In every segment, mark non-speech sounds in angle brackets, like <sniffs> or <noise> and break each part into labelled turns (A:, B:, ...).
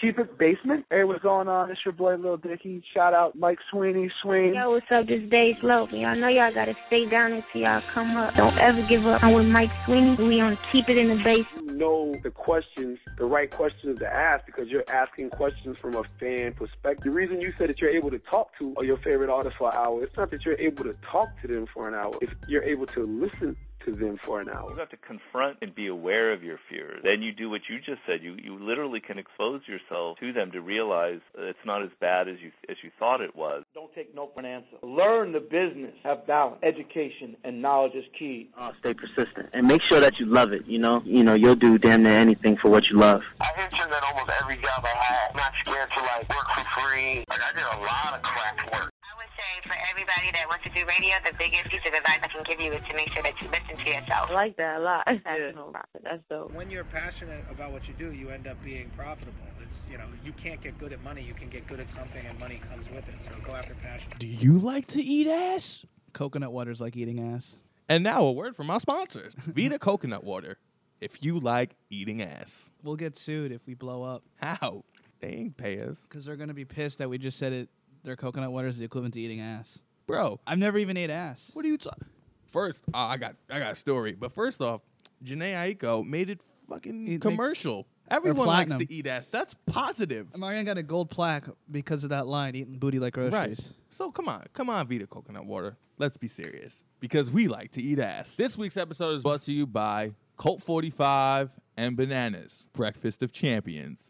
A: Cheapest Basement. Hey, what's going on? It's your boy Lil Dicky. Shout out Mike Sweeney, Sween.
B: Yo, what's up? This day's low. Y'all know y'all gotta stay down until y'all come up. Don't ever give up. I'm with Mike Sweeney. We on keep it in the base.
A: You know the questions, the right questions to ask because you're asking questions from a fan perspective. The reason you said that you're able to talk to your favorite artist for an hour, it's not that you're able to talk to them for an hour. It's you're able to listen to them for an hour.
C: You have to confront and be aware of your fears. Then you do what you just said. You you literally can expose yourself to them to realize it's not as bad as you as you thought it was.
D: Don't take no for an answer. Learn the business. Have balance. Education and knowledge is key.
E: Uh, stay persistent and make sure that you love it. You know, you know, you'll do damn near anything for what you love.
F: I interned at almost every job I had. I'm not scared to like work for free. Like I did a lot of craft work.
G: I would say for everybody that wants to do radio, the biggest piece of advice I can give you is to make sure that you listen to yourself.
H: I like that a lot. <laughs> That's no profit. That's dope.
I: When you're passionate about what you do, you end up being profitable. It's you know you can't get good at money. You can get good at something, and money comes with it. So go after passion.
J: Do you like to eat ass?
K: Coconut water's like eating ass.
L: And now a word from our sponsors Vita Coconut Water. If you like eating ass,
K: We'll get sued if we blow up
L: how? They ain't pay us.
K: because they're gonna be pissed that we just said it. Their coconut water is the equivalent to eating ass.
L: Bro,
K: I've never even ate ass.
L: What are you talking? First, uh, I got I got a story, but first off, Janae Aiko made it fucking
K: make-
L: commercial. Everyone likes
K: platinum.
L: to eat ass. That's positive,
K: Marion got a gold plaque because of that line, eating booty like
L: right?
K: groceries.
L: So come on, come on, Vita Coconut Water. Let's be serious because we like to eat ass. This week's episode is brought to you by Colt Forty Five and Bananas, Breakfast of Champions.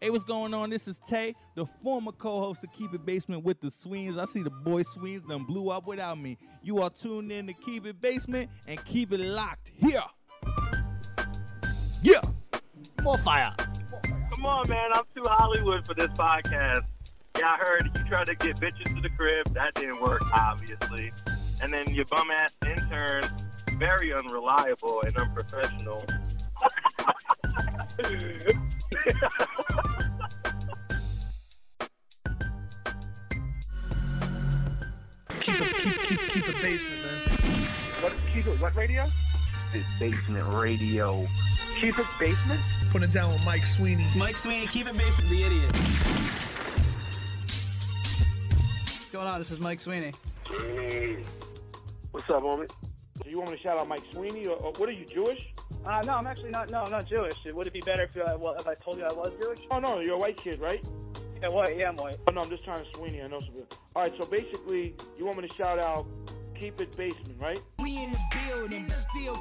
L: Hey, what's going on? This is Tay, the former co-host of Keep It Basement with the Sweens. I see the boy Sweens done blew up without me. You are tuned in to Keep It Basement and keep it locked here. Yeah.
K: More fire.
M: Come on, man. I'm too Hollywood for this podcast. Yeah, I heard you tried to get bitches to the crib. That didn't work, obviously. And then your bum ass intern, very unreliable and unprofessional.
I: Keep a, keep, keep, keep a basement, man.
A: What keep it? What radio?
F: This basement radio.
A: Keep it basement.
I: Put it down with Mike Sweeney.
E: Mike Sweeney, keep it based the idiot. What's going on? This is Mike Sweeney.
A: What's up, homie?
D: Do you want me to shout out Mike Sweeney or, or what are you Jewish?
N: Uh, no, I'm actually not. No, I'm not Jewish. Would it be better if, uh, well, if I told you I was Jewish?
D: Oh no, you're a white kid, right?
N: Yeah, what? Yeah, I'm white.
D: Oh no, I'm just trying to Sweeney. I know some. All right, so basically, you want me to shout out Keep It Basement, right?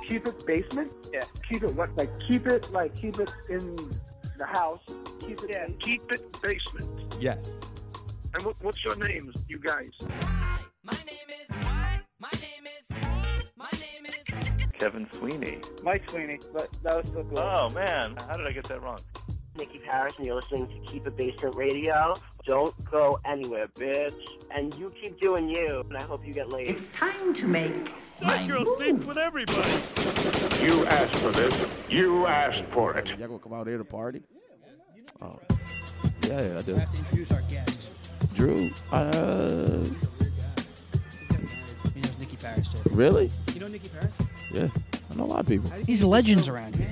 A: Keep it basement.
N: Yeah.
A: Keep it what? Like keep it like keep it in the house. Keep it.
N: Yeah.
F: Keep it basement.
L: Yes.
F: And what, what's your names, you guys?
C: Kevin Sweeney.
N: Mike Sweeney. But that was still cool.
C: Oh man, how did I get that wrong?
O: Nikki Paris, and you're listening to Keep It Basement Radio. Don't go anywhere, bitch. And you keep doing you, and I hope you get laid.
P: time to make my move.
M: with everybody.
F: You asked for this. You asked for it.
Q: Y'all gonna come out here to party?
J: Oh.
Q: Yeah, yeah, I do.
I: have to introduce our guest.
Q: Drew, uh,
I: He knows Nikki Paris too.
Q: really?
I: You know Nikki Paris?
Q: Yeah, I know a lot of people.
I: He's legends around here.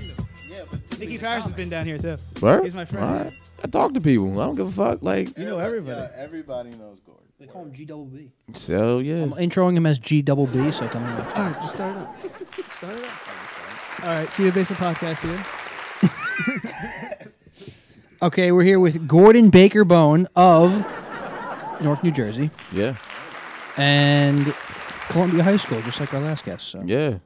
K: Nikki Paris has been down here too.
Q: Word?
K: He's my friend.
Q: All right. I talk to people. I don't give a fuck. Like,
K: You know everybody.
R: everybody knows Gordon.
I: They call him G Double Oh B.
Q: so yeah.
R: I'm introing him as G Double B, so come on.
K: All right, just start it up. Start it up. All right, keep it based podcast here.
R: <laughs> Okay, we're here with Gordon Baker Bone of Newark, New Jersey,
Q: Yeah,
R: and Columbia High School, just like our last guest. So
Q: yeah.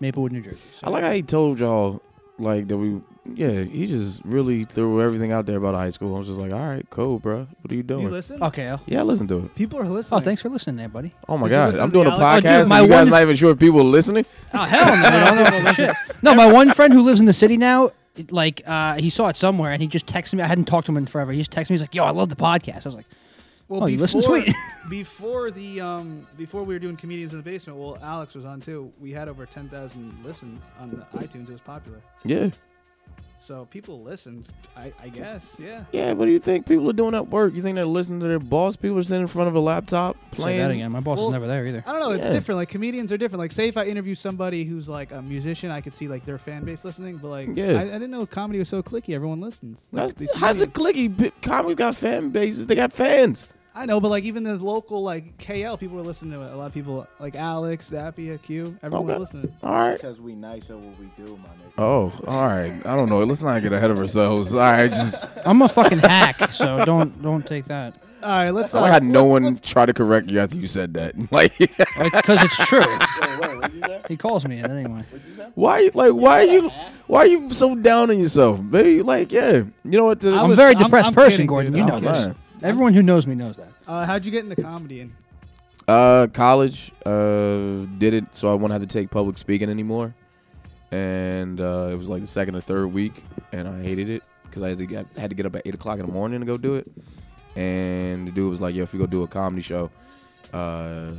R: Maplewood, New Jersey. So.
Q: I like how he told y'all, like, that we, yeah, he just really threw everything out there about high school. I was just like, all right, cool, bro. What are you
K: You
Q: doing?
K: listen?
R: Okay. oh.
Q: yeah, I listen to it.
K: People are listening.
R: Oh, thanks for listening, there, buddy.
Q: Oh my
K: Did you
Q: God.
K: listen
Q: I'm
K: to the
Q: doing a
K: Alex-
R: Oh,
Q: podcast.
R: dude, my
Q: and you guys
R: one-
Q: not even sure if people are listening?
R: Oh hell no! I don't give a shit. No, my one friend who lives in the city now, it, like uh, he saw it somewhere and he just texted me. I hadn't talked to him in forever. He just texted me. He's like, "Yo, I love the podcast." I was like,
K: Well,
R: Oh, you listen?
K: before- <laughs>
R: Sweet. <laughs>
K: before the um, before we were doing comedians in the basement, well, Alex was on too. We had over ten thousand listens on the iTunes. It was popular.
Q: Yeah.
D: So people listened, I, I guess. Yeah.
L: Yeah, what do you think people are doing at work? You think they're listening to their boss? People are sitting in front of a laptop playing.
D: Well, I don't know. It's different. Like comedians are different. Like say if I interview somebody who's like a musician, I could see like their fan base listening. But like,
L: Yeah.
D: I, I didn't know comedy was so clicky. Everyone listens. Like,
L: That's-
D: these
L: how's it
D: comedians-
L: clicky? Bi- Comedy got fan bases. They got fans.
D: I know, but like even the local like KL people were listening to it. A lot of people like Alex, Zappia, Q, everyone
L: Okay.
D: was listening.
L: All right.
O: Because we nice at what we do, my nigga.
L: Oh, all right. I don't know. Let's not get ahead of ourselves. All right, just.
R: <laughs> I'm a fucking hack, so don't don't take that.
D: All right, let's.
L: I like how no one tried to correct you after you said that. <laughs> Like,
R: because it's true. He calls me it anyway.
L: why? Like, why are you? Why are you so down on yourself, baby? Like, yeah, you know what? the-
R: I'm a very depressed person, Gordon. you know
L: Oh,
R: this.
L: man.
R: Everyone who knows me knows that.
D: Uh, how'd you get into comedy? And
L: Uh, college. Uh, did it so I wouldn't have to take public speaking anymore. And uh, it was like the second or third week, and I hated it because I had to get had to get up at eight o'clock in the morning to go do it. And the dude was like, "Yo, if you go do a comedy show, uh,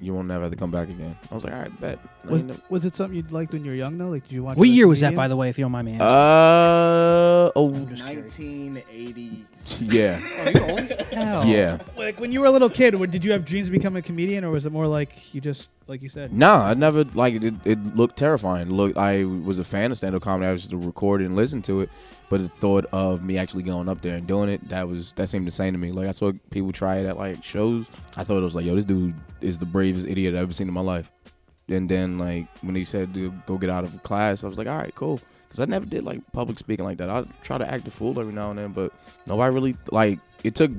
L: you won't never have to come back again." I was like, "All right, bet." I
D: was,
L: ain't never-
D: was it something you liked when you were young though? Like did you watch?
R: What
D: other
R: year was that, by
D: comedians?
R: the way, if you don't mind me asking?
L: Uh, oh,
O: 1980.
L: yeah.
D: Oh, you're old as hell.
L: Yeah.
D: Like when you were a little kid, what- did you have dreams of becoming a comedian, or was it more like you just like you said?
L: No, I never like it. It looked terrifying. Look, I was a fan of stand-up comedy. I was just to record it and listen to it, but the thought of me actually going up there and doing it that was that seemed insane to me. Like I saw people try it at like shows. I thought it was like, yo, this dude is the bravest idiot I've ever seen in my life. And then like when he said to go get out of class, I was like, all right, cool. Cause I never did like public speaking like that. I try to act a fool every now and then, but nobody really like. It took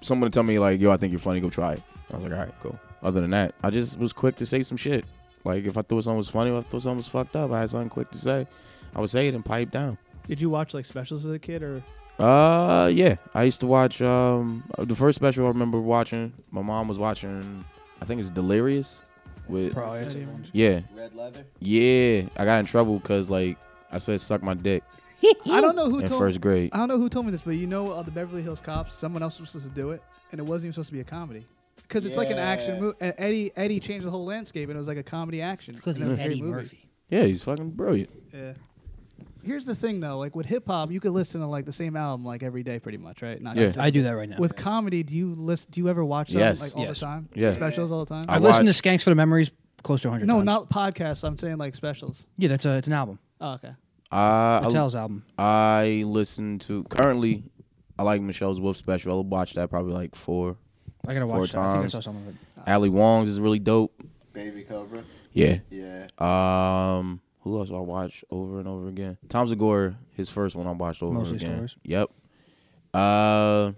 L: someone to tell me like, yo, I think you're funny. Go try it. I was like, all right, cool. Other than that, I just was quick to say some shit. Like if I thought something was funny, or if I thought something was fucked up, I had something quick to say. I would say it and pipe down.
D: Did you watch like specials as a kid, or
L: Uh, yeah. I used to watch um the first special I remember watching. My mom was watching. I think it's Delirious. With
R: Probably that's the one.
L: yeah.
O: Red leather?
L: Yeah, I got in trouble because like I said, suck my dick.
D: I don't know who
L: in
D: told
L: first grade.
D: I don't know who told me this, but you know, uh, the Beverly Hills Cops. Someone else was supposed to do it, and it wasn't even supposed to be a comedy because it's like an action
R: Yeah.
D: movie. Eddie Eddie changed the whole landscape, and it was like a comedy action. Because
R: he's Eddie Murphy.
L: Yeah, he's fucking brilliant.
D: Yeah. Here's the thing though, like with hip hop, you could listen to like the same album like every day, pretty much, right? Not
L: Yeah.
D: consistent.
R: I do that right now.
D: With comedy, do you list? Do you ever watch them
L: Yes.
D: like all
L: Yes.
D: the time?
L: Yeah.
D: Specials all the time.
R: I've listened to Skanks for the Memories close to 100
D: No,
R: times.
D: not podcasts. I'm saying like specials.
R: Yeah, that's a it's an album.
D: Oh, okay.
L: Uh,
R: Patel's album.
L: I listen to currently. I like Michelle's Wolf special. I'll watch that probably like four.
R: I gotta
L: four
R: watch that. I
L: Times.
R: think I saw some of it.
L: Ali Wong's is really dope.
O: Baby Cobra?
L: Yeah.
O: Yeah.
L: Um, who else do I watch over and over again? Tom Zagor, his first one I watched over
R: Mostly
L: and again.
R: stories.
L: Yep. Uh,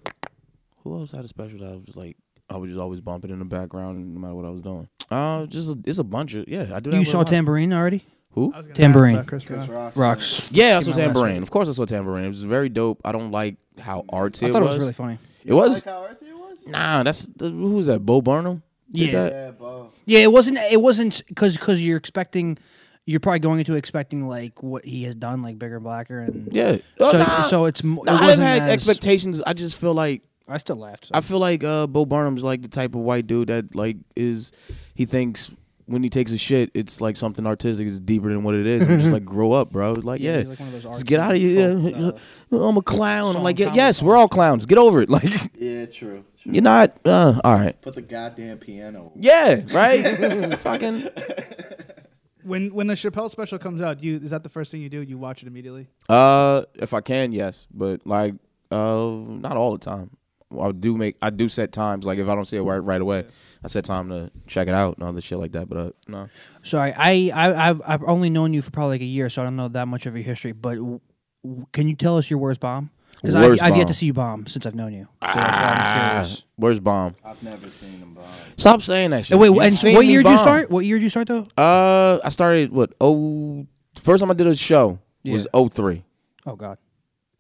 L: who else had a special that I was just like I would just always bump it in the background no matter what I was doing. Uh, just a, it's a bunch of yeah. I do. That
R: You
L: with a
R: saw
L: lot.
R: Tambourine already?
L: Who?
R: Tambourine.
O: Chris Rock.
R: Rocks.
L: Yeah,
R: Came
L: I saw
R: out last
L: Tambourine.
R: week.
L: Of course, I saw Tambourine. It was very dope. I don't like how artsy
R: I
L: it
R: thought it
L: was.
R: was really funny.
L: It was. Nah, that's the, who was that? Bo Burnham.
R: Yeah.
L: Did that?
R: Yeah, it wasn't. It wasn't because because you're expecting, you're probably going into expecting like what he has done, like bigger, blacker, and
L: Yeah. Oh,
R: So
L: nah.
R: so it's mo- it
L: Nah, I
R: wasn't
L: didn't had
R: as-
L: expectations. I just feel like
R: I still laughed.
L: I feel like uh, Bo Burnham's like the type of white dude that like is he thinks when he takes a shit, it's like something artistic is deeper than what it is. I'm
R: <laughs>
L: just like grow up, bro. Like
R: Yeah,
L: yeah,
R: he's like one of those
L: just get
R: artsy uh,
L: out of here. <laughs> I'm a clown. I'm like yeah, yes, we're all clowns. Get over it. <laughs> Like
O: Yeah, true.
L: you're not. Uh, all right.
O: Put the goddamn piano.
L: Yeah. Right. <laughs> Fucking.
D: When when the Chappelle special comes out, do you is that the first thing you do? You watch it immediately.
L: Uh, if I can, yes, but like, uh, not all the time. I do make, I do set times. Like if I don't see it right right away, I set time to check it out and all this shit like that. But uh, no,
R: Sorry, I, I I've I've only known you for probably like a year, so I don't know that much of your history. But w- w- can you tell us your worst bomb? Because I've,
L: Worst
R: I've yet
L: bomb. Ah.
R: to see you bomb since I've known you. So that's why I'm curious.
L: where's bomb?
O: I've never seen him bomb.
L: Stop saying that shit.
R: And wait,
L: You've
R: and
L: seen
R: what
L: me
R: year did you
L: bomb.
R: start? What year did you start though?
L: Uh, I started what? Oh, first time I did a show was oh three.
R: Oh God.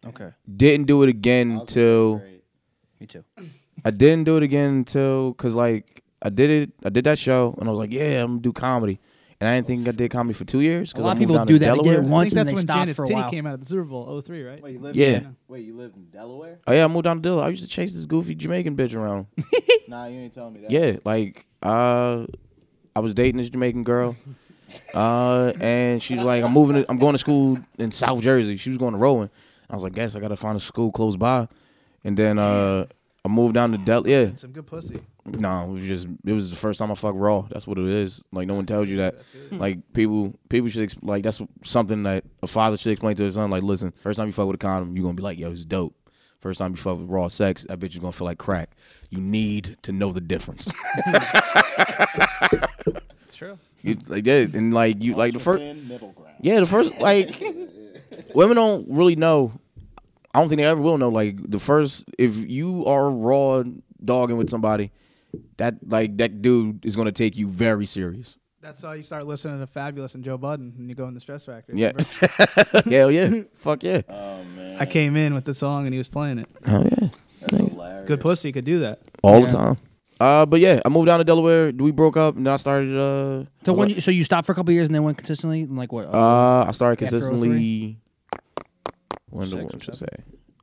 R: Okay.
L: Didn't do it again till.
R: Me too.
L: I didn't do it again until because like I did it, I did that show, and I was like, yeah, I'm gonna do comedy, and I didn't think I did comedy for two years. 'cause
R: A
L: I
R: lot of
L: moved
R: people
L: down
R: do
L: to
R: that. They did it
L: Delaware.
R: once
D: I think
R: and
D: that's
R: they
D: when
R: stopped
D: Janet's
R: for a
D: titty
R: while.
D: came out of the Super Bowl 03, right? Wait, you
O: lived
L: Yeah. in-
O: Wait, you lived in Delaware?
L: Oh yeah, I moved down to Delaware. I used to chase this goofy Jamaican bitch
R: <laughs>
L: around.
O: nah, you ain't telling me that.
L: yeah, like uh, I was dating this Jamaican girl, Uh, and she's like, I'm moving. To, I'm going to school in South Jersey. She was going to Rowan. I was like, guess I gotta find a school close by. And then uh, I moved down to Del. Yeah,
D: Some good pussy.
L: no, it was just it was the first time I fucked raw. That's what it is. Like no one tells you that. Like people people should ex- like that's something that a father should explain to his son. Like listen, first time you fuck with a condom, you gonna be like, yo, it's dope. First time you fuck with raw sex, that bitch is gonna feel like crack. You need to know the difference.
D: It's true.
L: You, like yeah, and like you like the first
O: thin middle ground.
L: Yeah, the first like women don't really know. I don't think they ever will know. Like the first, if you are raw dogging with somebody, that like that dude is gonna take you very serious.
D: That's how you start listening to Fabulous and Joe Budden, and you go in the Stress Factory.
L: Yeah,
D: remember?
L: hell yeah, fuck yeah.
D: I came in with the song and he was playing it.
L: Oh yeah,
D: Good pussy could do that
L: all the time. Uh, but yeah, I moved down to Delaware. We broke up, and then I started. Uh,
R: So
L: I was
R: when
L: like-
R: you, so you stopped for a couple years and then went consistently, and like what?
L: Uh, I started
R: after 03?
L: consistently. When the
R: Six or
L: one should say,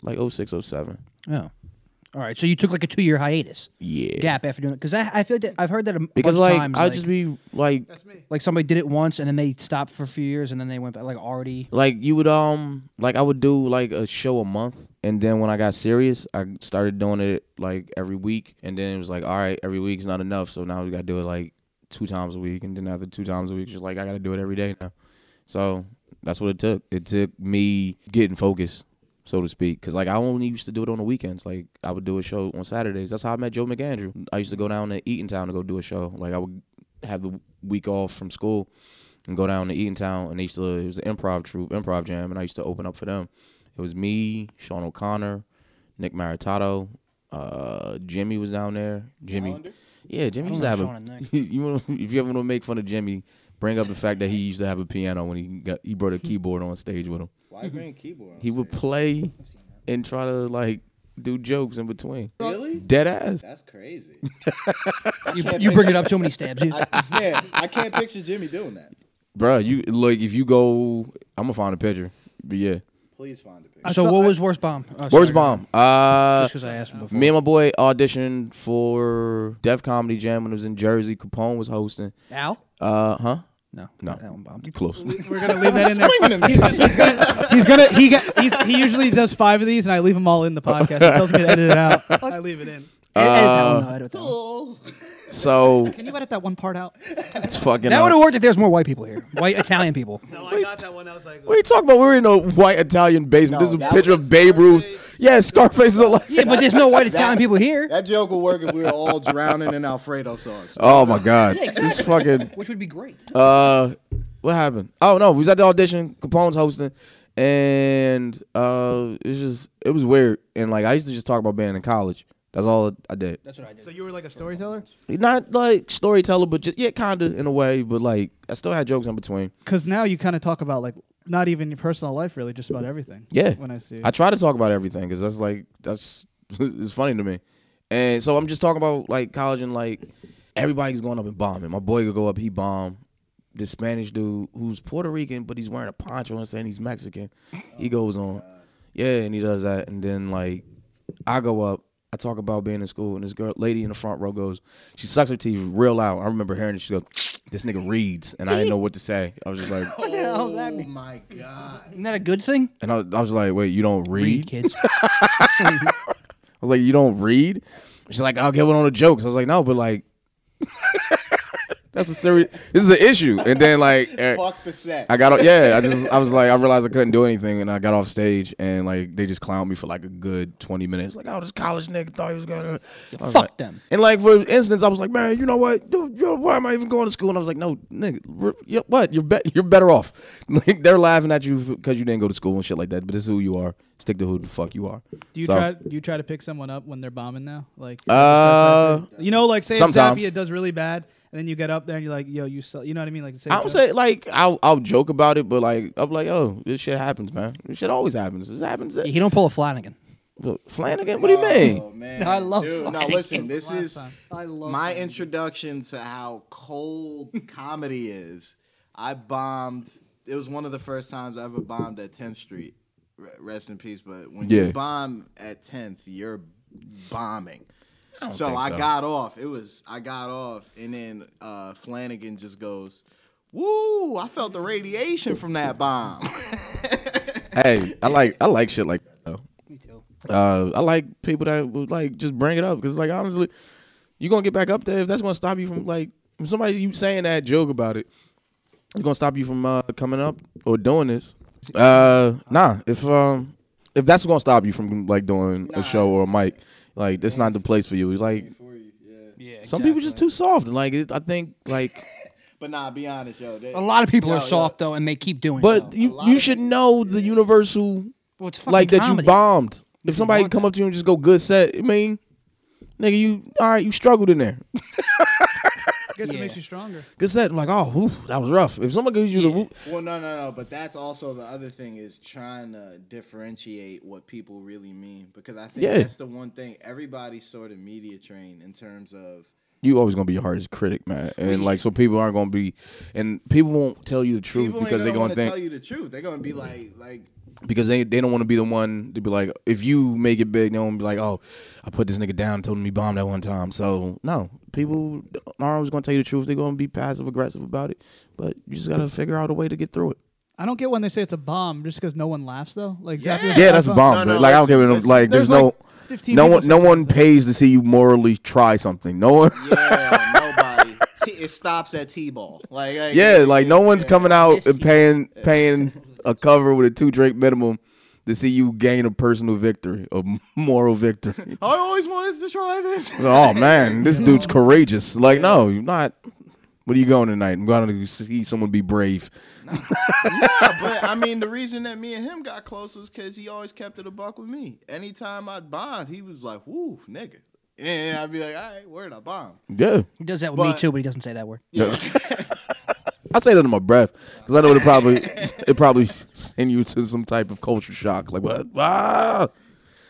L: like 06, 07.
R: Oh, all right. So you took like a two-year hiatus.
L: Yeah.
R: Gap after doing it because I I feel that I've heard that a m-
L: Because
R: bunch of
L: like
R: times,
L: I'll just be like,
R: like somebody did it once and then they stopped for a few years and then they went back like already.
L: like you would um, like I would do like a show a month, and then when I got serious, I started doing it like every week, and then it was like, all right, every week's not enough, so now we got to do it like two times a week, and then after two times a week, just like I got to do it every day now. So that's what it took. It took me getting focused, so to speak, because like I only used to do it on the weekends. Like I would do a show on Saturdays. That's how I met Joe McAndrew. I used to go down to Eatontown to go do a show. Like I would have the week off from school and go down to Eatontown, and they used to it was an improv troupe, improv jam, and I used to open up for them. It was me, Sean O'Connor, Nick Maritato, uh, Jimmy was down there. Jimmy, yeah, Jimmy
R: I
L: used
R: don't
L: to
R: know
L: have
R: Sean and
L: a.
R: Nick.
L: <laughs> you wanna, if you ever want to make fun of Jimmy, bring up the fact that he used to have a piano when he got he
R: <laughs>
L: brought a keyboard on stage with him.
O: Why bring a keyboard?
L: He would play and try to like do jokes in between.
O: Really?
L: Dead ass.
O: That's crazy.
L: I
R: You,
O: can't
R: you
O: pic-
R: bring it up to him and he stabs you.
O: I, yeah, I can't picture Jimmy doing that.
L: Bruh, you like if you go, I'm gonna find a picture. But yeah.
O: Please find a picture.
R: So what was worst bomb? Oh, sorry.
L: Words bomb. Uh,
R: Just 'cause I asked him before.
L: Me and my boy auditioned for Def Comedy Jam when it was in Jersey. Capone was hosting.
R: Al?
L: Uh huh.
R: No,
L: no,
R: that one bombed.
L: You close.
D: We're gonna leave that in <laughs> there. He's, he's gonna, he's gonna he got, he's, he usually does five of these, and I leave them all in the podcast. He tells me to edit it out. I leave it in.
R: eh,
L: Uh, so
D: Can you edit that one part out?
L: it's fucking.
R: That
L: uh,
R: would have worked if there's more white people here, white Italian people.
D: Oh,
L: What are you talking about? We were in a white Italian basement. this is a picture of Babe Ruth. Yeah, Scarface is alive.
R: Yeah, but there's no white Italian people here.
O: That joke would work if we were all drowning in Alfredo sauce.
L: Oh my god,
R: Yeah,
L: this fucking.
R: Which would be great.
L: Uh, what happened? Oh no, we was at the audition. Capone's hosting, and uh, it's just it was weird. And like I used to just talk about being in college. That's all I did.
R: That's what I did.
D: So you were like a storyteller?
L: Not like storyteller, but just, yeah, kinda in a way. But like I still had jokes in between.
D: Because now you kind of talk about like not even your personal life, really, just about everything.
L: Yeah,
D: When I see, you.
L: I try to talk about everything because that's like that's <laughs> it's funny to me. And so I'm just talking about like college and like everybody's going up and bombing. My boy could go up, he bombed. This Spanish dude who's Puerto Rican, but he's wearing a poncho and saying he's Mexican. He
D: Oh
L: goes on, yeah, and he does that. And then like I go up, I talk about being in school, and this girl, lady in the front row goes, she sucks her teeth real loud. I remember hearing it. She goes, <sniffs> "This nigga reads," and I didn't know what to say. I was just like,
R: What the
D: <laughs>
R: hell's that?
O: Oh my god.
R: Isn't that a good thing?
L: and I, I was like, wait, you don't read? <laughs>
R: kids.
L: I was like, you don't read? She's like, I'll get one on the jokes. I was like, no, but like, <laughs> that's a serious. This is an issue. And then like, eh,
O: <laughs> Fuck the set.
L: I got off. Yeah, I just I was like, I realized I couldn't do anything, and I got off stage, and like they just clowned me for like a good twenty minutes. Like, oh, this college nigga thought he was gonna I
R: fuck
L: was like-
R: them.
L: And like for instance, I was like, man, you know what? Dude, yo, why am I even going to school? And I was like, no, nigga, we're- yo, what? You're be- you're better off. <laughs> Like they're laughing at you because you didn't go to school and shit like that. But this is who you are. Stick to who the fuck you are.
D: do you
L: So-
D: try? Do you try to pick someone up when they're bombing now? Like,
L: Uh,
D: you know, like say if
L: sometimes.
D: Zappia does really bad, and then you get up there and you're like, "Yo, you sell," you know what I mean? Like, say
L: <laughs> I don't say like I'll I'll joke about it, but like I'm like, oh, this shit happens, man. This shit always happens. This happens.
R: He don't pull a Flanagan.
L: Look, Flanagan, what do you mean?
O: Oh, man.
R: No, I love
O: Dude, now
R: Flanagan.
O: listen, this
R: Last
O: is
R: time.
O: my introduction to how cold comedy is. I bombed. It was one of the first times I ever bombed at 10th Street. R- Rest in peace. But when
L: Yeah.
O: you bomb at 10th, you're bombing.
L: I don't
O: so
L: think
O: I
L: so.
O: got off. It was I got off, and then uh, Flanagan just goes, Woo! I felt the radiation from that bomb.
L: hey,
O: <laughs>
L: I like I like shit like that though. Me too. Uh, I like people that would like just bring it up because like honestly, you gonna get back up there if that's gonna stop you from like if somebody you saying that joke about it, it's gonna stop you from uh, coming up or doing this. Uh, nah, if um if that's gonna stop you from like doing a show or a mic, like that's not the place for you. Like,
O: Yeah,
L: some people just too soft. and, Like it, I think like.
O: but nah, be honest, yo. They,
R: A lot of people
O: yo,
R: are soft though, and they keep doing. it.
L: But you you should know the universal
R: it's
L: like
R: fucking
L: that
R: comedy.
L: you bombed. If somebody come up to you and just go good set, I mean, nigga, you all right? You struggled in there.
D: guess it makes you stronger.
L: <laughs> Good set. I'm like, oh, whew, that was rough. If someone gives you the whoop,
O: Well, no, no, no. But that's also the other thing is trying to differentiate what people really mean because I think
L: Yeah.
O: that's the one thing everybody's sort of media trained in terms of
L: you always gonna be your hardest critic, man. And like, so people aren't gonna be, and people won't tell you the truth
O: people
L: because
O: ain't gonna,
L: they're gonna
O: want to
L: think
O: tell you the truth. They're gonna be like, like
L: because they they don't want to be the one to be like, if you make it big, they don't be like, oh, I put this nigga down, and told him he bombed that one time. So no, people aren't always gonna tell you the truth. They're gonna be passive aggressive about it, but you just gotta figure out a way to get through it.
D: I don't get when they say it's a bomb just because no one laughs though. Like Zappy was
L: Yeah, that's a
D: like,
L: bomb. but, like I don't give a like. There's, no,
D: like 15
L: no
D: people
L: one, no one pays to see you morally try something. No one.
O: yeah, nobody. T- it stops at T-ball. Like, like
L: yeah, like no one's coming out and paying paying a cover with a two drink minimum to see you gain a personal victory, a moral victory.
O: <laughs> I always wanted to try this.
L: <laughs> oh man, this dude's courageous. Like no, you're not. What are you going tonight? I'm going to see someone be brave.
O: nah, but I mean, the reason that me and him got close was because he always kept it a buck with me. Anytime I'd bond, he was like, "Woo, nigga," and I'd be like, "All right, word, I bomb."
L: Yeah.
R: He does that with me
O: But-
R: too, but he doesn't say that word.
L: <laughs> I say that in my breath because I know it probably it probably send you to some type of culture shock. Like what? Ah!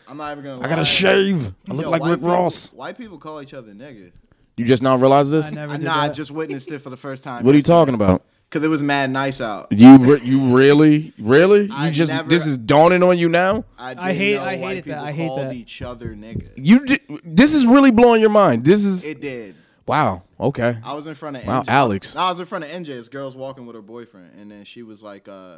O: I'm not even gonna.
L: I gotta
O: lie.
L: shave. I look
O: Yo,
L: like
O: white
L: Rick
O: people-
L: Ross.
O: White people call each other nigga.
L: You just now realize this?
O: I, nah, I just witnessed it for the first time.
L: What are you talking about?
O: Because it was mad nice out.
L: You re- you really really you
O: I
L: just
O: never-
L: this is dawning on you now?
O: I,
D: I
O: didn't
D: hate-
O: know
D: I
O: white
D: hated that.
O: people
D: I hate
O: called
D: that.
O: each other nigga.
L: You di- this is really blowing your mind. This is
O: It did.
L: Wow. Okay.
O: I was in front of
L: Wow,
O: NJ.
L: Alex.
O: No, I was in front of NJ. This girl's walking with her boyfriend, and then she was like, uh,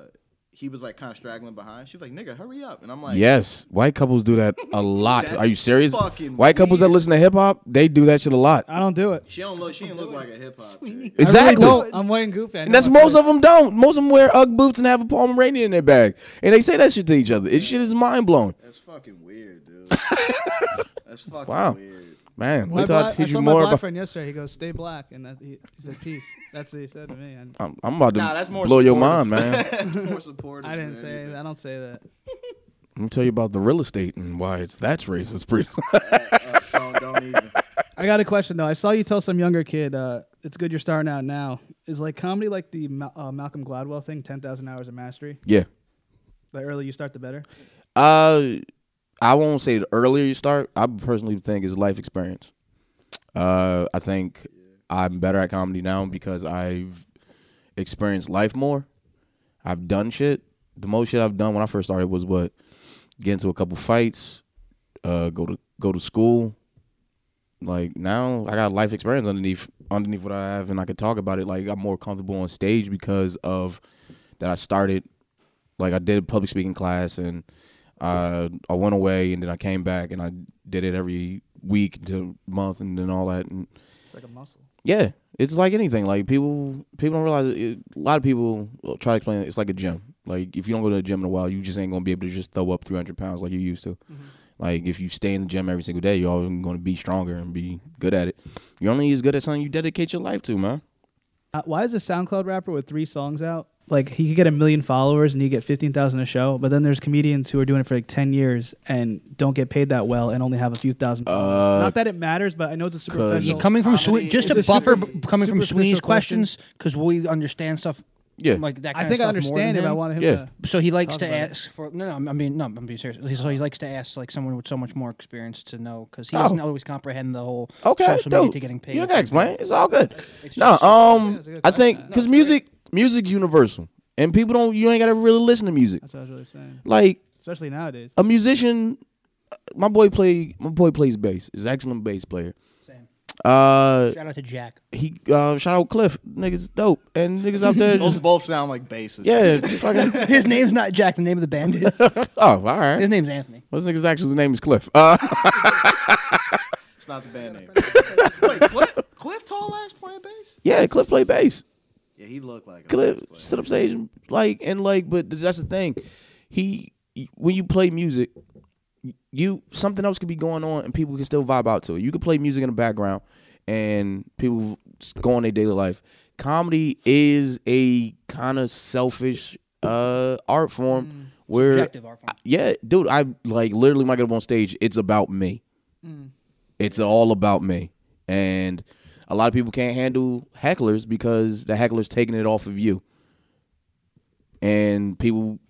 O: he was like kind of straggling behind. She's like, "Nigga, hurry up!" And I'm like,
L: yes, white couples do that
O: <laughs>
L: a lot.
O: That's
L: Are you serious?
O: fucking
L: White couples that listen to hip hop, they do that shit a lot.
D: I don't do it.
O: She don't look. She didn't look like a hip hop. chick.
L: Exactly.
D: don't. I'm wearing goofy. I
L: And
D: know
L: that's
D: my
L: most of them don't. Most of them wear UGG boots and have a Pomeranian in their bag, and they say that shit to each other. It shit is mind blowing.
O: That's fucking weird, dude. <laughs> That's fucking
L: Wow,
O: weird.
L: man.
D: My
L: Wait till I
D: bla-
L: teach
D: saw
L: you
D: my
L: more
D: black
L: about.
D: friend yesterday. He goes, "Stay black," and that, he, he said, "Peace." That's what he said to me. And
L: I'm, I'm about to
D: Nah, that's
L: blow
D: more
L: your
D: supportive.
O: <laughs>
L: mind, man.
O: It's more supportive
D: I didn't
O: than
D: say. I don't say that.
L: Let me tell you about the real estate and why it's that's racist. <laughs> Pretty soon.
D: I got a question though. I saw you tell some younger kid, uh, "It's good you're starting out now." Is like comedy like the Ma- uh, Malcolm Gladwell thing, ten thousand hours of mastery?
L: yeah.
D: The earlier you start, the better.
L: Uh, I won't say the earlier you start. I personally think it's life experience. Uh, I think I'm better at comedy now because I've experienced life more. I've done shit. The most shit I've done when I first started was what get into a couple fights, uh, go to go to school. Like now, I got life experience underneath underneath what I have, and I can talk about it. Like I'm more comfortable on stage because of that I started like I did public speaking class and uh, I went away and then I came back and I did it every week to month and then all that and
D: It's like a muscle.
L: yeah, it's like anything. Like people, people don't realize. It, a lot of people will try to explain it. it's like a gym. Like if you don't go to the gym in a while, you just ain't gonna be able to just throw up three hundred pounds like you used to. Like if you stay in the gym every single day, you're always gonna be stronger and be good at it. You're only as good at something you dedicate your life to, man.
D: Uh, why is a SoundCloud rapper with three songs out? Like he could get a million followers and he get fifteen thousand a show, but then there's comedians who are doing it for like ten years and don't get paid that well and only have a few thousand. followers. Not that it matters, but I know it's a superficial.
R: You're coming from
D: Comedy
R: Sweeney, just
D: is
R: to buffer
D: super-
R: b- coming from
D: superficial
R: Sweeney's
D: question.
R: questions because we understand stuff.
L: Yeah.
R: like that.
D: I
R: Kind
D: think I
R: of stuff more
D: understand
R: than
D: him. I wanted him Yeah. to
R: So he likes
D: talk
R: to
D: about it.
R: ask for no, no. I mean, no. I'm being serious. He- So he likes to ask like someone with so much more experience to know because he
L: Oh.
R: doesn't always comprehend the whole
L: Okay,
R: social
L: dude.
R: media to getting paid.
L: You don't gotta explain. It's all good. no, um, I think because music, music's universal, and people don't. You ain't gotta really listen to music.
D: That's what I was really saying.
L: Like uh,
D: Especially nowadays.
L: a musician. My boy play. My boy plays bass. He's an excellent bass player. Uh,
R: Shout out to Jack.
L: He uh, shout out Cliff. Niggas dope and niggas out there.
O: <laughs> Those
L: Just,
O: both sound like bases.
L: yeah, just fucking.
R: His name's not Jack. The name of the band is.
L: <laughs> oh, all right.
R: His name's Anthony.
L: Well, this nigga's actually name is Cliff. Uh, <laughs>
O: It's not the band name. Wait, Cliff, Cliff Tall Ass playing bass?
L: yeah, Cliff play bass.
O: Yeah, he looked like a
L: Cliff sit up stage and, like and like, but that's the thing. He when you play music, you something else could be going on and people can still vibe out to it. You could play music in the background and people just go on their daily life. Comedy is a kind of selfish uh art form
O: Mm,
L: where
R: Subjective art form.
L: yeah, dude, I like literally when I get up on stage, it's about me. It's all about me. And a lot of people can't handle hecklers because the heckler's taking it off of you. And people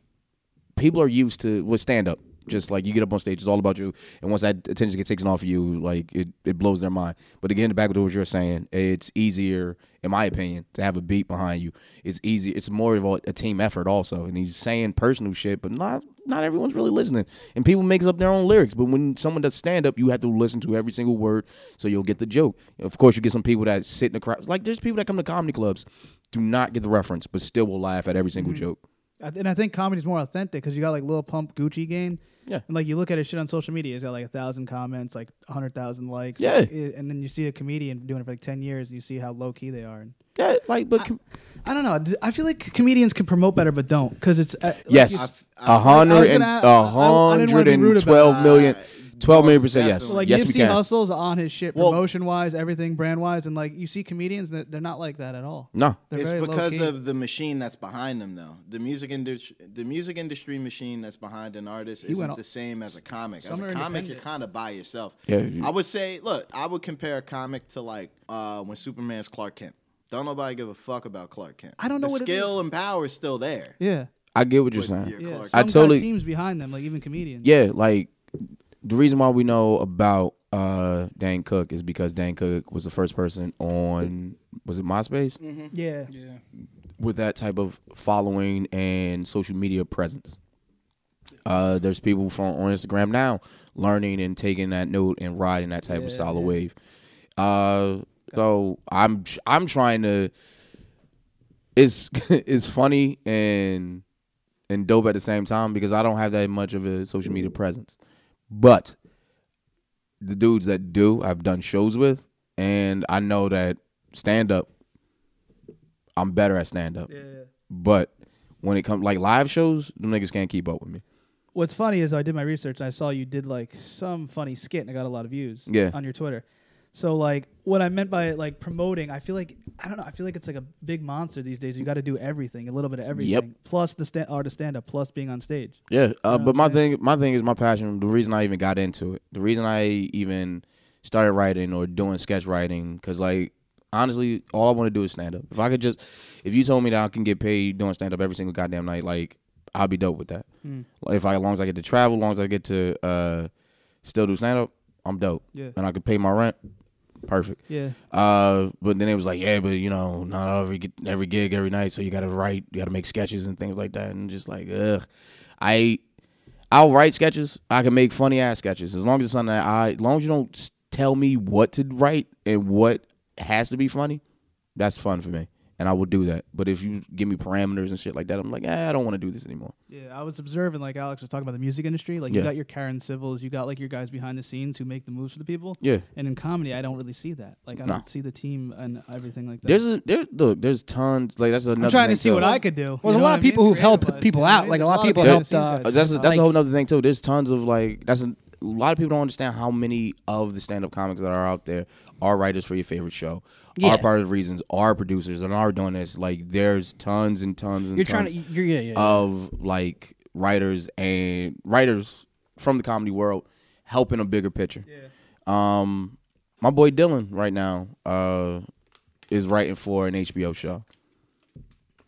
L: people are used to with stand up. Just like you get up on stage, it's all about you. And once that attention gets taken off of you, like it, it blows their mind. But again, the back of what you're saying, it's easier, in my opinion, to have a beat behind you. It's easy. It's more of a, a team effort also. And he's saying personal shit, but not not everyone's really listening. And people makes up their own lyrics. But when someone does stand up, you have to listen to every single word, so you'll get the joke. Of course, you get some people that sit in the crowd. Like there's people that come to comedy clubs, do not get the reference, but still will laugh at every single
D: Mhm.
L: joke.
D: I th- and I think comedy's more authentic because you got like Lil Pump Gucci Gang.
L: Yeah.
D: And like you look at his shit on social media, it's got like a thousand comments, like a hundred thousand likes.
L: Yeah.
D: like, i- and then you see a comedian doing it for like ten years, and you see how low key they are. And
L: yeah, like but
D: I, I don't know. D- I feel like comedians can promote better, but don't because it's uh, like you-
L: Yes, a
D: I was
L: hundred and
D: gonna-
L: a hundred and twelve million, twelve million percent. Yes,
D: Like
L: yes,
D: Nipsey
L: we can.
D: Hussle's on his shit, promotion wise, everything brand wise, and like you see comedians that they're not like that at all.
L: No.
D: They're
O: it's
D: very
O: because
D: low-key.
O: of the machine that's behind them, though. The music industry, the music industry machine that's behind an artist
D: He went
O: isn't
D: all-
O: the same as a comic. As
D: Some
O: a
D: are
O: comic, you're
D: independent.
O: kind of by yourself.
L: Yeah, you-
O: I would say, look, I would compare a comic to like uh, when Superman's Clark Kent. Don't nobody give a fuck about Clark Kent.
D: I don't know
O: the
D: what it
O: skill and power is still there.
D: Yeah.
L: I get what you're
O: But
L: saying.
O: you're
D: Yeah,
O: Clark
L: I
D: some got
L: totally.
D: teams behind them, like even comedians.
L: Yeah, like the reason why we know about uh Dan Cook is because Dan Cook was the first person on was it MySpace
D: Yeah.
R: Yeah.
L: with that type of following and social media presence. Uh, there's people from on Instagram now learning and taking that note and riding that type of style of wave. Uh, so I'm I'm trying to. It's <laughs> it's funny and and dope at the same time because I don't have that much of a social media presence, but the dudes that do, I've done shows with, and I know that stand up I'm better at stand up. But when it comes like live shows, them niggas can't keep up with me.
D: What's funny is I did my research and I saw you did like some funny skit and I got a lot of views
L: Yeah.
D: on your Twitter. So like what I meant by like promoting, I feel like I don't know, I feel like it's like a big monster these days. You got to do everything, a little bit of everything, plus the stand art of stand up, plus being on stage.
L: Yeah, uh,
D: You know
L: but
D: what
L: my
D: I'm saying?
L: thing, my thing is my passion. The reason I even got into it, the reason I even started writing or doing sketch writing, because like honestly, all I want to do is stand up. If I could just, if you told me that I can get paid doing stand up every single goddamn night, like I'll be dope with that.
D: Mm.
L: Like, if I, as long as I get to travel, as long as I get to uh, still do stand up, I'm dope.
D: Yeah.
L: and I could pay my rent. Perfect.
D: Yeah.
L: Uh, but then it was like, yeah, but you know, not every gi- every gig every night, so you gotta write, you gotta make sketches and things like that, and just like, ugh, I, I'll write sketches. I can make funny ass sketches as long as it's something that I, as long as you don't s- tell me what to write and what has to be funny, that's fun for me, and I will do that. But if you give me parameters and shit like that, I'm like, eh, I don't want to do this anymore.
D: Yeah, I was observing like Alex was talking about the music industry. Like
L: Yeah.
D: you got your Karen Civils, you got like your guys behind the scenes who make the moves for the people.
L: Yeah.
D: And in comedy, I don't really see that. Like I
L: No.
D: don't see the team and everything like that.
L: There's a there look, there's tons like that's another.
D: trying to
L: thing,
D: see
L: too.
D: what I could do.
R: Well, there's a lot of people who've helped people out. Like a lot of people
L: Yeah.
R: helped. Uh,
L: Uh, that's a, that's
R: like,
L: a whole other thing too. There's tons of like that's a, a lot of people don't understand how many of the stand up comics that are out there are writers for your favorite show,
R: Yeah.
L: are part of the reasons, are producers, and are doing this. Like there's tons and tons and
R: You're trying
L: tons
R: to- you're- yeah, yeah, yeah.
L: of like writers and writers from the comedy world helping a bigger picture. Um, my boy Dylan right now uh is writing for an HBO show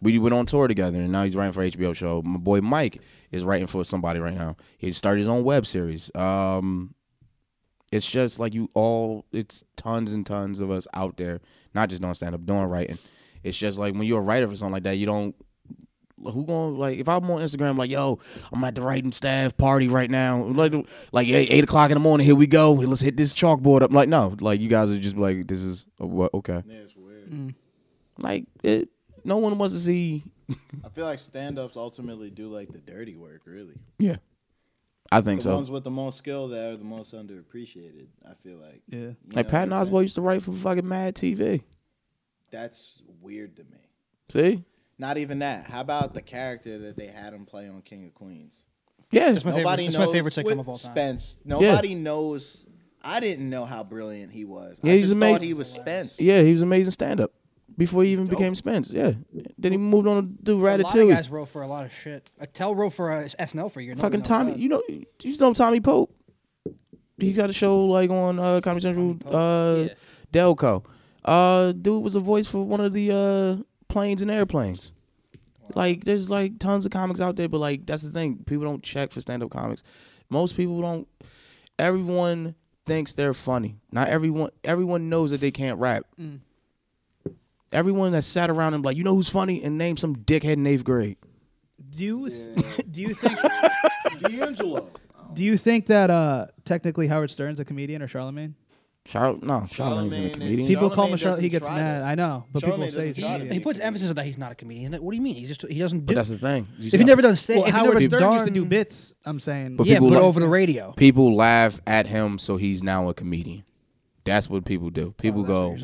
L: we went on tour together and now he's writing for HBO show. My boy Mike is writing for somebody right now. He started his own web series. Um it's just like you all it's tons and tons of us out there, not just doing stand up, doing writing. It's just like when you're a writer for something like that, you don't who going like if I'm on Instagram like yo I'm at the writing staff party right now like like eight, eight o'clock in the morning here we go let's hit this chalkboard up like no like you guys are just like this is a, what okay like it no one wants to see
O: I feel like stand-ups ultimately do like the dirty work, really.
L: yeah I think
O: the
L: so
O: ones with the most skill that are the most underappreciated. I feel like.
D: Yeah.
L: like Patton Oswalt used to write for fucking Mad TV
O: That's weird to me.
L: see
O: Not even that. How about the character that they had him play on King of Queens?
L: yeah
O: Nobody knows Spence. Nobody
L: yeah.
O: knows. I didn't know how brilliant he was.
L: Yeah,
O: I
L: he's
O: just
L: amazing.
O: thought he was Spence.
L: yeah he was amazing stand up before he even became Spence yeah then he moved on to
R: A
L: do
R: lot of
L: Ratatouille
R: guys wrote for a lot of shit. Tell wrote for uh, SNL for a year. Nobody
L: Fucking
R: knows
L: Tommy, you know, you know Tommy Pope. He got a show like on uh, Comedy Central, uh, Delco. Uh, dude was a voice for one of the uh, planes and airplanes. Like, there's like tons of comics out there, but like that's the thing. People don't check for stand up comics. Most people don't. Everyone thinks they're funny. Not everyone. Everyone knows that they can't rap.
R: Mm.
L: Everyone that sat around and like, you know who's funny, and named some dickhead in eighth grade.
K: Do you
R: <laughs>
K: th- do you
D: <laughs>
K: think
O: D'Angelo?
D: Do you think that uh, technically Howard Stern's a comedian or Charlemagne?
L: Charlotte, no, Charlotte's a comedian.
D: People call him Charlemagne. He gets mad. I know, but people say he's a
R: He, he
D: comedian.
R: puts emphasis on that he's not a comedian. Like, What do you mean? He's just he doesn't do.
L: But that's the thing.
R: If you've never done stand,
D: Well,
R: if you've
D: Howard
R: never
D: Stern
R: done,
D: used to do bits. I'm saying.
R: Yeah, but
L: la-
R: over the radio.
L: People laugh at him, so he's now a comedian. That's what people do. People go,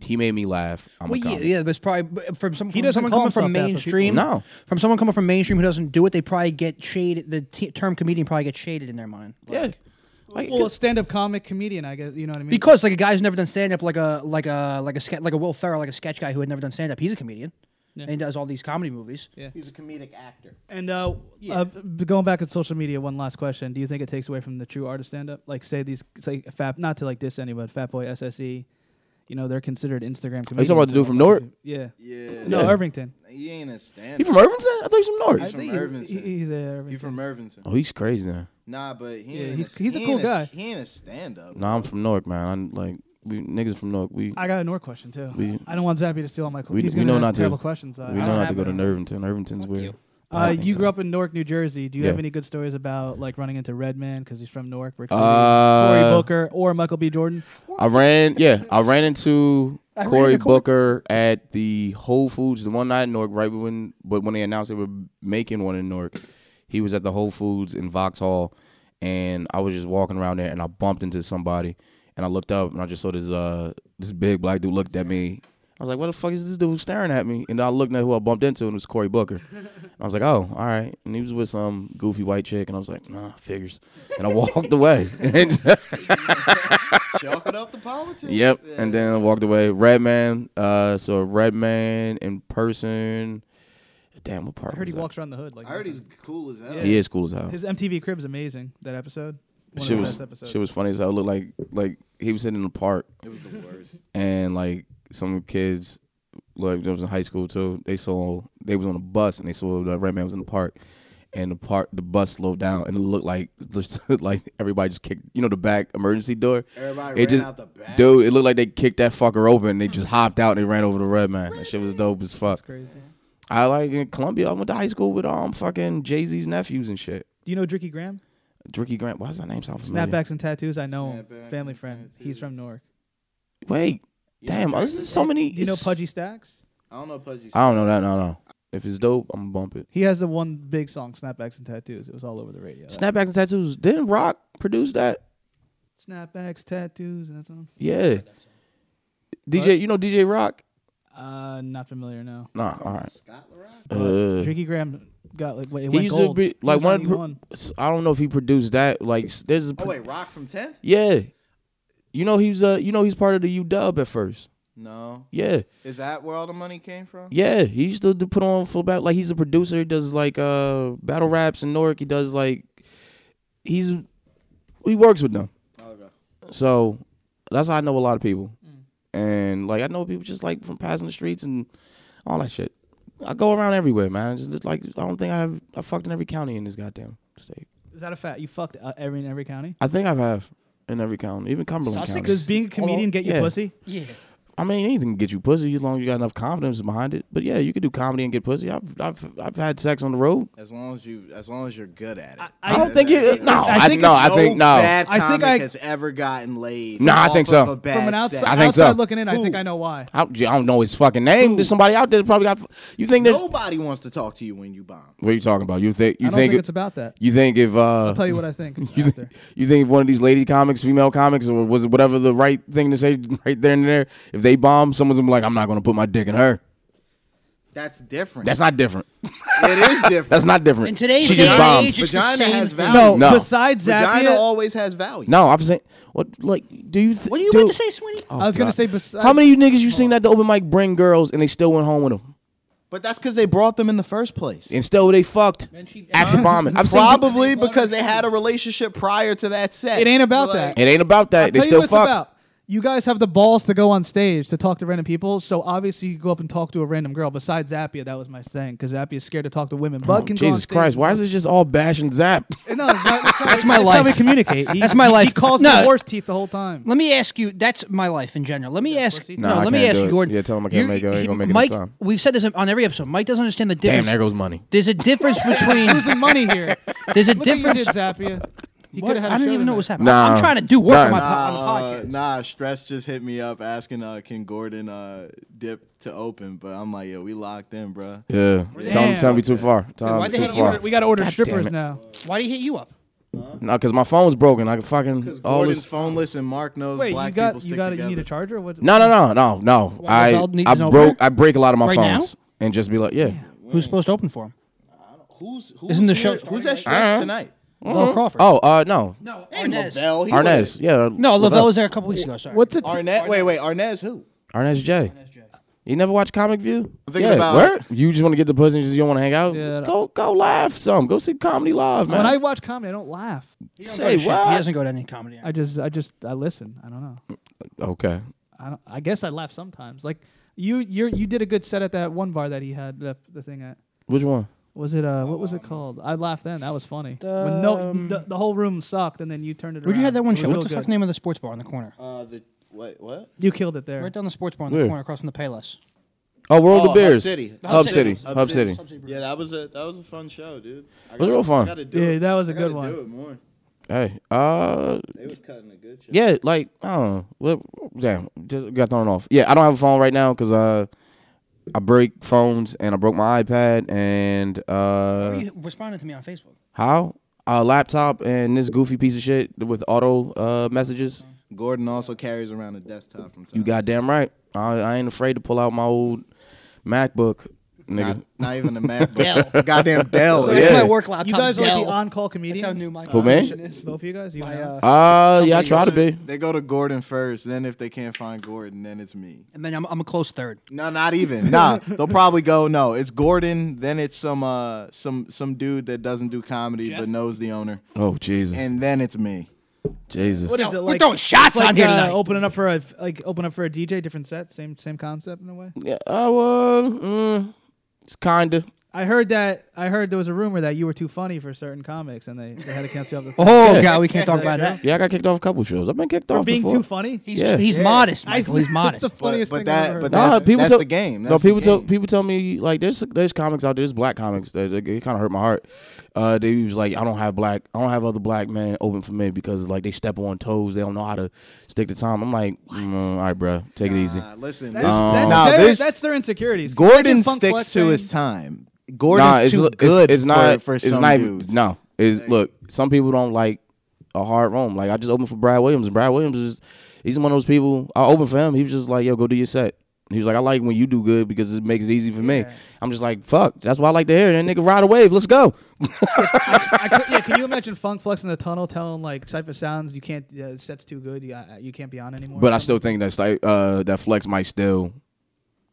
L: he made me laugh. I'm
R: well,
L: a
R: yeah,
L: comic.
R: yeah, but it's probably but from some
D: He
R: from
D: doesn't
R: someone
D: call
R: coming from
D: himself that, but people-
R: mainstream.
L: No.
R: from someone coming from mainstream who doesn't do it, they probably get shaded. The t- term comedian probably gets shaded in their mind.
L: yeah.
D: well, a stand-up comic comedian, I guess. You know what I mean?
R: Because like a guy who's never done stand up, like a like a like a ske- like a Will Ferrell, like a sketch guy who had never done stand up, he's a comedian, and he does all these comedy movies.
D: Yeah.
O: He's a comedic actor.
D: And uh, uh, b- going back to social media, one last question: Do you think it takes away from the true art of stand-up? Like, say these, say Fat, not to like diss anyone, Fat Boy SSE, you know, they're considered Instagram comedians.
L: Are Oh, you talking about the
D: and
L: dude from
D: all
L: Newark?
D: that. Yeah.
O: Yeah.
D: No,
L: Yeah.
D: Irvington.
O: He ain't a stand.
L: He from Irvington? I thought he's from North.
O: He's
L: I
O: from
L: think he-
O: Irvington.
D: He's a.
O: He from Irvington.
L: Oh, he's crazy now.
O: Nah, but he
D: Yeah,
O: ain't
D: he's-
O: a,
D: he's a
O: he
D: cool
O: ain't
D: guy.
O: he ain't a stand up.
L: No, I'm from Newark, man. I'm like, we niggas from Newark. We
D: I got a Newark question too.
L: We-
D: I don't want Zappy to steal all my.
L: we,
D: he's
L: we
D: gonna
L: know
D: ask
L: not
D: terrible
L: to.
D: questions. uh,
L: we know not to go to Irvington. Irvington's weird.
D: Uh, you grew up in Newark, New Jersey. Do you have
L: Yeah.
D: any good stories about like running into Redman because he's from Newark, Rick City, Cory
L: Uh,
D: Booker, or Michael B. Jordan?
L: I ran, yeah, I ran into
D: I ran
L: Cory
D: into Cory-
L: Booker at the Whole Foods the one night in Newark, right when, but when they announced they were making one in Newark, he was at the Whole Foods in Vauxhall, and I was just walking around there, and I bumped into somebody, and I looked up, and I just saw this uh this big black dude looked at me. I was like, "What the fuck is this dude staring at me?" And I looked at who I bumped into, and it was Cory Booker. I was like, "Oh, all right." And he was with some goofy white chick, and I was like, "Nah, figures." And I walked away. <laughs>
O: Chalk it up to politics.
L: Yep. And then I walked away. Redman. Uh, so Redman in person. Damn, what part?
D: I heard he
L: was that?
D: walks around the hood. Like
O: I heard he's cool as hell.
L: He is cool as hell.
D: His MTV Crib's amazing. That episode. One
L: Shit
D: of the
L: was
D: best episodes.
L: shit was funny as hell. It looked like like he was sitting in the park.
O: It was the worst.
L: And like some kids, like that was in high school too. They saw they was on a bus and they saw the Redman was in the park. And the park, the bus slowed down, and it looked like <laughs> like everybody just kicked, you know, the back emergency door.
O: Everybody
L: it
O: ran out the back.
L: Dude, it looked like they kicked that fucker open. and They just hopped out and they ran over the red man. That shit was dope as fuck.
D: crazy.
L: I like in Columbia. I went to high school with um fucking Jay Z's nephews and shit.
D: Do you know Dricky Graham?
L: Dricky Grant. Why does that name sound familiar?
D: Snapbacks and tattoos. I know him. Family friend. He's from Newark.
L: Wait, damn. Oh, this is so many.
D: Do you know
L: it's-
D: Pudgy Stacks?
O: I don't know Pudgy.
L: I don't know that. No, no. If it's dope, I'm gonna bump it.
D: He has the one big song, Snapbacks and Tattoos. It was all over the radio.
L: Snapbacks and tattoos. Didn't Rock produce that?
D: Snapbacks, tattoos, and that's all.
L: Yeah. DJ, you know DJ Rock?
D: Uh, not familiar. No.
L: Nah. All right. Uh,
D: Tricky Graham got like wait, it
L: he
D: went
L: used
D: gold.
L: to be
D: He
L: like
D: was on E
L: one. pro-
D: E1.
L: s- I don't know if he produced that. Like s- there's. A
O: Oh
L: pro-
O: wait, Rock from 10th?
L: Yeah. You know he's uh you know he's part of the U Dub at first.
O: No.
L: Yeah.
O: Is that where all the money came from?
L: Yeah. He used to do- put on full battle like he's a producer, he does like uh battle raps and Newark. He does like he's he works with them. So that's how I know a lot of people. And like I know people just like from passing the streets and all that shit. I go around everywhere, man. It's just like I don't think I have I fucked in every county in this goddamn state.
D: Is that a fact? You fucked uh, every in every county.
L: I think I've have in every county, even Cumberland
D: Sussex?
L: County.
D: Does being a comedian get you
L: Oh, Yeah.
D: pussy?
R: Yeah.
L: I mean, anything can get you pussy as long as you got enough confidence behind it. But yeah, you could do comedy and get pussy. I've I've I've had sex on the road.
O: As long as you, as long as you're good at it.
L: I don't think you- no, I- no, I think- no.
O: Bad
L: I
O: comic
L: think I-
O: has ever gotten laid.
L: No, I
O: off
L: think
O: of
L: so.
O: a bad
L: From an
O: sex.
L: outside- I think so. outside looking in, I Who? think
D: I know why.
L: I, I don't know his fucking name. There's somebody out there that probably got. You think that?
O: Nobody wants to talk to you when you bomb.
L: What are you talking about? You think you
O: I don't
L: think,
O: think
L: it-
O: it's about that.
L: You think if uh,
O: I'll tell you what I think
L: <laughs> You, thi- you think if one of these lady comics, female comics, or was it whatever the right thing to say <laughs> right there and there? If they bomb, someone's gonna be like, "I'm not gonna put my dick in her."
O: That's different.
L: That's not different.
O: <laughs> It is different.
L: That's not different.
O: In today's
L: she just
O: day and
L: bombed.
O: age, it's the Vagina same has thing. value.
L: No,
O: No,
L: no.
O: besides Vagina Zappia- always has value.
L: No, I'm saying what? Like, do you? Th-
R: What are you
L: do-
R: about to say, Sweeney?
L: Oh,
D: I was gonna
L: God.
D: say besides-
L: How many of you niggas you seen that the open mic bring girls and they still went home with them?
O: But that's because they brought them in the first place.
L: And still they fucked after bombing. I've seen people-
O: Probably because they had a relationship prior to that set.
D: It ain't about
O: Like,
D: that.
L: It ain't about that.
D: I'll
L: they
D: tell you
L: still
D: what it's
L: fucked.
D: about. You guys have the balls to go on stage to talk to random people, so obviously you go up and talk to a random girl. Besides Zappia, that was my thing because Zappia's scared to talk to women. But
L: Oh,
D: can go on
L: Jesus
D: stage.
L: Christ! Why is this just all bash and zap?
O: <laughs>
D: No, it's not, it's not-
R: That's my
D: that's
R: life.
D: How we communicate. He-
R: that's my
D: he-
R: life.
D: He calls
R: no,
D: me horse teeth the whole time. <laughs>
R: Let me ask you. That's my life in general. Let me ask.
L: Nah,
R: no,
L: I
R: let me
L: can't
R: ask
L: do
R: you,
L: it.
R: Gordon.
L: Yeah, tell him I can't make it. I ain't gonna make it in
R: Mike,
L: time.
R: we've said this on every episode. Mike doesn't understand the difference.
L: there goes money.
R: There's a difference between
D: losing money here.
R: <laughs> There's a
D: Look what
R: difference.
D: you did, Zappia. He
R: What?
D: could have had.
R: I
D: a
R: didn't
D: show
R: even know
D: tonight.
R: what's happening. I'm
L: Nah.
R: trying to do work on
L: Nah.
R: my
O: Nah,
R: po- on the podcast.
O: uh, nah, Stress just hit me up asking, uh, can Gordon uh, dip to open? But I'm like, yo, we locked in, bro.
L: Yeah. Tell him, tell me too far. Tell him
R: Why'd they
L: too
R: hit you
L: far.
R: up?
L: God damn it.
D: now.
R: Why do you hit you up?
L: No, because my phone's broken. I can fucking all
O: Gordon's
L: this.
O: phoneless and Mark knows
D: Wait,
O: black
D: you got
O: people
D: you
O: stick
D: got you
O: together.
D: need a charger? What?
L: No, no, no, no, no.
D: Why
L: I
D: the belt needs
L: I
D: an opener?
L: broke. I break a lot of my
R: Right now?
L: phones and just be like, yeah.
R: Who's supposed to open for him?
O: Who's, who's
R: Isn't the
O: here?
R: show?
O: Who's that stress tonight?
R: Lavelle Crawford.
L: Uh-huh. Oh, uh, no.
R: No,
O: Arnez.
R: Arnez.
O: Lavelle, he
L: Arnez. Yeah.
R: No, Lavelle
L: Lavelle.
R: was there a couple weeks ago. Sorry.
D: What's
O: Arnett? Wait, wait, Arnez who?
L: Arnez J. You never watch Comic View?
O: I'm thinking
L: yeah,
O: about-
L: where? You just want to get the pussy and you just don't want to hang out?
D: Yeah.
L: Go go laugh some. Go see comedy live, man.
D: When I watch comedy, I don't laugh.
L: Say what?
R: He doesn't go to any comedy.
D: I just, I just, I listen. I don't know.
L: okay.
D: I, don't, I guess I laugh sometimes. Like you, you, you did a good set at that one bar that he had the, the thing at.
L: Which one?
D: Was it uh? What was it called? I laughed then. That was funny. when no,
R: Um,
D: the, the whole room sucked, and then you turned it.
R: Where'd you
D: around.
R: have that one
D: It
R: show?
D: was
R: What's the
D: real
R: fuck
D: good.
R: name of the sports bar on the corner?
O: Uh, the wait, what?
D: You killed it there.
R: Right down the sports bar on the
L: Where?
R: corner across from the Payless.
L: Oh, World
O: Oh,
L: of Beers.
O: Hub City.
L: Hub City. Hub City.
O: Yeah, that was a that was a fun show, dude. I
L: was real fun.
O: I gotta do
D: Yeah,
O: it.
D: that was a
O: I gotta
D: good one.
O: Do it more.
L: Hey, uh,
O: They was cutting a good shit.
L: yeah, like I don't know, what, damn, just got thrown off. Yeah, I don't have a phone right now because uh, I break phones and I broke my iPad and
R: Why
L: uh,
R: you responded to me on
L: <laughs>
R: Facebook.
L: how a laptop and this goofy piece of shit with auto uh messages.
O: Uh-huh. Gordon also carries around a desktop from time.
L: You goddamn right. I, I ain't afraid to pull out my old MacBook, nigga.
O: Not, not even a MacBook.
L: <laughs>
O: Goddamn Dell.
L: So that's Yeah. my work
D: You guys are like the on-call comedians.
R: That's how new my
L: Who, me?
D: comedian is. Both of you guys. You and Alex?
L: Uh, yeah, I try to be.
O: They go to Gordon first, then if they can't find Gordon, then it's me.
R: And then I'm, I'm a close third.
O: No, not even. Nah, they'll probably go. No, it's Gordon. Then it's some uh some some dude that doesn't do comedy but knows the owner.
L: Oh Jesus,
O: And then it's me.
L: Jesus.
D: What is
R: No,
D: it
R: we're
D: like?
R: throwing shots
D: it's like,
R: on here
D: uh,
R: tonight.
D: Opening up for a like, open up for a DJ, different set, same same concept in a way.
L: Yeah, oh, uh, mm, it's kinda.
D: I heard that. I heard there was a rumor that you were too funny for certain comics, and they, they had to cancel you off the. <laughs>
R: Oh
L: Yeah.
R: god, we can't talk
D: Is that
R: about that.
L: Yeah, I got kicked off a couple shows. I've been kicked
D: For
L: off
D: being
L: before.
D: too funny?
R: He's, he's modest,
D: <laughs>
R: Michael. He's modest.
D: funniest
O: but
D: thing I've
O: that,
D: ever
O: but
D: heard.
O: that's,
L: Nah, people
O: that's
L: tell,
O: the game.
L: no,
O: That's the
L: people tell
O: game.
L: people tell me like there's there's comics out there, there's black comics that that- it kind of hurt my heart. Uh, they was like, I don't have black, I don't have other black men open for me because like they step on toes, they don't know how to stick to time. I'm like, mm, all right, bro, take it easy. Um,
O: listen,
D: That's, that's,
O: Nah,
D: their,
O: this-
D: that's their insecurities.
O: Gordon
D: Imagine Funk
O: sticks
D: Flex
O: to
D: saying,
O: his time. Gordon's
L: Nah,
O: too
L: look,
O: good for, for
L: it's
O: some
L: not even-
O: dudes.
L: No, is look, some people don't like a hard room. Like I just opened for Brad Williams, and Brad Williams is he's one of those people. I opened for him. He was just like, "Yo, go do your set." He was like, "I like when you do good because it makes it easy for me." I'm just like, "Fuck, that's why I like to hear it." That nigga ride a wave. Let's go.
D: I could- yeah, can you imagine Funk Flex in the tunnel telling like Cypher Sounds you can't uh, set's too good, you, uh, you can't be on anymore?
L: But I still think that's like uh, that Flex might still.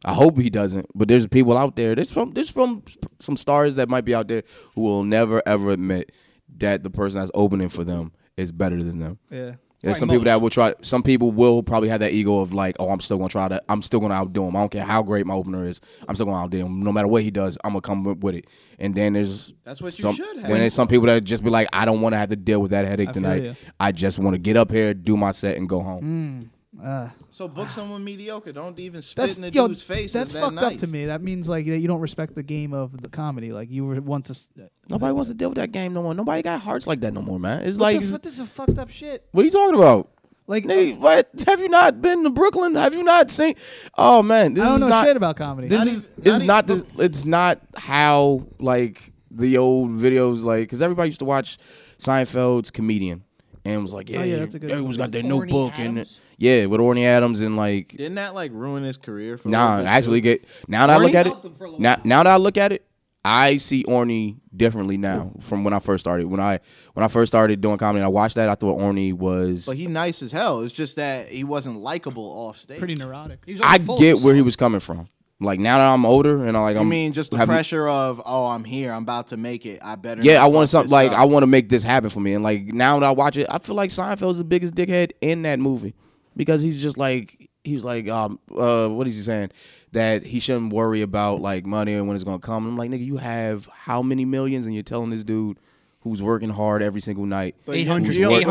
L: I hope he doesn't. But there's people out there. There's from there's from some stars that might be out there who will never ever admit that the person that's opening for them is better than them.
D: Yeah.
L: There's
D: Right,
L: some people that
D: most.
L: will try. Some people will probably have that ego of like, oh, I'm still gonna try to. I'm still gonna outdo him. I don't care how great my opener is. I'm still gonna outdo him. No matter what he does, I'm gonna come with- with it. And then there's
O: That's what you
L: some,
O: should have.
L: Then there's some people that just be like, I don't want to have to deal with that headache
D: I feel
L: tonight.
D: you.
L: I just want to get up here, do my set, and go home.
D: Uh,
O: So book someone mediocre. Don't even spit
D: that's
O: in the
D: yo,
O: dude's face.
D: that's
O: Is that
D: fucked up
O: nice?
D: to me. That means like that you don't respect the game of the comedy. Like you were once a s- uh,
L: Nobody wants to deal with that game no more. Nobody got hearts like that no more, man. It's
D: What
L: like,
D: the- what is a fucked up shit.
L: what are you talking about?
D: Like,
L: Nigga, what? Have you not been to Brooklyn? Have you not seen? Oh man, this
D: I don't
L: is
D: know
L: not,
D: shit about comedy.
L: This
D: Not
L: is
D: even-
L: it's not this. It's not how like the old videos like because everybody used to watch Seinfeld's comedian and was like, yeah,
O: Oh, yeah, that's a good
L: everyone's got their
O: one. Orny
L: notebook and
O: Adams?
L: yeah, with Orny Adams and like
O: Didn't that like ruin his career? For a
L: Nah,
O: little bit,
L: actually,
O: too?
L: get now that I
O: Orny?
L: look at it, now now that I look at it, I see Orny differently now from when I first started. When I when I first started doing comedy, and I watched that. I thought Orny was.
O: But he nice as hell. It's just that he wasn't likable off stage. Pretty
D: neurotic.
L: I get where he was coming from. Like now that I'm older and I like
O: I
L: I'm.
O: mean, just the
L: have you-
O: pressure of oh, I'm here. I'm about to make it. I better.
L: Yeah,
O: not
L: I want
O: fuck
L: something
O: this
L: like
O: up.
L: I want to make this happen for me. And like now that I watch it, I feel like Seinfeld's the biggest dickhead in that movie because he's just like he was like um uh what is he saying that he shouldn't worry about like money and when it's gonna come. I'm like nigga, you have how many millions and you're telling this dude who's working hard every single night.
O: But you-
L: who's
O: you don't-
L: work-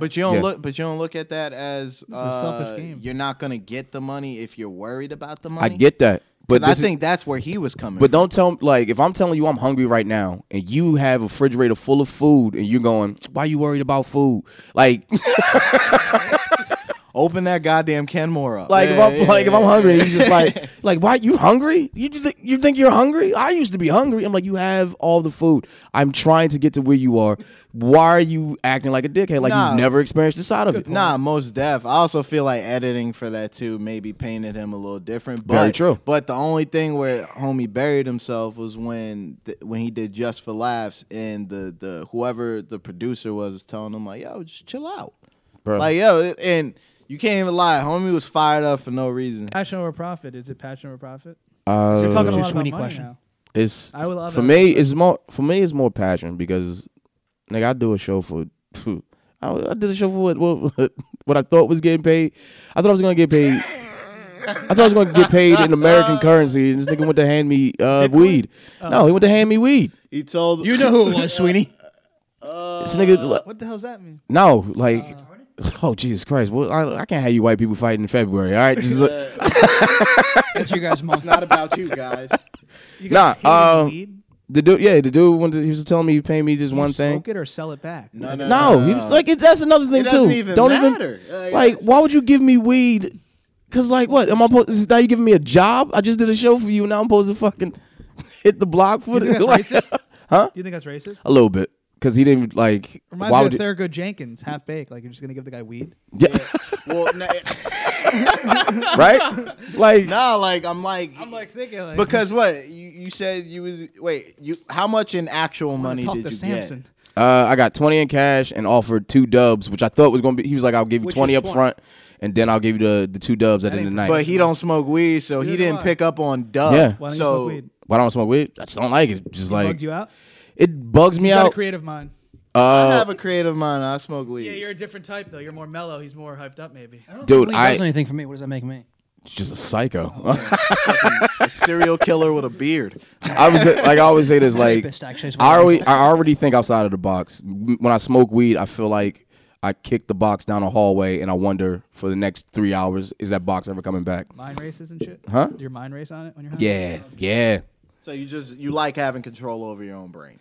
O: But you don't
L: Yeah.
O: look. But you don't look at that as
L: is a selfish
O: uh,
L: game.
O: You're not gonna get the money if you're worried about the money.
L: I get that, but
O: 'Cause I
L: this is-
O: think that's where he was coming.
L: But don't tell like if I'm telling you I'm hungry right now and you have a refrigerator full of food and you're going, why you worried about food? Like
O: <laughs> open that goddamn Kenmore up.
L: Like if
O: Yeah,
L: I'm
O: yeah,
L: like if I'm
O: yeah.
L: hungry, you
O: <laughs>
L: just like like why you hungry? You just think, you think you're hungry? I used to be hungry. I'm like you have all the food. I'm trying to get to where you are. Why are you acting like a dickhead? Like
O: Nah.
L: you've never experienced the side of it.
O: Nah, most def. I also feel like editing for that too maybe painted him a little different. But,
L: Very true.
O: But the only thing where homie buried himself was when th- when he did Just for Laughs and the the whoever the producer was was telling him like, yo, just chill out,
L: Bro.
O: Like yo, and you can't even lie. Homie was fired up for no reason.
D: Passion over profit. Is it passion over profit?
L: Uh,
D: you're talking a
L: Too
D: lot about
L: Sweeney
D: money
L: question.
D: now.
L: It's
D: I would love
L: for
D: it.
L: me. It's more for me. It's more passion because like I do a show for. <laughs> I, I did a show for what, what <laughs> what I thought was getting paid. I thought I was gonna get paid. I thought I was gonna get paid
O: <laughs>
L: in American currency, and this nigga went to hand me uh, weed. No, he went to hand me weed.
O: He told
R: you know who it was, Sweeney.
L: This nigga,
D: What the hell's that mean?
L: no, like,
O: Uh.
L: oh Jesus Christ! Well, I, I can't have you white people fighting in February. All right, Just,
O: <laughs>
R: That's your guys' month.
O: It's not about you guys.
L: nah.
O: uh,
L: Um, the dude, yeah, the dude wanted to- he was telling me he paid me this
D: You
L: one thing.
D: Smoke it or sell it back.
O: No,
L: No, he was like it, that's another thing
D: It
L: too.
D: doesn't even
L: Don't
D: matter.
L: even
D: Like,
L: like, why would you give me weed? Cause like what am I supposed? is- Now you giving me a job? I just did a show for you. Now I'm supposed to fucking <laughs> hit the block for
D: You think
L: it?
D: that's
L: Like,
D: racist?
L: <laughs> huh?
D: You think that's racist?
L: A little bit, cause he didn't like.
D: Reminds
L: why
D: me
L: would
D: of
L: you?
D: Thurgood Jenkins, half baked. Like you're just gonna give the guy weed.
L: Yeah.
O: Well, no,
L: <laughs> Right? Like
O: nah, like I'm like I'm
D: like thinking like
O: because what you, you said you was wait you how much in actual money
D: talk
O: did
D: to
O: you
D: Samson.
O: get?
L: Uh, I got twenty in cash and offered two dubs, which I thought was gonna be. He was like, "I'll give you
O: Which
L: twenty
O: is
L: up
O: 20.
L: front, and then I'll give you the the two dubs at the end of the night."
O: But he don't smoke weed, so he didn't pick up on dub.
L: yeah.
O: so
L: why don't I smoke weed? I just don't like it. Just
O: It
L: like
O: bugged
D: you out?
L: It bugs me
D: He's got
L: out.
D: a creative mind.
L: Uh,
O: I have a creative mind. I smoke weed.
D: Yeah, you're a different type though. You're more mellow. He's more hyped up, maybe.
L: Dude, I-
R: does anything for me. What does that make me?
L: <laughs> just a psycho. <laughs>
O: a serial killer with a beard.
L: I was like I always say this like
O: Rapist, actually, is what
L: I
O: I
L: already
O: was-
L: I already think outside of the box. M- When I smoke weed, I feel like I kick the box down a hallway and I wonder for the next three hours is that box ever coming back?
D: Mind races and shit.
L: Huh?
D: Your mind race on it when you're. high?
L: Yeah, yeah.
O: So you just you like having control over your own brain.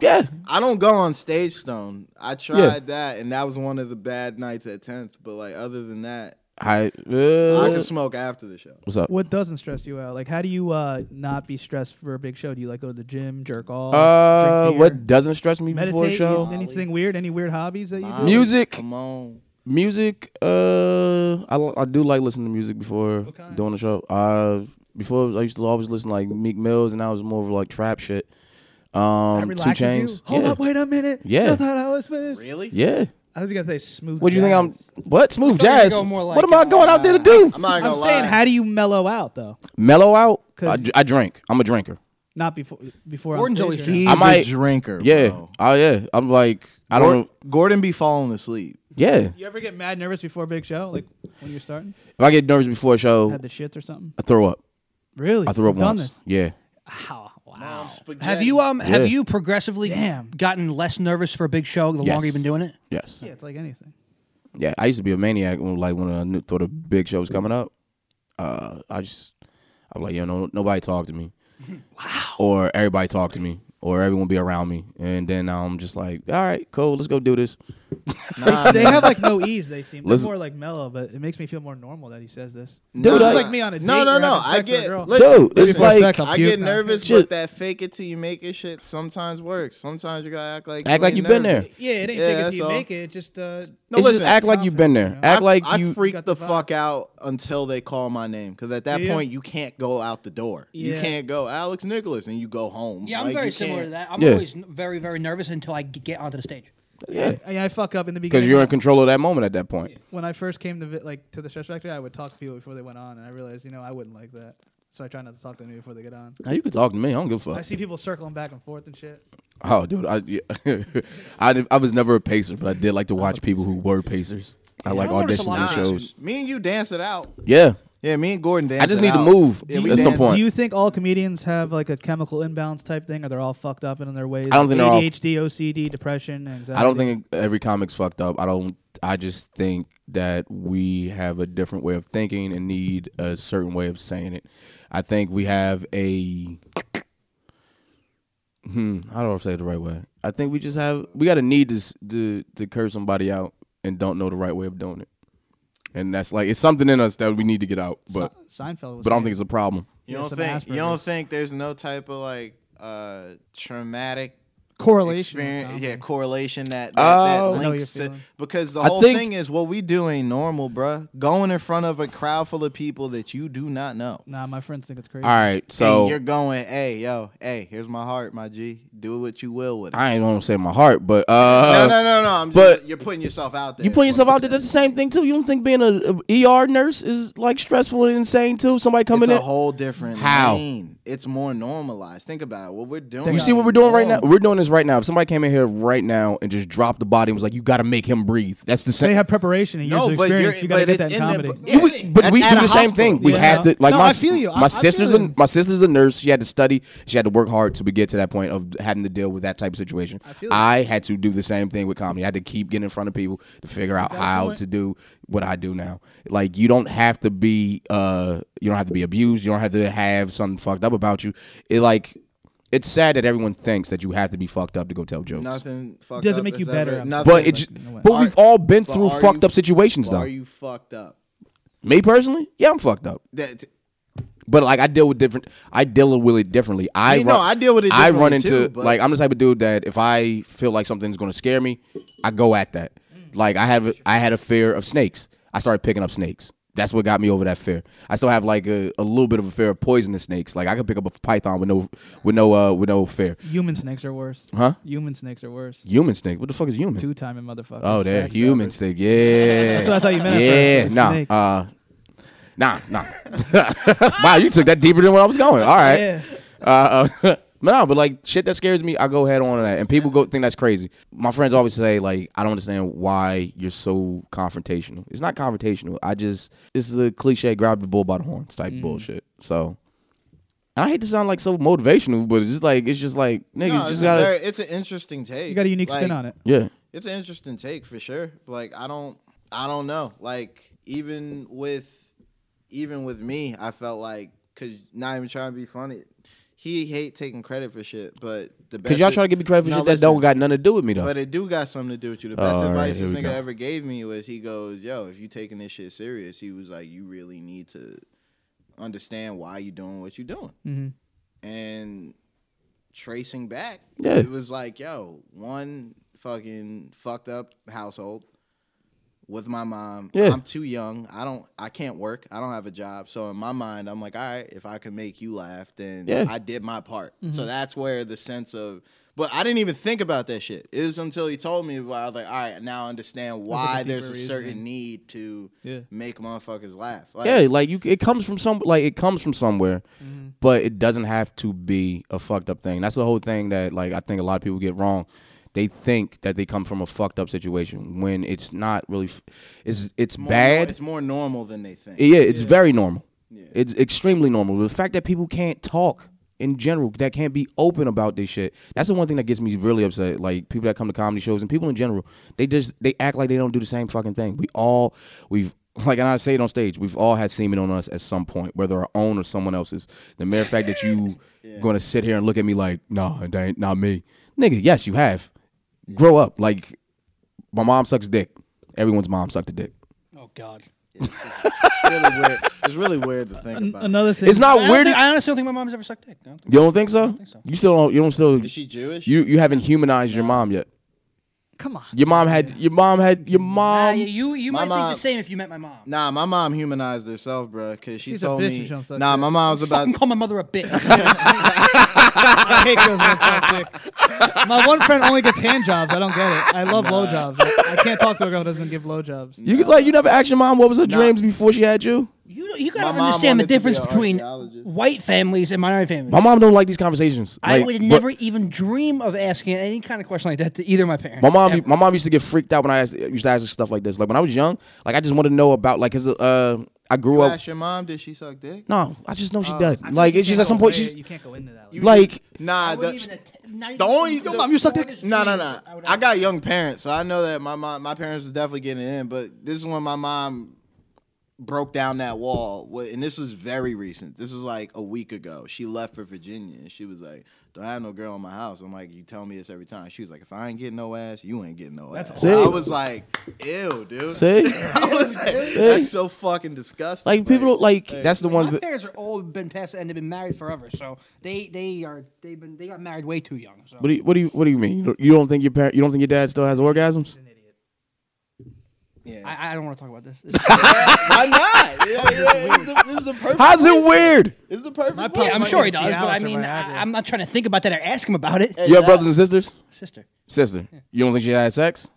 L: Yeah.
O: I don't go on stage stone. I tried that, and that was one of the bad nights at tenth. But like other than that,
L: I
O: I
L: uh,
O: can smoke after the show.
L: What's up?
D: What doesn't stress you out? Like, how do you uh, not be stressed for a big show? Do you like go to the gym, jerk off?
L: Uh,
D: drink beer?
L: what doesn't stress me before a
D: Meditate?
L: show?
D: Anything weird? Any weird hobbies that you do?
L: Music.
O: Come on.
L: Music. Uh, I, li- I do like listening to music before doing the show. Uh, before I used to always listen to, like Meek Mills, and I was more of like trap shit. Um, two
D: relaxes you?
L: chains.
D: Hold up, wait a minute.
L: Yeah.
D: I thought I was finished.
O: Really?
L: Yeah.
D: I was gonna say smooth.
L: What do you think I'm? What smooth
D: thought you were
L: jazz?
D: gonna go more like, uh,
L: what am I going out there to do?
O: I'm not
D: I'm saying, how do you mellow out though?
L: mellow out. I, dr- I drink. I'm a drinker.
D: Not before before.
R: Gordon's
D: on
R: always
D: stage,
O: drinking. He's
L: I
O: a
L: might
O: drinker,
L: Yeah. Oh yeah. I'm like I don't.
O: Gordon, Gordon be falling asleep.
L: Yeah.
D: You ever get mad nervous before a big show, like when you're starting?
L: If I get nervous before a show,
D: Had the shits or something?
L: I throw up.
D: Really?
L: I threw up
D: You've done
L: once.
D: this?
L: Yeah.
R: Have you um
L: Yeah.
R: have you progressively
D: Damn.
R: gotten less nervous for a big show the longer
L: Yes.
R: you've been doing it?
L: Yes.
D: Yeah, it's like anything.
L: Yeah, I used to be a maniac when like when I knew, thought a big show was coming up. Uh, I just I'm like, yo, no, nobody talk
O: <laughs>
L: to me. wow. Or everybody talk to me, or everyone be around me, and then I'm just like, all right, cool, let's go do this.
D: They- they have like no ease. They seem they're
L: Listen-
D: more like mellow, but it makes me feel more normal that he says this.
O: No,
D: this
O: I-
D: is like me on a date.
O: no, no,
D: we're
O: no.
D: having
O: I
D: sex with a
O: get
D: girl.
O: listen,
L: Dude, it's like-
D: Sex, I'll
O: I
D: puke.
O: get nervous,
L: Shit.
O: but that fake it till you make it shit sometimes works. Sometimes you gotta act like
L: Act like
O: ain't
L: you been there.
O: nervous.
D: Yeah, it ain't
O: Yeah,
D: yeah,
O: that's
D: you
O: all.
D: make it. Just uh,
O: No,
L: it's
O: listen,
L: just act like you've been there. Act
O: I,
L: like
O: I
L: you.
O: freak the, fuck out until they call my name because at that
R: Do you?
O: point you can't go out the door. You
R: Yeah.
O: can't go Alex Nicholas and you go home.
R: Yeah, I'm
O: Like,
R: very
O: you
R: similar to
O: can't-
R: that. I'm
L: Yeah.
R: always n- very, very nervous until I g- get onto the stage.
L: Yeah.
D: I, I fuck up in the beginning.
L: because you're in control of that moment at that point.
D: When I first came to vi- like to the Stretch Factory, I would talk to people before they went on, and I realized you know I wouldn't like that, so I try not to talk to them before they get on.
L: Now you can talk to me. I don't give a
D: I
L: fuck.
D: see people circling back and forth and shit.
L: Oh, dude, I yeah. <laughs> I, did- I was never a pacer, but I did like to watch people who were pacers. I like auditions and shows.
O: Me and you dance it out.
L: Yeah.
O: Yeah, me and Gordon danced.
L: I just
O: it
L: need to
O: out.
L: move
O: Yeah, we
L: at some
O: danced-
L: point.
D: Do you think all comedians have like a chemical imbalance type thing, or they're all fucked up and in their ways?
L: I don't think they're all-
D: ADHD, OCD, depression, anxiety.
L: I don't think every comic's fucked up. I don't. I just think that we have a different way of thinking and need a certain way of saying it. I think we have a. Hmm. How do I say it the right way? I think we just have we got a need to s- to to curve somebody out and don't know the right way of doing it, and that's like it's something in us that we need to get out. But
D: Se- Seinfeld was
L: But I don't
D: saying-
L: think it's a problem.
O: You
D: Yeah,
O: don't
D: some
O: think you
D: Asperger's.
O: don't think there's no type of like uh traumatic
D: Correlation with
O: experience- yeah, correlation that that,
L: Oh. I
O: that
L: know
O: links
L: your
O: to
L: feeling.
O: because the
L: I
O: whole
L: think-
O: thing is what we do ain't normal, bruh. Going in front of a crowd full of people that you do not know.
D: Nah, my friends think it's crazy.
L: All right, so-
O: And you're going, hey, yo, hey, here's my heart, my G. Do what you will with it.
L: I ain't gonna say my heart, but
O: no,
L: uh,
O: no, no, no. I'm
L: but
O: just, you're putting yourself out there.
L: You putting yourself out there. That's the same thing too. You don't think being a, a ER nurse is like stressful and insane too? Somebody coming
O: it's
L: in.
O: a whole different
L: How?
O: lane. It's more normalized. Think about it. What we're doing.
L: you see what we're doing right now? We're doing this right now. If somebody came in here right now and just dropped the body and was like, "You got to make him breathe," that's the same.
D: They have preparation and years
O: No,
D: of
O: but you're-
D: experience. You gotta
O: but
D: get
O: it's
D: that in
O: in
D: comedy.
O: the- but- Yeah, we-
L: but we do
O: that's at
L: the
O: a
L: same thing.
O: hospital.
L: We
O: Yeah.
L: had to like
O: No,
L: my
O: I feel you. I-
L: my
O: I
L: sister's
O: feel
L: a,
O: you.
L: my sister's a nurse. She had to study. She had to work hard to get to that point of having to deal with that type of situation. I,
O: feel
L: had to do the same thing with comedy. I had to keep getting in front of people to figure out
O: At that
L: how
O: point-
L: to do what I do now. Like you don't have to be uh you don't have to be abused. You don't have to have something fucked up about you. It like it's sad that everyone thinks that you have to be fucked up to go tell jokes.
O: Nothing fucked
D: Doesn't
O: up
D: make you
O: is
D: better,
O: ever-
D: I'm
O: nothing-
L: But it, j- but
O: Are-
L: we've all been
O: but
L: through
O: are
L: fucked
O: you-
L: up situations
O: but
L: though.
O: Are you fucked up?
L: Me personally, yeah, I'm fucked up.
O: That-
L: But like I deal with different, I deal with it differently. I
O: See, no, I deal with it
L: I run
O: differently,
L: into
O: too, but-
L: like I'm the type of dude that if I feel like something's going to scare me, I go at that.
O: Mm.
L: Like I have, I had a fear of snakes. I started picking up snakes. That's what got me over that fear. I still have like a, a little bit of a fear of poisonous snakes. Like I could pick up a python with no, with no, uh, with no fear.
D: Human snakes are worse.
L: Huh?
D: Human snakes are worse.
L: Human snake. What the fuck is human?
D: Two timing motherfucker.
L: Oh, they're human snake. Yeah.
D: That's what I thought you meant at
L: Yeah.
D: first,
L: Nah.
D: snakes.
L: Uh, nah. Nah. <laughs> wow, you took that deeper than where I was going. All right.
D: Yeah.
L: Uh, <laughs> uh, but no, but like shit that scares me, I go head on to that, and people go think that's crazy. My friends always say like, I don't understand why you're so confrontational. It's not confrontational. I just this is a cliche, grab the bull by the horns type
O: Mm.
L: bullshit. So. And I hate to sound like so motivational, but it's just like it's just like niggas
O: No, it's,
L: just
O: a
L: gotta
O: very- it's an interesting take.
D: You got a unique spin
O: Like,
D: on it.
L: Yeah.
O: It's an interesting take for sure. Like I don't I don't know. Like even with even with me, I felt like cuz not even trying to be funny. He hate taking credit for shit, but the best
L: because y'all
O: shit-
L: try to give me credit for
O: No,
L: shit that
O: listen.
L: don't got nothing to do with me though.
O: But it do got something to do with you. The best
L: Oh, all right,
O: advice
L: here
O: this
L: we
O: nigga
L: go.
O: ever gave me was he goes, "Yo, if you taking this shit serious, he was like, you really need to understand why you doing what you doing."
D: Mhm.
O: And tracing back,
L: Yeah.
O: it was like, "Yo, one fucking fucked up household." With my mom,
L: Yeah.
O: I'm too young. I don't. I can't work. I don't have a job. So in my mind, I'm like, all right. If I can make you laugh, then
L: Yeah.
O: I did my part. So
R: Mm-hmm.
L: Mhm.
O: that's where the sense of but I didn't even think about that shit. It was until he told me where I was like, all right, now I understand
L: like
O: why
L: a
O: there's a
L: deeper
O: certain
L: reasoning.
O: need to
D: Yeah.
O: make motherfuckers laugh.
L: yeah, like you, it comes from some, like it comes from somewhere,
O: Mm-hmm.
L: but it doesn't have to be a fucked up thing. That's the whole thing that, like, I think a lot of people get wrong. They think that they come from a fucked up situation when it's not really. f- It's it's
O: more-
L: bad.
O: it's more normal than they think.
L: Yeah, it's very normal. It's extremely normal. The fact that people can't talk in general that can't be open about this shit. That's the one thing that gets me really upset. Like people that come to comedy shows and people in general, they just they act like they don't do the same fucking thing. We all we've like and I say it on stage, we've all had semen on us at some point, whether our own or someone else's. The mere fact that you gonna sit here and look at me like, no, it ain't not me. Nigga, yes, you have. Grow up. Like my mom sucks dick. Everyone's mom sucked a dick.
R: Oh God.
O: really weird. It's really weird
R: <laughs>
O: to think about.
L: another
D: <laughs>
L: thing- It's not
R: I don't
L: weird-
R: think- I honestly don't think my mom's ever sucked dick. I don't think-
L: You don't think so? You still don't you don't still
O: Is she Jewish?
L: You you haven't humanized your mom yet.
R: Come on.
L: Your mom had your mom had your Um, mom
R: Ah, You you
O: My
R: might think
O: mom-
R: the same if you met
O: <laughs>
R: my mom.
O: Nah, my mom humanized herself, bruh, cause she
R: She's a
O: told
R: bitch
O: me.
R: if she don't suck
O: Nah,
R: dick.
O: my mom was about.
R: Fucking call my mother a bitch. <laughs> I
D: hate girls that suck dick. My one friend only gets hand jobs. I don't get it. I love blowjobs. I can't talk to a girl who doesn't give blowjobs.
L: You could like you never asked your mom what was her dreams before she had you?
R: You know, you gotta
D: mom
R: understand
D: wanted
R: the
D: to be
R: difference
D: an
R: between white families and minority families.
L: My mom don't like these conversations.
R: I
L: Like,
R: would
L: but
R: never e- even dream of asking any kind of question like that to either of my parents.
L: My mom, my mom used to get freaked out when I asked, used to ask her stuff like this. Like when I was young, like I just wanted to know about like cause uh I grew
O: You
L: up.
O: asked your mom, did she suck dick?
L: No, I just know she
O: Oh.
L: does. Like it's just at some point she's
O: You
L: like
O: just- nah. the,
R: the
O: only the,
R: mom, you suck dick.
O: No, no, no. I got young parents, so I know that my mom, my parents is definitely getting it in. But this is when my mom broke down that wall, Wh- and this was very recent. This was like a week ago. She left for Virginia, and she was like, "Don't have no girl in my house." I'm like, "You tell me this every time." She was like, "If I ain't getting no ass, you ain't getting no ass."
L: See?
O: I was like, "Ew, dude."
L: See?
O: <laughs> I was like,
L: See?
O: "That's so fucking disgusting."
L: like people like that's the one.
R: My
L: that-
R: parents are old, been past, and they've been married forever. So they they are they've been they got married way too young. So
L: What do you, what do you what do you mean? You don't- You don't think your parent you don't think your dad still has orgasms?
R: I, I don't want to talk about this.
L: <laughs>
O: Why not? Yeah, yeah, it's the- this is the perfect.
L: How's it
O: reason.
L: weird?
O: It's the perfect.
R: Yeah, I'm
O: reason.
R: sure he does, but I mean, I, I'm not trying to think about that or ask him about it.
L: you have brothers and sisters?
R: Sister.
L: Sister. You don't think she had sex?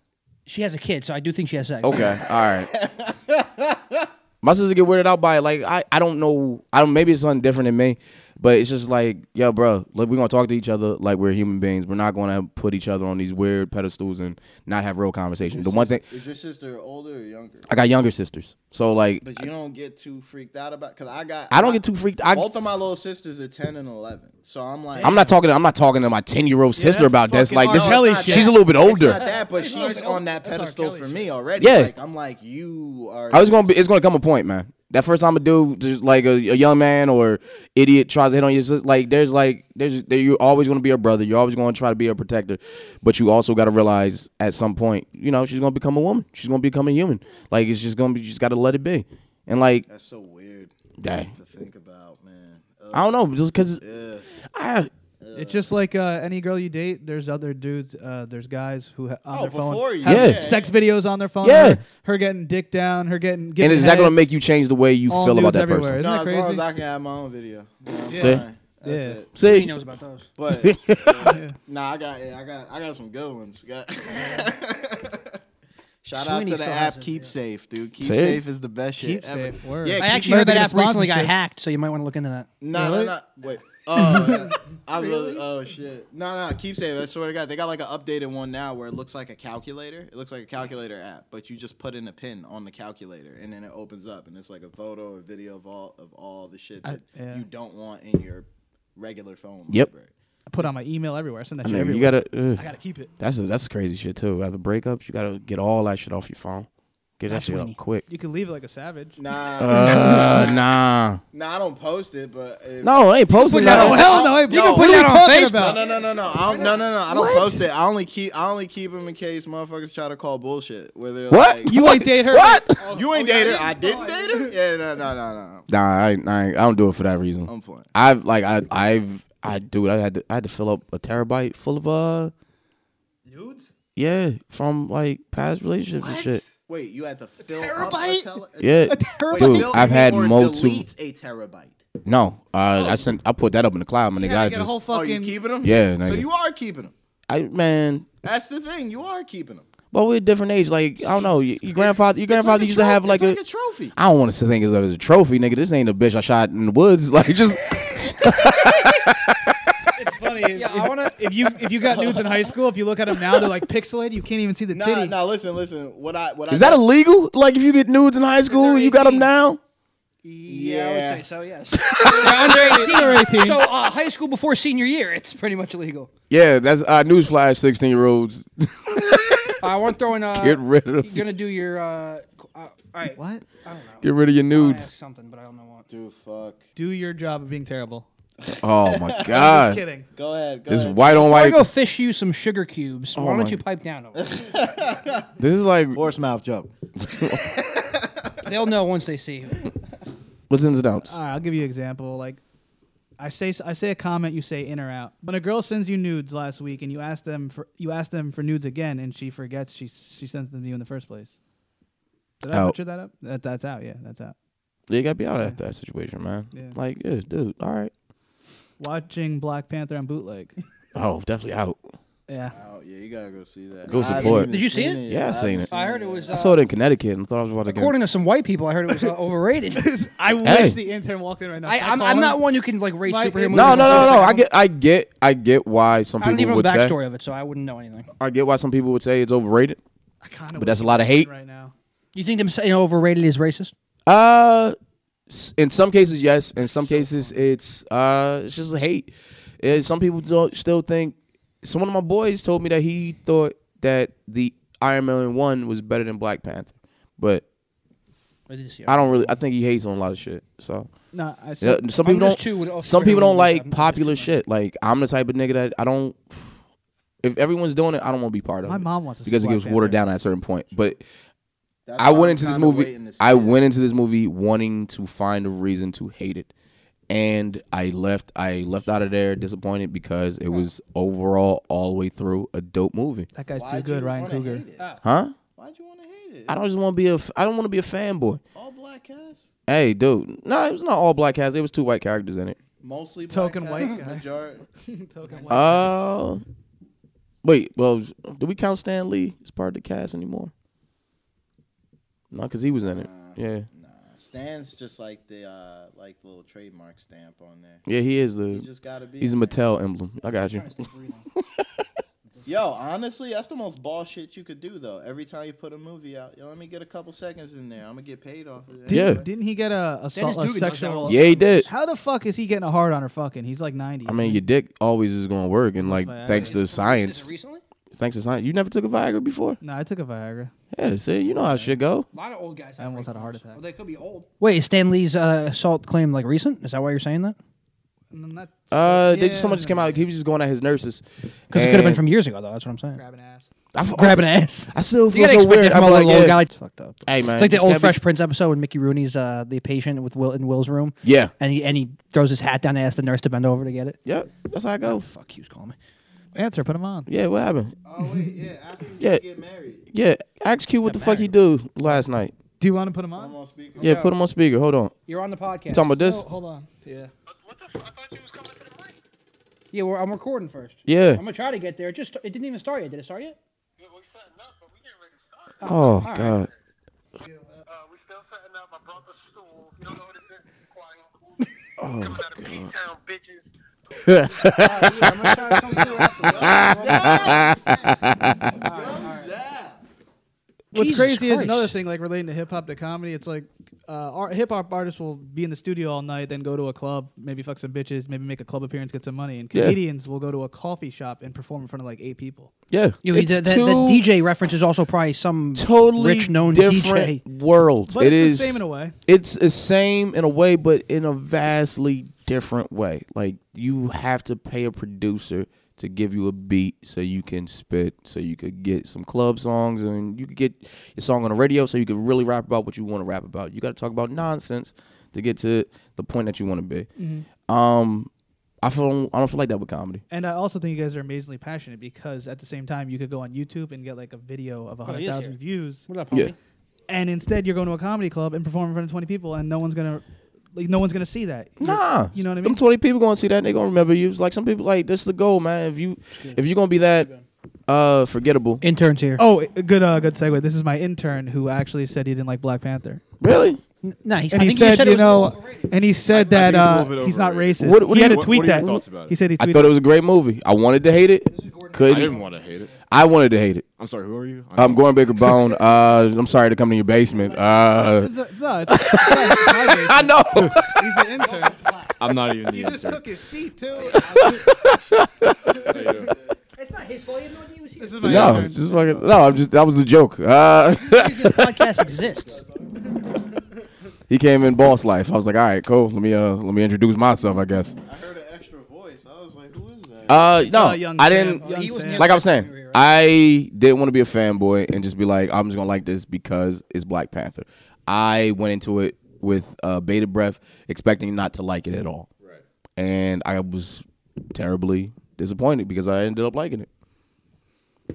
R: She has a kid, so I do think she has
O: <laughs>
R: sex.
L: Okay, all right. My sister get weirded out by it. Like I, I don't know. I don't. Maybe it's something different than me, but it's just like, yo, bro. Like we're gonna talk to each other like we're human beings. We're not gonna put each other on these weird pedestals and not have real conversation. The one thing
O: Is your sister older or younger?
L: I got younger sisters, so like
O: But you don't get too freaked out about because I got.
L: I don't get too freaked. I,
O: both of my little sisters are ten and eleven, so I'm like.
L: I'm not talking. I'm not talking to my ten year old sister about this. Like this,
O: No, it's not
L: she's
O: that.
L: a little bit
O: It's not
L: older.
O: that, but she's on that pedestal for me already.
L: Yeah.
O: like, I'm like you are.
L: I was gonna be. It's gonna come a point, man. That first time a dude, just like a, a young man or idiot, tries to hit on you, it's just like there's like there's there, you're always gonna be a brother. You're always gonna try to be a protector, but you also gotta realize at some point, you know, she's gonna become a woman. She's gonna become a human. Like it's just gonna be. You just gotta let it be. And like
O: That's so weird.
L: Dang.
O: To think about, man.
L: I don't know, just because
D: It's just like uh, any girl you date. There's other dudes. Uh, there's guys who ha- on
O: Oh,
D: their phone
O: before you-
D: have
O: Yeah.
D: sex videos on their phone.
L: Yeah.
D: her, her getting dick down, her getting.
L: and
D: getting
L: is that gonna
D: head.
L: make you change the way you
D: All
L: feel about
D: nudes
L: that
D: everywhere.
L: person?
D: Isn't
O: no,
D: that
O: as long as
D: crazy?
O: I can have my own video. You know what I'm
L: See?
O: saying? That's
D: Yeah.
O: it.
L: See?
R: He
L: <laughs>
R: knows about those.
O: But
R: Yeah.
O: nah, I got yeah, I got I got some good ones. Got- <laughs> Shout
R: Sweeney
O: out to
R: still
O: the
R: has
O: app Keep Safe, dude. Keep
R: See?
O: Safe is the best shit
R: Keep
O: ever.
R: Safe,
O: Yeah,
R: word. I
O: Keep
R: actually
O: Safe
R: heard that
O: is
R: app
O: the
R: recently got
O: sponsorship.
R: hacked, so you might want to look into that.
O: No, no, no. Wait.
R: <laughs>
O: Oh, I really? Oh shit. No, no. Keep safe. I swear to God, they got like an updated one now where it looks like a calculator. It looks like a calculator app, but you just put in a pin on the calculator, and then it opens up, and it's like a photo or video of all of all the shit
D: I-
O: that
D: yeah.
O: you don't want in your regular phone.
L: Yep.
O: library.
D: I put on my email everywhere. I send that
L: I
D: shit
L: know,
D: everywhere.
L: you gotta. ugh.
D: I gotta keep it.
L: That's a, that's crazy shit too. After breakups, you gotta get all that shit off your phone. Get that
D: That's
L: shit
D: when
L: up
D: you-
L: quick.
D: You can leave it like a savage.
O: Nah.
L: Uh,
O: <laughs>
L: nah.
O: Nah, I don't post it, but if-
L: No, I ain't You can posting put that that. on- hell no, I- you can put that on Facebook.
O: No, no, no, no, no. I don't, no, no, no. I don't
L: What?
O: post it. I only keep, I only keep them in case motherfuckers try to call bullshit. Where they're
L: What?
O: like,
L: You ain't date her? What?
O: You ain't date her. Oh, I didn't date her. Yeah, no, no, no, no.
L: Nah, I, I I don't do it for that reason.
O: I'm fine.
L: I've like I I've I dude I had to I had to fill up a terabyte full of uh
O: Nudes?
L: yeah from like past relationships and shit.
O: Wait, you had to fill up a tele-
L: Yeah,
O: Wait,
L: dude,
O: fill
L: I've
O: in
L: had
O: or
L: multiple.
O: delete a terabyte.
L: No, uh, I sent I put that up in the cloud, my nigga. I just
O: Oh, you keeping them?
L: Yeah,
O: So
L: nigga.
O: you are keeping them.
L: I man,
O: That's the thing. You are keeping them.
L: But we're a different age. Like I don't know, your, your grandfather. Your grandfather used to have like, a,
O: trophy.
L: I don't want to think of it as a trophy, nigga. This ain't a bitch I shot in the woods. <laughs> Like just
D: It's funny. if- if, if you if you got nudes in high school, if you look at them now, they're like pixelated. You can't even see the
O: Nah,
D: titty.
O: nah. Listen, listen. What I, what I
L: is that
O: did-
L: illegal? Like if you get nudes in high school, you got them now.
R: Yeah, I
O: Yeah.
R: would say so. Yes,
L: <laughs>
R: They're under 18.
O: Under 18.
R: So uh, high school before senior year, it's pretty much illegal.
L: Yeah, that's uh, newsflash. Sixteen year <laughs> olds.
R: I want throwing. Uh,
L: Get rid of-
R: You're Uh, gonna do your. Uh, co- uh, all right. <laughs>
O: What?
R: I don't know.
L: Get rid of your nudes.
R: Something, but I don't know what.
O: Dude, fuck.
D: Do your job of being terrible.
L: Oh
R: <laughs>
L: my God.
D: kidding.
O: Go ahead.
L: This white on
R: Before I
L: white.
R: go fish you some sugar cubes.
L: Oh
R: why
L: my-
R: don't you pipe down? Over <laughs> there?
L: This is like
O: horse mouth joke.
R: They'll know once they see you.
L: What's ins and outs?
D: All right, I'll give you an example. Like, I say I say a comment, you say in or out. When a girl sends you nudes last week, and you ask them for you ask them for nudes again, and she forgets she she sends them to you in the first place. Did I
L: Out.
D: butcher that up? That, that's out. Yeah, that's out.
L: Yeah, you gotta be out of that situation, man.
D: Yeah.
L: Like, yeah, dude. All right.
D: Watching Black Panther on bootleg.
L: Oh, definitely out.
D: Yeah.
O: Oh yeah, you gotta go see that.
L: Go
O: I haven't
L: support.
O: even
R: Did you see
O: seen
R: it?
O: yet.
L: Yeah, I seen it.
R: I heard it was. Uh,
L: I saw it in Connecticut and thought I was about to get.
R: According to some white people, I heard it was uh, <laughs> overrated.
D: I
L: Hey. wish
D: the intern walked in right now.
R: I, I'm, I'm not one who can like rate
D: My-
R: superhero movies.
L: No, no,
R: on
L: no,
R: social media.
L: no. I get, I get, I get why some
R: I don't
L: people
R: even know
L: would
R: the
L: say.
R: backstory of it, so I wouldn't know anything.
L: I get why some people would say it's overrated. but that's a lot of hate.
D: right now.
R: You think them saying overrated is racist?
L: Uh, s- in some cases, yes. In some cases, it's uh, it's just hate. Uh, some people don't still think. So one of my boys told me that he thought that the Iron Man one was better than Black Panther, but
R: I did see
L: I don't really. I think he hates on a lot of shit. So
D: No, I-
L: You
D: some-
L: know, some
D: I'm
L: people
D: just too with all
L: don't. Some people
D: superhero
L: don't
D: movies,
L: like popular shit. Like I'm the type of nigga that I don't. If everyone's doing it, I don't want to be part of
D: My
L: it.
D: mom wants to see
L: because it
D: Black
L: gets watered
D: Panther.
L: down at a certain point. But
O: That's
L: I
O: why I'm
L: went into this
O: kinda
L: movie.
O: waiting to see
L: I
O: it.
L: went into this movie wanting to find a reason to hate it, and I left. I left out of there disappointed because it was overall all the way through a dope movie.
D: That guy's too good, Ryan Cougar.
L: Huh? Why'd you want to hate it? I don't just want to be a. f- I don't want to be a fanboy.
O: All black cast,
L: Hey, dude. No, it was not all black cast. There was two white characters in it.
O: mostly black
D: Token
O: cast,
D: white guy.
O: majority.
D: Token white.
L: Uh, wait. Well, do we count Stan Lee as part of the cast anymore? No, because he was in it. Yeah,
O: Stan's just like the uh, like little trademark stamp on there.
L: yeah, he is the.
O: You just gotta be.
L: he's a
O: in there.
L: Mattel emblem. I got you.
O: Yo, honestly, that's the most ball shit you could do though. Every time you put a movie out, yo, let me get a couple seconds in there. I'm gonna get paid off. Of that.
D: Didn't-
L: Yeah.
D: Didn't he get a, a,
O: Dennis
D: so, a
O: Dugan does that
D: sexual?
O: all
L: Yeah, he did.
D: How the fuck is he getting a hard on her fucking? He's like 90.
L: I mean, your dick always is gonna work, and like
D: Viagra.
L: thanks to science.
R: recently?
L: Thanks to science, you never took a Viagra before.
D: No, I took a Viagra.
L: Yeah, see, you know how shit go.
R: A lot of old guys. I
D: almost had a heart attack.
R: Well, they could be old. Wait, Stan Lee's uh, assault claim like recent? Is that why you're saying that?
L: Uh, they
R: Yeah,
L: just, someone just came out. He was just going at his nurses
R: Because it could have been
L: And
R: from years ago, though. That's what I'm saying. Grabbing
D: ass.
L: I f-
R: Grabbing ass.
L: I still
R: you
L: feel
R: gotta
L: so
R: expect
L: weird.
R: That from
L: I'm
R: a
L: like,
R: little old
L: yeah.
R: guy. Like, it's fucked up.
L: Hey, man,
R: It's like the
L: just
R: old
L: Uh, gotta be-
R: Fresh Prince episode when Mickey Rooney's uh, the patient with Will in Will's room.
L: Yeah.
R: And he and he throws his hat down to ask the nurse to bend over to get it.
L: Yep. That's how I go.
R: Oh, fuck, he was calling me.
D: Answer. Put him on.
L: Yeah, what happened?
O: Oh wait, yeah, ask him
L: Yeah.
O: to get married.
L: Yeah, ask Q what the fuck he do last night.
D: Do you want to put him on?
L: Yeah, put him on speaker. Hold on.
R: You're on the podcast.
L: You talking about this?
R: No, hold on. Yeah. Yeah, well, I'm recording first.
L: Yeah.
R: I'm gonna try to get there. It just it didn't even start yet. Did it start yet?
L: Oh, God. Oh, <laughs> God.
D: What's
R: Jesus
D: crazy is
R: Christ.
D: another thing, like relating to hip hop to comedy. It's like uh, art, hip hop artists will be in the studio all night, then go to a club, maybe fuck some bitches, maybe make a club appearance, get some money. And
L: Yeah.
D: comedians will go to a coffee shop and perform in front of like eight people.
L: Yeah,
R: You know, the, the, the DJ reference is also probably some
L: totally
R: rich known
L: different
R: DJ.
L: worlds.
R: But
L: It
R: it's
L: is
R: the same in a way.
L: It's the same in a way, but in a vastly different way. Like you have to pay a producer to give you a beat so you can spit, so you could get some club songs, and you could get your song on the radio, so you could really rap about what you want to rap about. You got to talk about nonsense to get to the point that you want to be.
R: Mm-hmm.
L: Um, I feel I don't feel like that with comedy.
D: And I also think you guys are amazingly passionate because at the same time, you could go on YouTube and get like a video of
R: he is
D: 100,000
R: here.
D: views.
R: Oh, What up,
L: homie? Yeah.
D: And instead, you're going to a comedy club and perform in front of 20 people, and no one's going to. Like no one's gonna see that. You're-
L: Nah,
D: you know what I mean.
L: Them twenty people gonna see that. and They gonna remember you. It's like some people like that's the goal, man. If you if you gonna be that uh forgettable,
R: interns here.
D: Oh, i- good, uh, good segue. This is my intern who actually said he didn't like Black Panther.
L: Really?
R: No, he,
D: And
R: I
D: he
R: think
D: said,
R: you said it
D: you
R: was
D: know, and he said
R: I-
D: that
R: I think it's a
D: uh,
R: little bit
D: he's not
R: overrated.
D: racist.
R: What- what
D: he
R: do
D: had
R: you-
D: to
R: what-
D: tweet
R: what are your
D: that.
R: thoughts about it?
D: He said he tweeted
L: I thought it was a great movie. I wanted to hate it. Couldn't.
M: I didn't want to hate it.
L: I wanted to hate it.
S: I'm sorry, who are you?
L: I'm Gordon Baker Bone. Uh, I'm sorry to come to your basement.
D: <laughs>
L: Uh,
K: No, it's, I
L: know.
K: He's an intern.
S: I'm not
K: <laughs>
S: even
K: You
S: the
K: just
S: intern.
K: took his seat
D: <laughs>
K: too.
R: It's not his fault. You have no idea. This
K: is
L: no, it's just fucking, no. I'm just that was the joke. Uh, <laughs>
R: this podcast <laughs> exists.
L: he came in boss life. I was like, all right, cool. Let me uh, let me introduce myself. I guess. Uh, no,
K: uh, young
L: I
K: Sam.
L: didn't.
K: Young He was Sam. near
L: like I
K: Black
L: was saying, I didn't want to be a fanboy and just be like, I'm just gonna like this because it's Black Panther. I went into it with uh, beta breath, expecting not to like it at all, right. and I was terribly disappointed because I ended up liking it.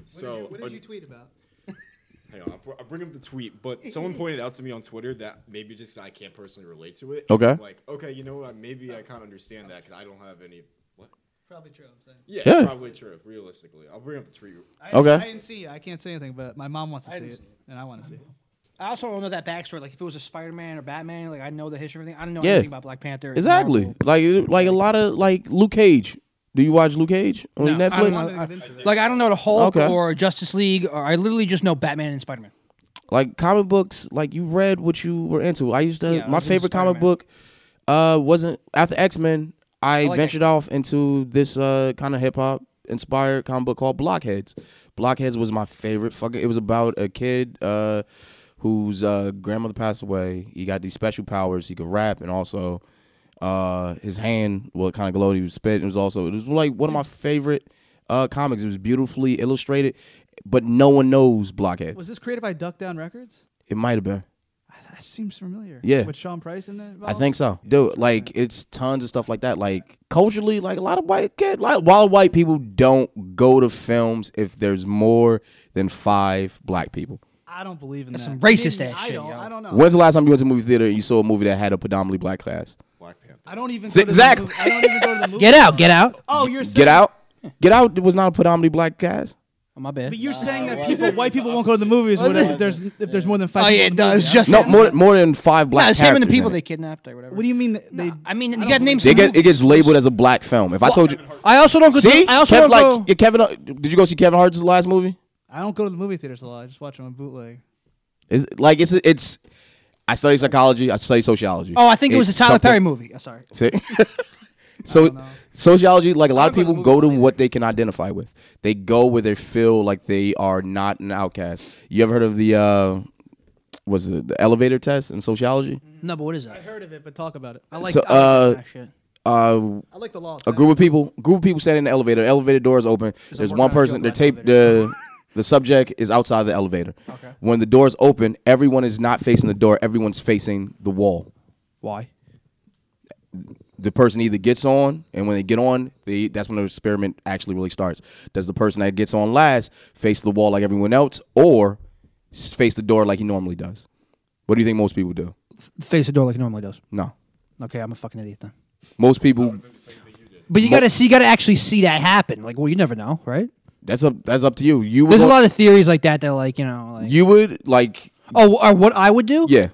S: So,
J: what
S: did you
J: tweet about?
S: Hang on, I'll br- I'll bring up the tweet, but someone pointed out to me on Twitter that maybe just 'cause I can't personally relate to it.
L: Okay.
S: Like, okay, you know what? Maybe I kind of understand that because I don't have any. What?
K: Probably true. I'm saying.
S: Yeah,
L: Yeah.
S: probably true. Realistically, I'll bring up the tweet.
K: I,
L: Okay.
K: I didn't see you. I can't say anything, but my mom wants to
R: I
K: see
R: didn't
K: it, and I want to see it.
R: I also don't know that backstory. Like, if it was a Spider-Man or Batman, like I know the history of everything. I don't know
L: yeah,
R: anything about Black Panther. It's
L: Exactly. Like like a lot of like Luke Cage. Do you watch Luke Cage on
R: Marvel. No, I don't
L: Netflix?
R: know- I- like, I don't know the Hulk
L: Okay.
R: or Justice League, or I literally just know Batman and Spider-Man.
L: like comic books like you read what you were into i used to
R: Yeah, I
L: my
R: was into
L: favorite comic book uh wasn't after x-men i,
R: I like
L: ventured off into this uh kind of hip-hop inspired comic book called blockheads blockheads was my favorite fucking it was about a kid uh whose uh grandmother passed away he got these special powers he could rap and also uh his hand well kind of glowed he would spit it was also it was like one of my favorite uh comics it was beautifully illustrated but no one knows blockheads
D: Was this created by Duck Down Records?
L: it might have been
D: That seems familiar.
L: Yeah.
D: With Sean Price in there.
L: I think so, dude. Like it's tons of stuff like that. Like culturally, like a lot of white kid, lot, a lot of white people don't go to films if there's more than five black people.
D: I don't believe in
R: That's
D: that.
R: some racist
D: Maybe
R: ass
D: I
R: shit,
D: Don't,
R: yo.
D: I don't know.
L: When's the last time you went to a movie theater and you saw a movie that had a predominantly black cast?
S: Black Panther.
D: I don't even.
L: Si-
D: Go to
L: exactly.
D: The movie. I don't even
R: <laughs>
D: go to the movie.
R: Get out, get out.
D: Oh, you're
L: Get
D: saying-
L: out. Get out was not a predominantly black cast.
R: Oh, my bad.
D: But you're saying that people, white people, won't go to the movies when if there's if there's more than five.
R: Oh, yeah,
D: people in the
R: no,
D: movie.
R: it's just
L: no
R: him.
L: more more than five black.
R: no, it's him and the
L: characters
R: people
L: in
R: they
L: it.
R: kidnaped or whatever.
D: What do you mean? They,
R: I mean, you got to name
L: They
R: some.
L: get,
R: movies.
L: it gets labeled as a black film. If I told you,
R: I also don't go. to-
L: see,
R: I also
L: Kev-
R: don't go.
L: like Kevin. Did you go see Kevin Hart's last movie?
D: I don't go to the movie theaters a lot. I just watch them on bootleg.
L: It's, like it's it's. I study psychology. I study sociology.
R: Oh, I think it was a
L: It's
R: Tyler
L: something-
R: Perry movie. Oh, sorry.
L: See?
R: <laughs>
L: <laughs> so sociology, like a lot of people go to what they can identify with. They go where they feel like they are not an outcast. You ever heard of the uh was it the elevator test in sociology?
R: No, but what is that? I
D: heard of it, but talk about it.
R: I like. I
L: so,
R: like
L: uh,
R: that shit. Mm-hmm.
L: uh,
D: I like the law.
L: A group of people, group of people standing in the elevator. Elevator doors open. There's
D: working
L: one
D: on a
L: person.
D: joke
L: The
D: about
L: tape. The the subject is outside the elevator. Okay. When the doors open, everyone is not facing the door. Everyone's facing the wall.
R: Why?
L: the person either gets on, and when they get on, they, that's when the experiment actually really starts. Does the person that gets on last face the wall like everyone else, or s- face the door like he normally does? What do you think most people do?
R: Face the door like it normally does.
L: No,
R: Okay, I'm a fucking idiot then.
L: most people.
R: But you
L: Mo-
R: gotta see, you gotta actually see that happen. Like, well, you never know, right?
L: That's up. That's up to you. You. would
R: There's a
L: go-
R: lot of theories like that that, like, you know, like,
L: You would like.
R: oh, or what I would do?
L: Yeah.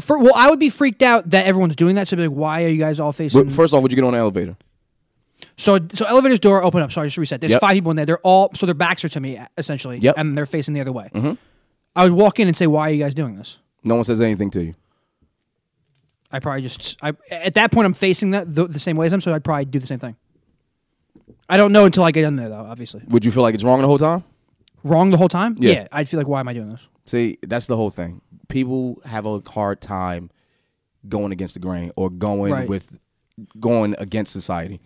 R: For well, I would be freaked out that everyone's doing that. So, I'd be like, why are you guys all facing?
L: But first off, would you get on an elevator?
R: So, so elevator's door open up. Sorry, just reset. There's
L: Yep.
R: five people in there. They're all so their backs are to me essentially,
L: Yep.
R: and they're facing the other way.
L: Mm-hmm.
R: I would walk in and say, "Why are you guys doing this?"
L: No one says anything to you.
R: I probably just I at that point I'm facing that the, the same way as them, so I'd probably do the same thing. I don't know until I get in there though. Obviously,
L: Would you feel like it's wrong the whole time?
R: wrong the whole time.
L: Yeah.
R: I'd feel like, why am I doing this?
L: See, that's the whole thing. People have a hard time going against the grain or going
R: Right.
L: with going against society.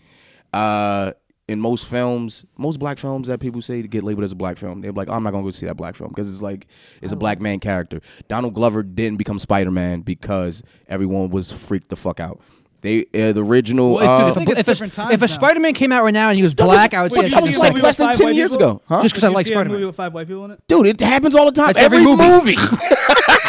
L: Uh, in most films, most black films that people say to get labeled as a black film, they're like, "Oh, I'm not gonna go see that black film because it's like it's a black man character. Donald Glover didn't become Spider Man because everyone was freaked the fuck out. They uh, the original. uh,
R: if, a, if, a, if a Spider-Man came out right now and he was
L: That was-
R: black, I would
L: wait,
R: say
L: that was
R: it's
L: like
R: just-
L: less than 10 years ago, huh?
R: Just because I
L: Did you
R: like
L: see a
R: Spider-Man.
D: movie with five white people in it.
L: dude, it happens all the time.
D: That's
L: Every,
D: every
L: movie.
D: movie.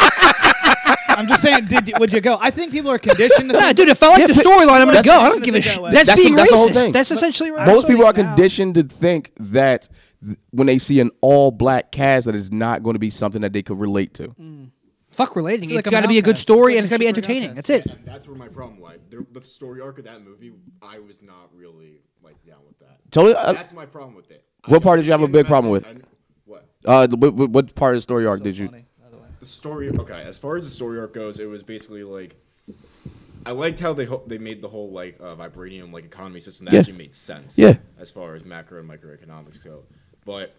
D: I'm just saying, did would you go? I think people are conditioned. to
R: <laughs> Nah,
D: think-
R: dude, if I like the
D: but-
R: story line, I'm gonna
D: That's-
R: go. I don't
D: that's
R: give
D: the
R: a
D: thing
R: shit.
D: that way.
R: That's, being
L: the whole
R: racist.
L: thing.
R: That's essentially racist.
L: Most people are conditioned to think that th- when they see an all black cast, that is not going to be something that they could relate to.
R: Fuck relating.
S: Feel like
R: it's
S: I'm
R: got to
S: an
R: be a good
S: outcast.
R: story
S: Feel
R: and
S: like
R: it's got to be
S: I'm super
R: entertaining.
S: outcast.
R: That's it.
S: Yeah, and that's where my problem lied. The, the story arc of that movie, I was not really like down with that.
L: Totally, uh,
S: that's my problem with it. I
L: What part did you have a
S: understand the
L: big problem with?
S: message. I- What?
L: Uh, the- what, what- what part of the story arc did you?
S: The story. Okay, as far as the story arc goes, it was basically like. I liked how they ho- they made the whole like uh, vibranium like economy system that
L: Yeah.
S: actually made sense.
L: Yeah.
S: As far as macro and microeconomics go, but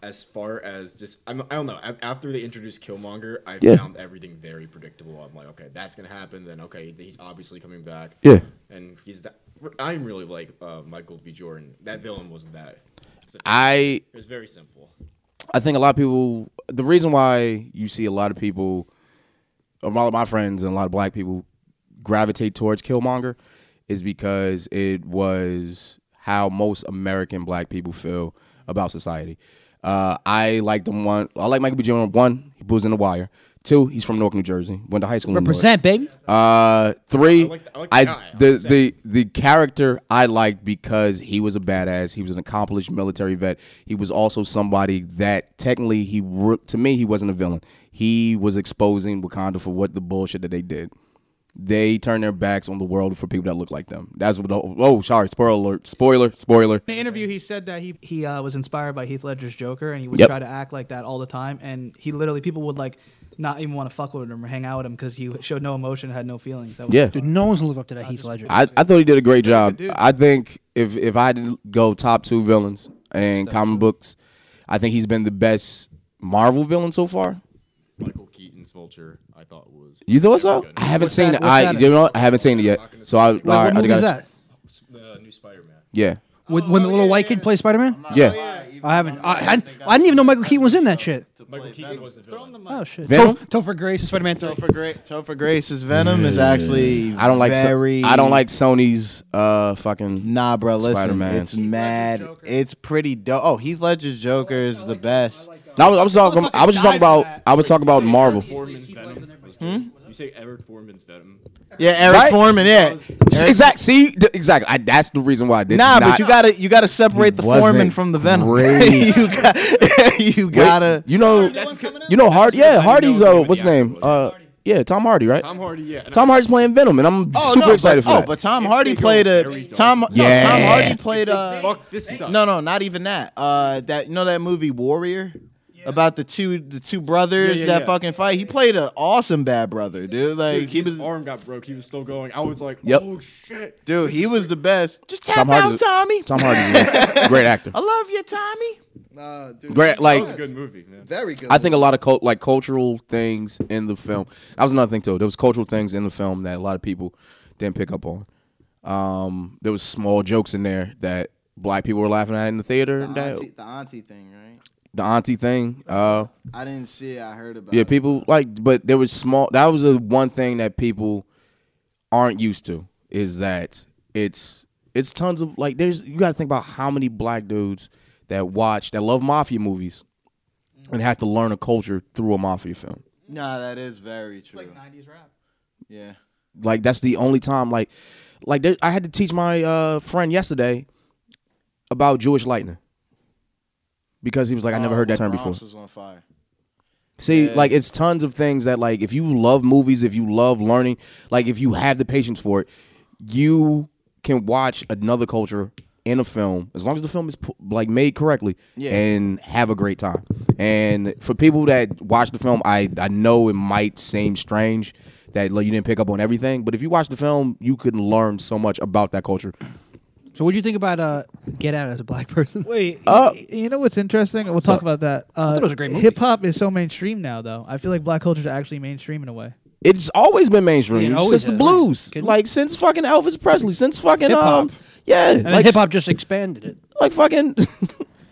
S: as far as just I'm, I don't know. a- After they introduced Killmonger, I
L: Yeah.
S: found everything very predictable. I'm like, okay, that's gonna happen. Then okay, he's obviously coming back.
L: Yeah.
S: And he's that. I'm really like uh, Michael B. Jordan. That villain wasn't that.
L: I-
S: It was very simple.
L: I think a lot of people. The reason why you see a lot of people, a lot of my friends and a lot of black people gravitate towards Killmonger, is because it was how most American black people feel about society. Uh, I like the one. I like Michael B. Jordan. One, he was in the wire. Two, he's from Newark, New Jersey. Went to high school. in Newark.
R: Represent, baby.
L: Uh, three, I,
R: the guy,
L: the, the, the character I liked because he was a badass. He was an accomplished military vet. He was also somebody that technically he re- to me he wasn't a villain. He was exposing Wakanda for what the bullshit that they did. They turned their backs on the world for people that look like them. That's what. The, oh, sorry. Spoiler alert. Spoiler. Spoiler.
D: In an interview, he said that he he uh, was inspired by Heath Ledger's Joker, and he would
L: Yep.
D: try to act like that all the time. And he literally, people would like not even want to fuck with him or hang out with him because he showed no emotion, had no feelings. That was
L: Yeah.
D: hard.
L: Dude,
R: no one's lived up to that Heath Ledger.
L: I, I thought he did a great job. I think if if I had to go top two villains in comic books, I think he's been the best Marvel villain so far.
S: Michael Keaton's Vulture, I thought was.
L: You thought so? I haven't
S: What's
L: seen
S: that- what's
L: it. I
S: that
L: you
S: in?
L: know what? I haven't seen it yet. So I
R: what
L: all right,
R: movie
L: I
R: is
L: got
R: that?
S: The new Spider-Man.
L: Yeah.
R: When, when the little white kid plays Spider Man?
L: Yeah. Oh, yeah.
R: I haven't. I, hadn't, I didn't even know Michael Keaton was in that shit.
S: Michael Keaton was the villain.
R: Oh, shit.
L: Venom?
R: Toph- Topher Grace and Spider Man 3.
O: Topher, Gra- Topher Grace's Venom is actually
L: I don't like so-
O: very.
L: I don't like Sony's uh fucking
O: Nah, bro. Listen,
L: Spider-Man.
O: it's mad. It's pretty dope. Oh, Heath Ledger's Joker is the best.
L: I was, I was talking. I was just talking about. I was talking about Marvel.
S: Foreman's Venom. was good. You say Eric Foreman's Venom.
O: Yeah, Eric
L: Right?
O: Foreman. Yeah,
L: Exact. See, th- exactly. I, that's the reason why I did
O: Nah,
L: not.
O: but you gotta you gotta separate the Foreman
L: wasn't
O: from the Venom. <laughs>
L: great.
O: you got, <laughs> you
L: Wait,
O: gotta.
L: you know, you know, Hard. Yeah, Hardy's. Uh, what's his name? Uh, yeah, Tom Hardy, right? Tom
S: Hardy. Yeah.
L: Tom Hardy's playing Venom, and I'm
O: Oh,
L: super
O: no,
L: excited
O: but,
L: for
O: oh,
L: that.
O: but Tom Hardy played a Tom. no, Tom
L: Yeah.
O: Hardy played a. Fuck
S: this
O: No, no, not even that. Uh, that you know that movie Warrior. About the two the two brothers
S: Yeah, yeah,
O: that
S: yeah.
O: fucking fight, he played an awesome bad brother, dude. Like
S: Dude,
O: he
S: his
O: was,
S: arm got broke. He was still going. I was like,
L: Yep.
S: oh shit.
O: dude, he was the best. Just tap
L: Tom
O: out,
L: Hardy's a-
O: Tommy.
L: Tom Hardy's a great actor.
O: <laughs> I love you, Tommy.
L: Great, like
O: Very good.
L: I think a lot of cult, like cultural things in the film. That was another thing too. There was cultural things in the film that a lot of people didn't pick up on. Um, there was small jokes in there that black people were laughing at in the theater.
O: the
L: and that-
O: auntie, the auntie thing, right?
L: the auntie thing. Uh,
O: I didn't see it. I heard about.
L: yeah,
O: it.
L: people like, but there was small. That was the one thing that people aren't used to is that it's it's tons of like. There's you got to think about how many black dudes that watch that love mafia movies and have to learn a culture through a mafia film.
O: Nah, that is very true. It's like '90s rap. Yeah.
L: Like that's the only time. Like, like there, I had to teach my uh, friend yesterday about Jewish lightning because he was like, I never heard that term before.
O: Bronx was on fire.
L: See, like it's tons of things that like if you love movies, if you love learning, like if you have the patience for it, you can watch another culture in a film as long as the film is pu- like made correctly
O: Yeah.
L: and have a great time. And for people that watch the film, I I know it might seem strange that like, you didn't pick up on everything, but if you watch the film, you can learn so much about that culture.
R: So, what'd you think about uh, Get Out as a black person?
D: Wait,
L: Uh,
D: y- you know what's interesting? We'll talk about that. Uh,
R: thought it was a great movie.
D: Hip hop is so mainstream now, though. I feel like black culture is actually mainstream in a way.
L: It's always been mainstream
D: Yeah, it always
L: since the
D: has,
L: blues, like since fucking Elvis Presley, since fucking um, yeah,
R: And
L: like
R: hip hop just expanded it.
L: like fucking. <laughs>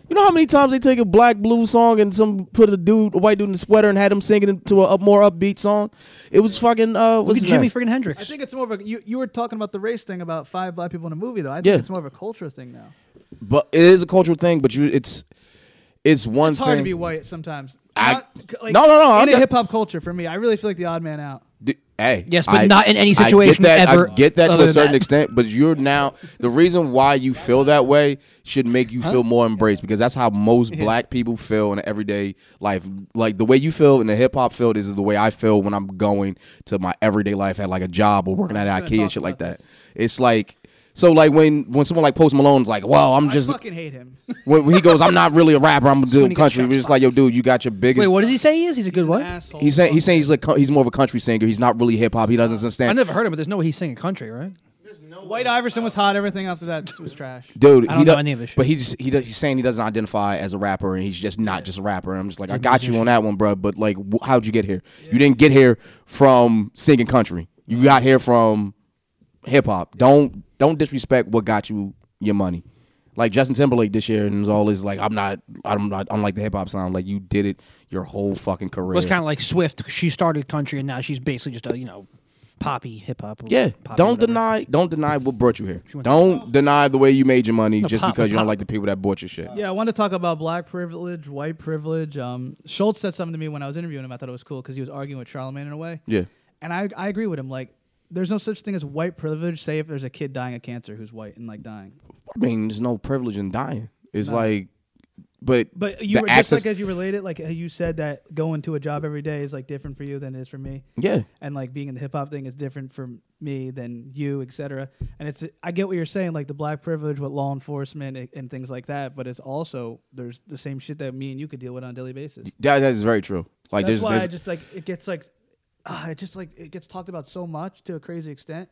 L: You know how many times they take a black blue song and some put a dude, a white dude in a sweater, and had him singing it to a up, more upbeat song. It was fucking. Uh, what's his name?
R: freaking Hendrix.
D: I think it's more of a. You, you were talking about the race thing about five black people in a movie, though. I think
L: Yeah.
D: it's more of a culture thing now.
L: But it is a cultural thing. But you, it's it's one
D: it's
L: thing.
D: hard to be white sometimes.
L: I-
D: Not- like,
L: No, no, no, I'm
D: In a
L: not-
D: hip hop culture, for me, I really feel like the odd man out.
L: D- Hey,
R: Yes, but
L: I-
R: not in any
L: I get
R: situation
L: that-
R: ever
L: I get that
R: other
L: to a
R: than
L: certain
R: that.
L: extent, but you're now the reason why you feel that way should make you
R: Huh?
L: feel more embraced because that's how most
R: Yeah.
L: black people feel in everyday life. Like the way you feel in the hip hop field is the way I feel when I'm going to my everyday life at like a job or working at
D: I was gonna
L: IKEA and
D: talk
L: shit like that. It's like so like when when someone like Post Malone's like, "Well, I'm just."
D: I fucking hate him.
L: when when <laughs> he goes, I'm not really a
R: <laughs>
L: rapper. I'm doing
D: he gets
L: country. We're just like, yo, dude, you got your biggest.
R: Wait, what does he say? He is he's a good what?
L: He's saying he's saying he's like co- he's more of a country singer. He's not really hip hop. He doesn't
R: I
L: understand.
R: never heard him, but there's no way he's singing country, right?
D: White Iverson was hot. Everything after that was trash.
L: Dude,
R: I don't
L: he
R: know
L: don't-
R: any of this
L: But he just he does, he's saying he doesn't identify as a rapper, and he's just not just a rapper. And I'm just like,
R: He's
L: I
R: a
L: got you on that one, bro. But like, wh- how'd you get here? You didn't get here from singing country. You got here from hip hop. Don't don't disrespect what got you your money. Like Justin Timberlake this year, and it was always like, I'm not, I'm not, I'm like the hip hop sound. Like you did it your whole fucking career.
R: Well, it's kind of like Swift. She started country, and now she's basically just a you know, poppy hip hop.
L: Yeah, don't deny don't deny what brought you here. Don't deny the way you made your money
D: No,
L: just
D: pop-
L: because you don't
D: pop.
L: like the people that bought your shit.
D: Yeah, I wanted to talk about black privilege, white privilege. Um, Schultz said something to me when I was interviewing him. I thought it was cool because he was arguing with Charlemagne in a way.
L: Yeah.
D: And I, I agree with him. Like, there's no such thing as white privilege. Say if there's a kid dying of cancer who's white and like dying.
L: I mean, there's no privilege in dying. It's
D: No.
L: like, but
D: But you
L: the
D: were, just
L: access.
D: like as you relate it, like uh, you said that going to a job every day is like different for you than it is for me.
L: Yeah.
D: And like being in the hip hop thing is different for me than you, etc. And it's I get what you're saying, like the black privilege with law enforcement and- and things like that. But it's also there's the same shit that me and you could deal with on a daily basis.
L: that, that is very true. Like
D: That's
L: there's,
D: why I
L: there's
D: just like it gets like uh, it just like it gets talked about so much to a crazy extent,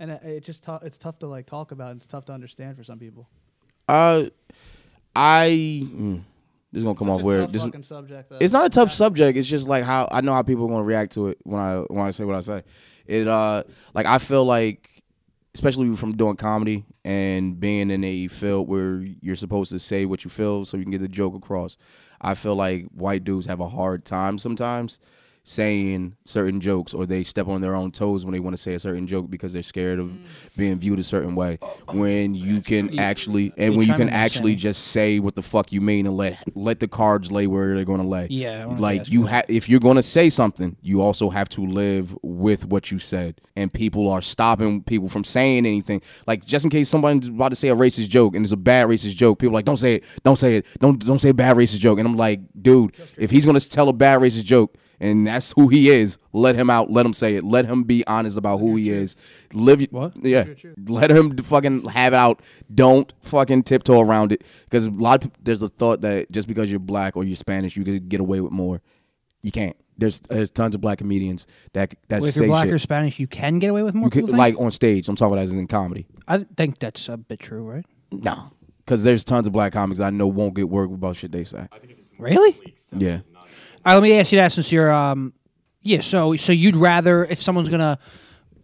D: and it, it just tou- it's tough to like talk about. And it's tough to understand for some people.
L: uh, I mm, this is gonna come
D: Such
L: off
D: a
L: weird.
D: tough
L: This-
D: fucking subject, though.
L: It's not a tough subject. It's just like how I know how people are gonna react to it when I when I say what I say. It uh, like I feel like, especially from doing comedy and being in a field where you're supposed to say what you feel so you can get the joke across. I feel like white dudes have a hard time sometimes saying certain jokes or they step on their own toes when they want to say a certain joke because they're scared
R: Mm.
L: of being viewed a certain way
R: Oh,
L: when you can actually and
R: you
L: when you
R: trying to
L: can actually just say what the fuck you mean and let let the cards lay where they're going to lay
R: Yeah, I wanted to
L: like
R: ask
L: you have if you're going to say something you also have to live with what you said and people are stopping people from saying anything like just in case somebody's about to say a racist joke and it's a bad racist joke people are like don't say it don't say it don't don't say a bad racist joke and i'm like dude if he's going to tell a bad racist joke and that's who he is. Let him out. Let him say it. Let him be honest about who he is. Live. What? Yeah. Let him d- fucking have it out. Don't fucking tiptoe around it. Because a lot of people, there's a thought that just because you're black or you're Spanish, you could get away with more. You can't. There's there's tons of black comedians that that
R: Well, if
L: say
R: you're black
L: shit.
R: or Spanish, you can get away with more.
L: you could-
R: people think?
L: like on stage. I'm talking about as in comedy.
R: I think that's a bit true, right?
L: No, because there's tons of black comics I know won't get work about shit they say.
R: Really?
L: Yeah.
R: All right, let me ask you that since you're um yeah, so so you'd rather if someone's gonna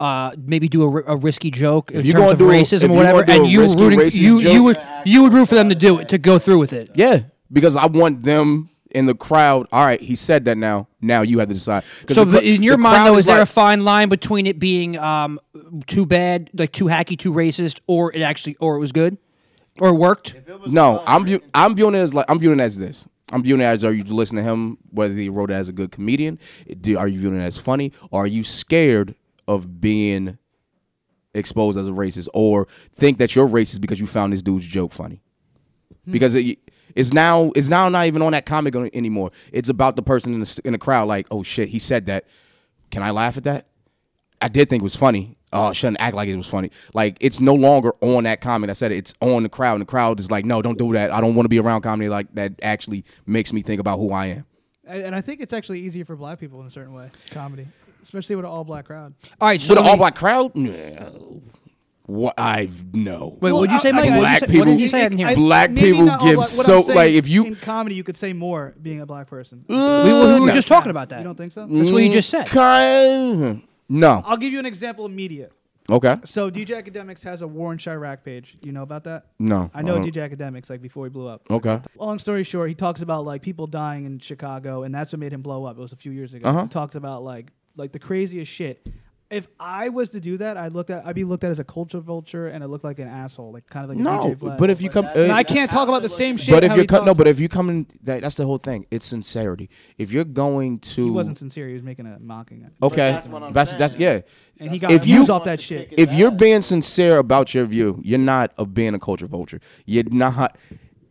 R: uh maybe do a, ri- a risky joke
L: If
R: in
L: you're
R: terms
L: gonna
R: of
L: do a- if
R: racism
L: you're
R: or
L: gonna
R: whatever
L: do
R: and
L: a
R: you
L: risky
R: rooting
L: racist
R: you
L: joke-
R: you would you would root for them to do it to go through with it.
L: Yeah, because I want them in the crowd. All right, he said that now. Now you have to decide. 'Cause
R: So
L: the
R: but
L: cr-
R: in your
L: the
R: mind
L: crowd
R: though, is there
L: like-
R: a fine line between it being um too bad, like too hacky, too racist, or it actually or it was good? Or it worked?
L: no, I'm view- I'm viewing it as like I'm viewing it as this. I'm viewing it as are you listening to him whether he wrote it as a good comedian? Do, are you viewing it as funny? Or are you scared of being exposed as a racist or think that you're racist because you found this dude's joke funny?
R: Hmm.
L: Because it, it's now it's now not even on that comic an- anymore. It's about the person in the s- in the crowd. Like, oh shit, he said that. Can I laugh at that? I did think it was funny. Oh, I shouldn't act like it was funny. Like it's no longer on that comment. I said it. It's on the crowd, and the crowd is like, no, don't do that. I don't want to be around comedy like that. Actually, makes me think about who I am.
D: And and I think it's actually easier for black people in a certain way, comedy, especially with an all black crowd.
R: All right, so
L: with
R: let
L: an
R: me-
L: all black crowd, no. What I no.
R: Wait, what'd you say, Mike? What'd you
L: Black
R: say- what
L: people.
R: did he say? I didn't hear.
L: Black
D: Maybe
L: people
D: not all
L: give
D: black- what I'm
L: so
D: saying
L: like if you Uh,
D: in comedy you could say more being a black person.
R: we, were- we were
L: no.
R: just talking about that. Mm.
D: You don't think so?
R: That's what you just said.
L: Kind no.
D: I'll give you an example immediate.
L: Okay.
D: So DJ Academics has a War in Chirac page. You know about that?
L: No,
D: I
L: I
D: know
L: don't.
D: DJ Academics like before he blew up.
L: Okay.
D: Long story short, he talks about like people dying in Chicago, and that's what made him blow up. It was a few years ago.
L: Uh-huh.
D: He talks about like like the craziest shit. if I was to do that, I'd looked at I'd be looked at as a culture vulture and I look like an asshole, like kind of like a
L: No,
D: DJ Vlad.
L: but if you come-
D: And
L: uh,
D: I can't talk about the same shit.
L: But if
D: how
L: you're
D: he
L: co- no,
D: talked.
L: but if you come in, that, that's the whole thing. It's sincerity. If you're going to
D: he wasn't sincere, he was making a mocking.
L: Okay, that's that's yeah.
D: And he got views off that shit.
L: If you're being sincere about your view, you're not a, being a culture vulture. You're not.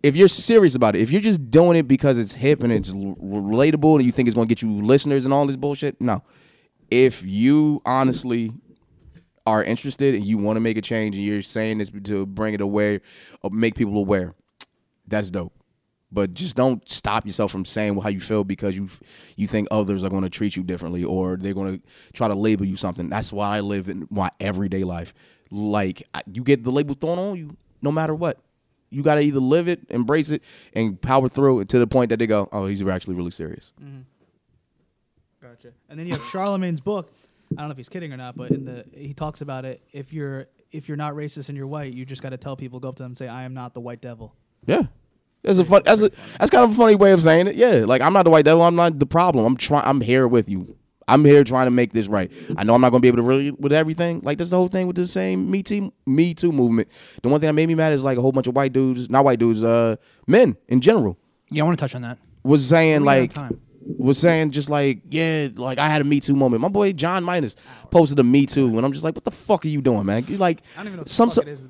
L: If you're serious about it, if you're just doing it because it's hip and it's l- relatable and you think it's going to get you listeners and all this bullshit, no. If you honestly are interested and you want to make a change and you're saying this to bring it aware, or make people aware, that's dope. But just don't stop yourself from saying how you feel because you you think others are going to treat you differently or they're going to try to label you something. That's why I live in my everyday life. Like I- you get the label thrown on you, no matter what. You got to either live it, embrace it, and power through it to the point that they go, "Oh, he's actually really serious."
D: Gotcha. And then you have Charlemagne's book. I don't know if he's kidding or not, but in the he talks about it. If you're if you're not racist and you're white, you just got to tell people, go up to them and say, "I am not the white devil."
L: Yeah. That's a fun. That's a, that's kind of a funny way of saying it. Yeah, like I'm not the white devil. I'm not the problem. I'm trying. I'm here with you. I'm here trying to make this right. I know I'm not going to be able to really with everything. Like that's the whole thing with the same Me Too Me Too movement. The one thing that made me mad is like a whole bunch of white dudes, not white dudes, uh, men in general
R: Yeah, I want to touch on that.
L: was saying
R: We got
L: like
R: time.
L: was saying just like yeah like I had a Me Too moment. My boy John Minus posted a Me Too, and I'm just like, what the fuck are you doing, man? You, Like I don't even know sometimes.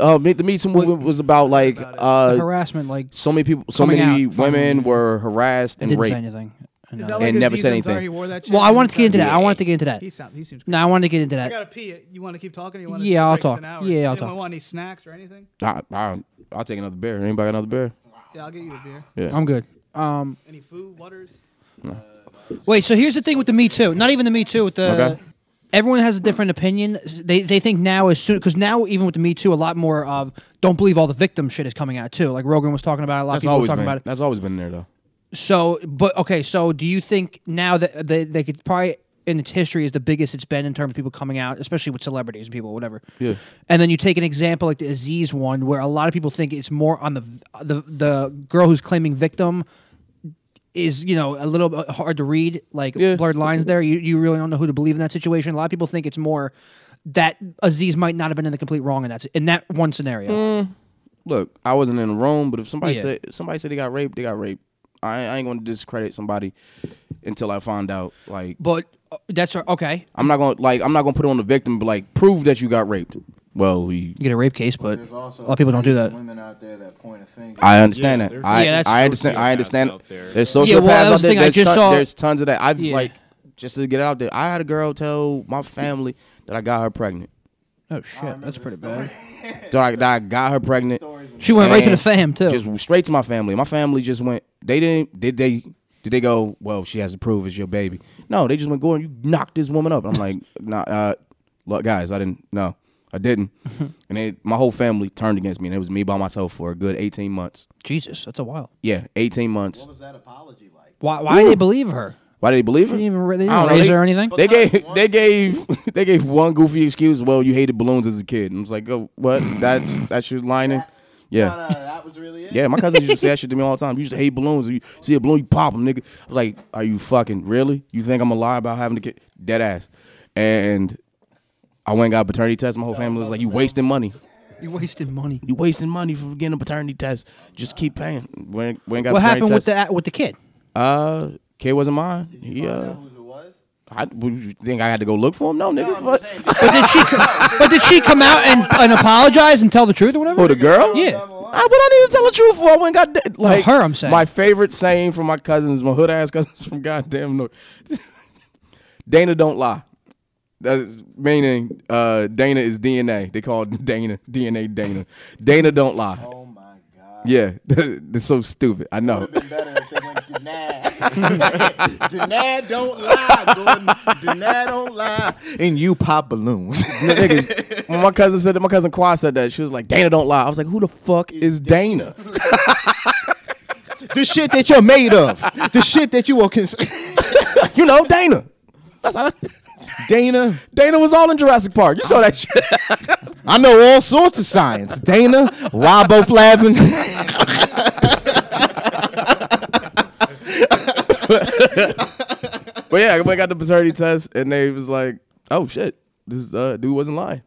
L: Uh, Me- the Me Too movement was about like uh,
R: The harassment, like,
L: so many people, so
R: coming
L: many
R: out from-
L: women were harassed and
R: didn't
L: raped.
R: say anything.
L: And, never said anything.
R: well, I wanted to get into that. I wanted to get into that.
D: He sound- he seems
R: No, I wanted to get into
D: I
R: that.
D: gotta pee. You want to keep talking? Or you want
R: Yeah, I'll talk. Yeah, I'll talk.
D: want any snacks or anything?
L: I, I, I'll take another beer. Anybody got another beer?
D: Yeah, I'll get you a beer.
L: Yeah.
R: I'm good. Um,
D: Any food, waters?
R: Wait, so here's the thing with the Me Too. Not even the Me Too. With the
L: Okay.
R: everyone has a different opinion. They they think now as soon because now even with the Me Too, a lot more of don't believe all the victim shit is coming out too. Like Rogan was talking about it. A lot
L: That's
R: of people were
L: always
R: talking
L: been.
R: about it.
L: That's always been there though.
R: So, but okay. So, do you think now that they they could probably in its history is the biggest it's been in terms of people coming out, especially with celebrities and people, whatever.
L: Yeah.
R: And then you take an example like the Aziz one, where a lot of people think it's more on the the the girl who's claiming victim is you know a little bit hard to read, like blurred lines there. You you really don't know who to believe in that situation. A lot of people think it's more that Aziz might not have been in the complete wrong in that in that one scenario.
L: Mm, look, I wasn't in the room, but if somebody
R: Yeah.
L: said somebody said they got raped, they got raped. I, I ain't gonna discredit somebody until I find out. Like,
R: but uh, that's okay.
L: I'm not gonna like I'm not gonna put it on the victim, but like prove that you got raped. Well, we
R: get a rape case, but
L: a
R: lot of people don't do that.
O: Women out there that point a finger.
L: I understand that. I,
R: Yeah, that's-
L: I understand. I understand.
O: sociopaths out there.
L: There's
O: Yeah,
L: sociopaths
O: well, that
L: out
O: was the
L: there.
O: thing I
L: There's,
O: just
L: ton-
O: saw-
L: there's tons of that. I've
O: Yeah.
L: like just to get out there. I had a girl tell my family that I got her pregnant.
R: Oh shit, that's pretty bad.
L: That I, that I got her pregnant.
R: She went right to the
L: and
R: fam, too.
L: Just straight to my family. My family just went. They didn't. Did they? Did they go? Well, she has to prove it's your baby. No, they just went. Gordon, you knocked this woman up. I'm like, <laughs> nah, uh, look, guys, I didn't. No,
O: <laughs>
L: I didn't. and they, my whole family turned against me, and it was me by myself for a good 18 months.
R: Jesus, that's a while.
L: Yeah, 18 months.
R: Why why
L: Ooh.
R: did they believe her?
L: Why did they believe her?
R: They didn't even, they
L: I
R: didn't
L: don't know,
R: raise
L: they-
R: her or anything.
L: They gave they gave <laughs> they gave one goofy excuse. Well, you hated balloons as a kid. And I was like, oh, what? That's that's your lining. Yeah.
O: Uh, that was really it.
L: Yeah, my cousin used to say that shit to me all the time. You used to hate balloons. You see a balloon, you pop them, nigga. I was like, are you fucking really? You think I'm gonna lie about having a kid? Dead ass. And I went and got a paternity test. My whole family was like, you wasting money.
R: You wasted money.
L: You wasting money for getting a paternity test. Just keep paying. When when got a
R: What
L: paternity
R: happened with
L: test-
R: the with the kid?
L: uh, kid wasn't mine. he, uh, I, would you think I had to go look for him? No, nigga. what?
R: But did she? <laughs> But did she come out and, and apologize and tell the truth or whatever?
L: <laughs> For the girl?
R: Yeah. Oh,
L: I, but I need to tell the truth for I went got dead. Like
R: her, I'm saying.
L: My favorite saying from my cousins, my hood ass <laughs> cousins from goddamn North. <laughs> Dana don't lie. That's meaning uh, Dana is DNA. They call <laughs> Dana DNA Dana. Dana don't lie. Oh my god. Yeah, <laughs> that's so stupid. I know.
O: Deny <laughs> don't lie, Gordon. Deny don't lie.
L: and you pop balloons. <laughs> when my cousin said that, my cousin Qua said that. She was like, Dana don't lie. I was like, who the fuck is Dana? <laughs>
O: The shit that you're made of. The shit that you are cons-
L: <laughs> you know, Dana. That's how
O: <laughs> Dana.
L: Dana was all in Jurassic Park. You saw that <laughs> shit.
O: I know all sorts of science. Dana, riboflavin.
L: but yeah, I went and got the paternity test, and they was like, Oh shit! This uh, dude wasn't lying.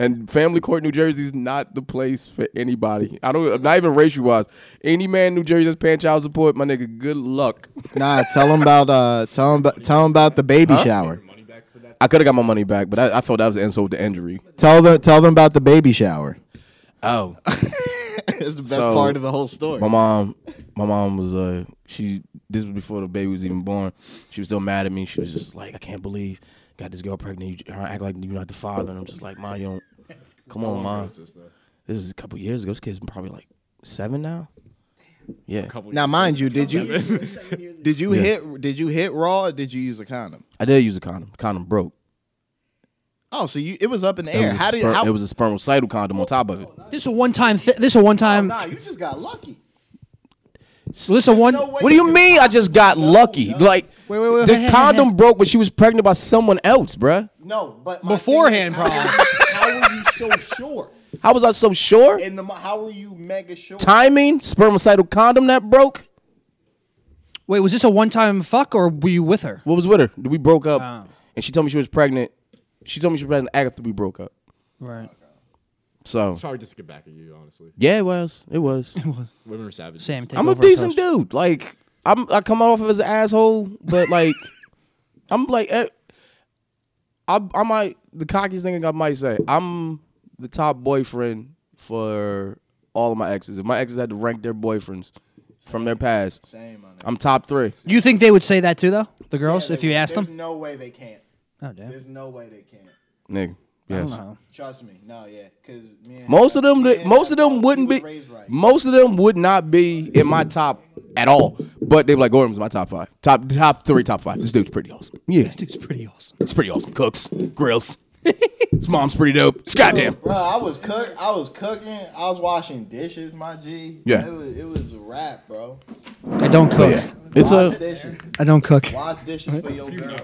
L: And Family Court, New Jersey is not the place for anybody. I don't. I'm not even racial wise. Any man in New Jersey that's paying child support, my nigga, good luck.
O: <laughs> Nah, tell him about uh, tell him about tell him about the baby
L: Huh?
O: shower.
L: I could have got my money back, but I, I felt that was an insult to injury.
O: Tell the tell them about the baby shower.
L: Oh,
O: it's the best part of the whole story.
L: My mom, my mom was uh, she. This was before the baby was even born. She was still mad at me. She was just like, I can't believe you got this girl pregnant. You her act like you're not the father, and I'm just like, Ma, you don't. Come
S: How
L: on,
S: long
L: Ma.
S: ago was this, though?
L: This is a couple years ago. This kid's probably like seven now. Yeah.
O: Now, mind you, did you did you
L: Yeah.
O: hit did you hit raw? or Did you use a condom?
L: I did use a condom. Condom broke.
O: Oh, so you it was up in the
L: It
O: air.
L: was a
O: How did
L: sperm-
O: how,
L: It was a spermicidal condom on top of it.
R: This a one time. Th- this a one time.
O: Oh, Nah, you just got lucky.
R: This a one.
L: What do you mean? I just got lucky. Like
R: wait, hey,
L: the
R: hey,
L: condom broke, but she was pregnant by someone else, bruh.
O: No, but
R: beforehand,
O: how,
R: probably.
O: how were you so sure?
L: How was I so sure?
O: In the mo- how were you mega sure?
L: Timing, spermicidal condom that broke.
R: Wait, was this a one time fuck or were you with her?
L: What was with her? We broke up, and she told me she was pregnant. She told me she was pregnant after we broke up.
R: Right.
L: So
S: It's probably just to get back at you, honestly.
L: yeah, it was. <laughs> It was.
S: Women are savages.
L: I'm a decent dude. Like I'm, I come off as an asshole, but like <laughs> I'm like eh, I, I might the cockiest thing I might say. I'm the top boyfriend for all of my exes. If my exes had to rank their boyfriends from their past,
O: Same, my
L: I'm top three.
R: You think they would say that too, though? The girls, if you asked
O: There's
R: them?
O: no way they can't.
R: Oh damn.
O: There's no way they can't.
L: Nigga, yes.
O: Trust me. No, yeah, because
L: Most of them, most of them wouldn't be. Most of them would not be in my top at all. But they were like Gordon's my top five, top top three, top five. This dude's pretty awesome. Yeah, this
R: dude's pretty awesome.
L: It's pretty awesome. Cooks, grills. His mom's pretty dope. It's goddamn.
O: Bro, I was cook. I was cooking. I was washing dishes. My G.
L: Yeah.
O: It was, it was a wrap, bro.
R: I don't cook.
L: Oh, yeah. It's
O: Wash
L: a-
O: dishes.
R: I don't cook.
O: Wash dishes for your girl.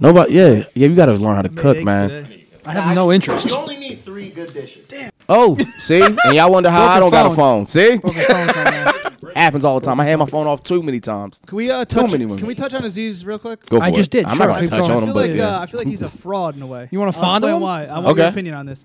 L: Nobody. Yeah, yeah. You gotta learn how to cook, man.
R: I have no interest.
O: You only need three good dishes. Damn.
L: Oh, <laughs> see, and y'all wonder how I don't
R: Broken
L: got a
R: phone.
L: phone. See, <laughs> happens all the time. I hand my phone off too many times.
D: Can we uh,
L: too
D: touch?
L: many women.
D: Can we touch on Aziz real quick?
L: Go for I just it. did, I'm not sure. gonna touch on
D: I
L: him,
D: feel
L: but
D: like,
L: yeah.
D: uh, I feel like he's a fraud in a way.
R: <laughs> You wanna
D: I'll
R: fond
D: explain
R: him?
D: Why? I want your
R: Okay.
D: opinion on this.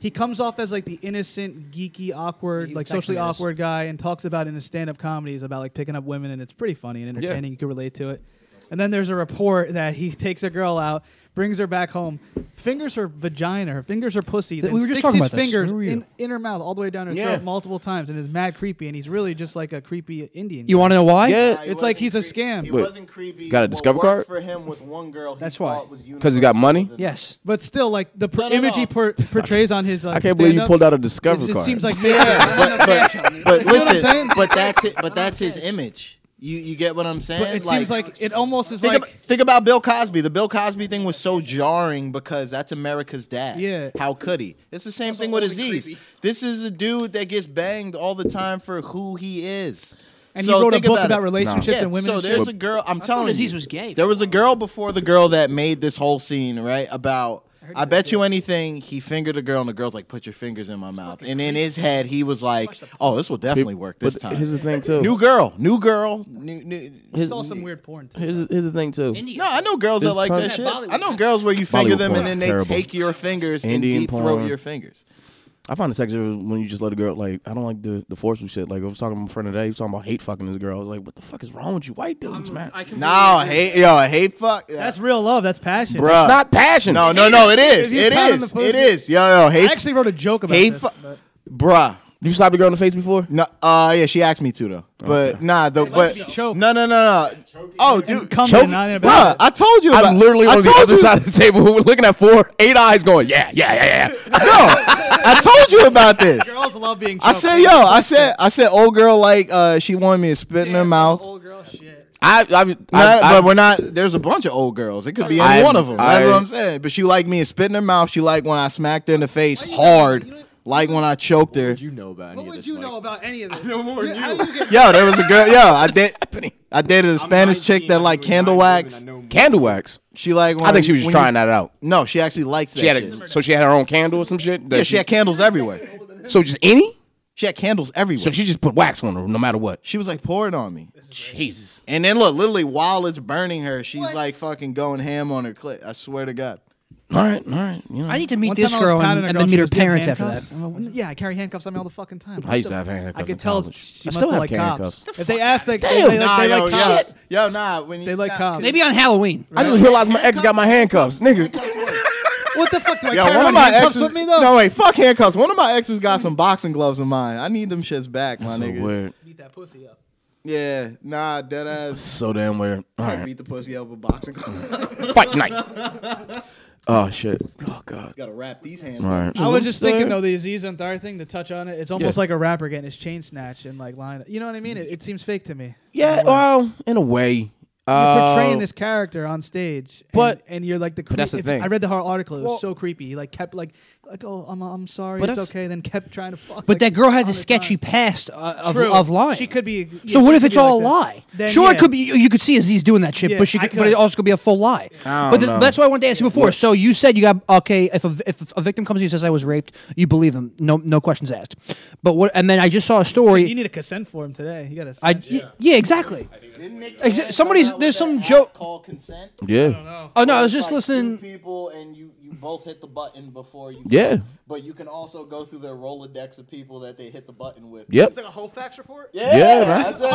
D: He comes off as like the innocent, geeky, awkward, like
R: texted
D: socially
R: me this.
D: awkward guy, and talks about in his stand-up comedies about like picking up women, and it's pretty funny and
R: Yeah.
D: entertaining. You can relate to it. And then there's a report that he <laughs> takes a girl out, brings her back home, fingers her vagina, her fingers her pussy,
R: Th-
D: then
R: we were just
D: sticks
R: talking
D: his
R: about this.
D: fingers
R: Where were you?
D: in, in her mouth all the way down her
R: Yeah.
D: throat multiple times, and is mad creepy, and he's really just like a creepy Indian.
R: <laughs> You
D: guy.
R: wanna know why? Yeah. Nah, he
D: it's like he's a scam.
L: Wait, Got a Discover card?
O: For him with one girl. He
D: That's why.
L: Because he got money.
R: Yes,
D: but still, like the per- image he per- portrays on his. Like,
L: I can't believe you
D: stand-ups,
L: pulled out a
D: it's-
L: Discover
D: It
L: card.
D: seems like
O: Yeah, <laughs> but, but,
D: <laughs>
O: but
D: You know what I'm
O: listen,
D: saying?
O: but
D: <laughs>
O: that's it. But that's his image. You you get what I'm saying?
D: But it seems like it almost is
O: think
D: like.
O: ab- think about Bill Cosby. The Bill Cosby thing was so jarring because that's America's dad.
D: Yeah.
O: How could he? It's the same thing with Aziz. This is a dude that gets banged all the time for who he is.
D: And he wrote a
O: think
D: book
O: it.
D: about relationships and women
O: So
D: and shit.
O: there's a girl. I'm
D: I thought
O: telling
D: Aziz
O: you,
D: was gay.
O: There was a girl before the girl that made this whole scene, right? About I, bet you anything, he fingered a girl, and the girl's like, "Put your fingers in my mouth." And in his head, he was like, "Oh, this will definitely work this
L: but
O: time."
L: here's the thing, too.
O: New girl, new girl, new new.
D: I saw some weird porn. Too.
L: Here's, here's the thing too.
O: No, I know girls that
L: There's
O: like
L: tons-
O: that
L: Yeah,
O: shit.
L: Bollywood.
O: I know girls where you finger
L: Bollywood
O: them
L: porn
O: and then
L: is
O: they
L: terrible.
O: take your fingers
L: Indian
O: and deep throat
L: porn.
O: your fingers.
L: I find it sexual when you just let a girl like I don't like the the forceful shit. Like I was talking to my friend today, he was talking about hate fucking this girl. I was like, what the fuck is wrong with you white dudes, man?
O: No, hate yo, hate fuck.
D: That's real love. That's passion.
O: Bruh. That's not passion. No, no, no, it is.
D: If you
O: It
D: pound
O: is.
D: the pussy-
O: It is. Yo, yo, hate-
D: I actually wrote a joke about
O: hate
D: this.
O: fu-
D: but-
O: Bruh.
L: You slapped a girl in the face before?
O: No, uh, yeah, she asked me to though. But nah, the
D: like
O: but
D: to be
O: no, no, no, no. Oh, dude,
D: cum
O: choke-
D: and not in
O: Bruh, I told you. About,
L: I'm literally
O: I
L: on the
O: told
L: other
O: you- <laughs>
L: side of the table looking at four, eight eyes going, yeah, yeah, yeah,
O: <laughs>
L: yeah.
O: No, I told you about this.
D: Girls love being.
O: I said, yo, I said, I said, old girl, like, uh, she wanted me to spit in her mouth. Old girl, shit.
L: I, I, not,
O: but we're not. There's a bunch of old girls. It could be any
L: I-
O: one of them. That's
L: I-
O: what I'm saying. But she liked me to spit in her mouth. She liked when I smacked her in the face hard. Like when I choked her.
S: You know about any of this.
D: you know about any of this? I know
S: more than you.
O: Yo, there was a girl. Yo, I did. I dated a Spanish chick that liked candle wax.
L: Candle wax.
O: She like. When
L: I think she was
O: when
L: trying
O: you-
L: that out.
O: No, she actually likes that.
L: She had
O: shit.
L: a, so she had her own candle or some shit.
O: Yeah, she had candles everywhere.
L: So just any?
O: She had candles everywhere.
L: So she just put wax on her, no matter what.
O: She was like, pour it on me.
L: Jesus.
O: And then look, literally while it's burning her, she's like fucking going ham on her clit. I swear to God.
L: All right, all right. You know.
R: I need to meet this girl and, and then meet her parents after that.
D: yeah, I carry handcuffs on me all the fucking time.
L: I used to have handcuffs
D: I
L: in
D: could tell
L: college.
D: she
L: I
D: must
L: still have
D: like cops.
L: handcuffs.
D: If they ask, like,
L: Damn.
D: they, they,
L: Nah,
D: they
L: yo,
D: like
L: yo.
D: cops.
O: Yo, nah. When you,
D: they like cops.
R: Maybe on Halloween.
L: I just realized my ex got my handcuffs, nigga.
D: What the fuck do I
O: Yo,
D: carry
O: one of
D: around
O: my
D: handcuffs
O: exes.
D: with me though?
O: No wait, fuck handcuffs. One of my exes got some boxing gloves of mine. I need them shits back, my
L: so
O: nigga.
L: weird.
D: Beat that pussy up.
O: Yeah, nah, dead ass.
L: So damn weird. All
O: I
L: right.
O: beat the pussy up with boxing gloves.
L: <laughs> Fight night. <laughs> Oh shit. Oh god.
O: Gotta wrap these hands.
L: All right.
O: up.
D: I was just thinking
L: Sir.
D: though the Aziz Ansari thing to touch on it. It's almost
L: Yeah.
D: like a rapper getting his chain snatched and like lying. You know what I mean? It, it seems fake to me.
L: Yeah. Well, in a way.
D: You're portraying
L: Uh,
D: this character on stage, and-
L: but-
D: and, you're like the.
L: but that's the
D: if-
L: thing.
D: I read the whole article. It was
R: Well-
D: so creepy. He like kept like like oh I'm I'm sorry.
R: But
D: it's
R: that's-
D: okay. Then kept trying to fuck.
R: But
D: like,
R: that girl had the
D: all
R: sketchy
D: time.
R: past uh, of,
D: True.
R: of lying.
D: She could be. yeah, she
R: so what if
D: could
R: it's
D: be like
R: all
D: that.
R: a lie?
D: Then,
R: sure,
D: yeah.
R: it could be. You, you could see Aziz doing that shit,
D: Yeah,
R: but she,
D: I
R: could, but
D: could.
R: it also could be a full lie.
L: I
R: But
L: don't know.
R: that's why I wanted to ask you before. So you said you got okay. If a, if a victim comes to you and says I was raped, you believe them. No, no questions asked. But what? And then I just saw a story.
D: You need a consent form today. You got to.
R: I yeah, exactly. Exa- somebody's there's some joke.
O: Call consent.
L: Yeah.
R: Oh no, I was
O: It's
R: just
O: like two
R: listening.
O: people and you you both hit the button before you.
L: Yeah.
O: But you can also go through their rolodex of people that they hit the button with.
L: Yep. It's
O: like a whole facts report.
L: Yeah, Oh,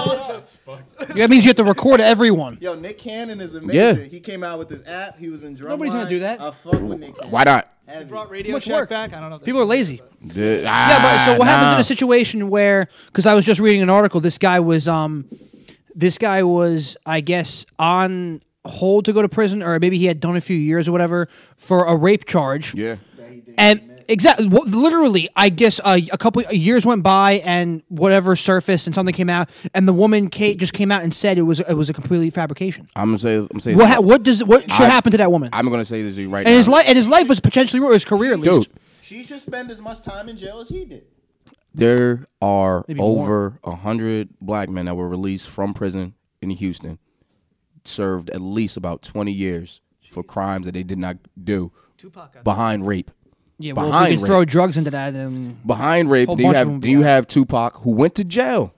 L: right.
O: That's fucked.
R: That means you have to record everyone.
O: Yo, Nick Cannon is amazing.
L: Yeah.
O: He came out with this app. He was in Drumline.
R: Nobody's gonna do that.
O: I fuck with Nick Cannon.
L: Why not?
O: Heavy.
D: brought Radio
R: Much
D: Shack
R: work.
D: back. I don't know. if
R: People are lazy.
L: Yeah, ah,
R: Yeah, but so what happens in
L: nah.
R: a situation where? Because I was just reading an article. This guy was, um, this guy was, I guess, on hold to go to prison, or maybe he had done a few years or whatever for a rape charge.
L: Yeah.
R: And exactly, well, literally, I guess uh, a couple of years went by, and whatever surfaced, and something came out, and the woman Kate just came out and said it was it was a completely fabrication.
L: I'm gonna say. I'm gonna say.
R: What ha- what does what should
L: I-
R: happen to that woman?
L: I'm gonna say this to you right
R: and
L: now.
R: his life and his life was potentially ruined. His career, at least.
L: Dude,
O: She should spend as much time in jail as he did.
L: there are
R: Maybe more.
L: over a hundred black men that were released from prison in Houston, served at least about 20 years for crimes that they did not do behind rape.
R: Yeah, well, if
L: behind
R: we could
L: rape.
R: throw drugs into that, and
L: behind rape.
R: Whole
L: Do you
R: bunch of them
L: have do you have Tupac who went to jail?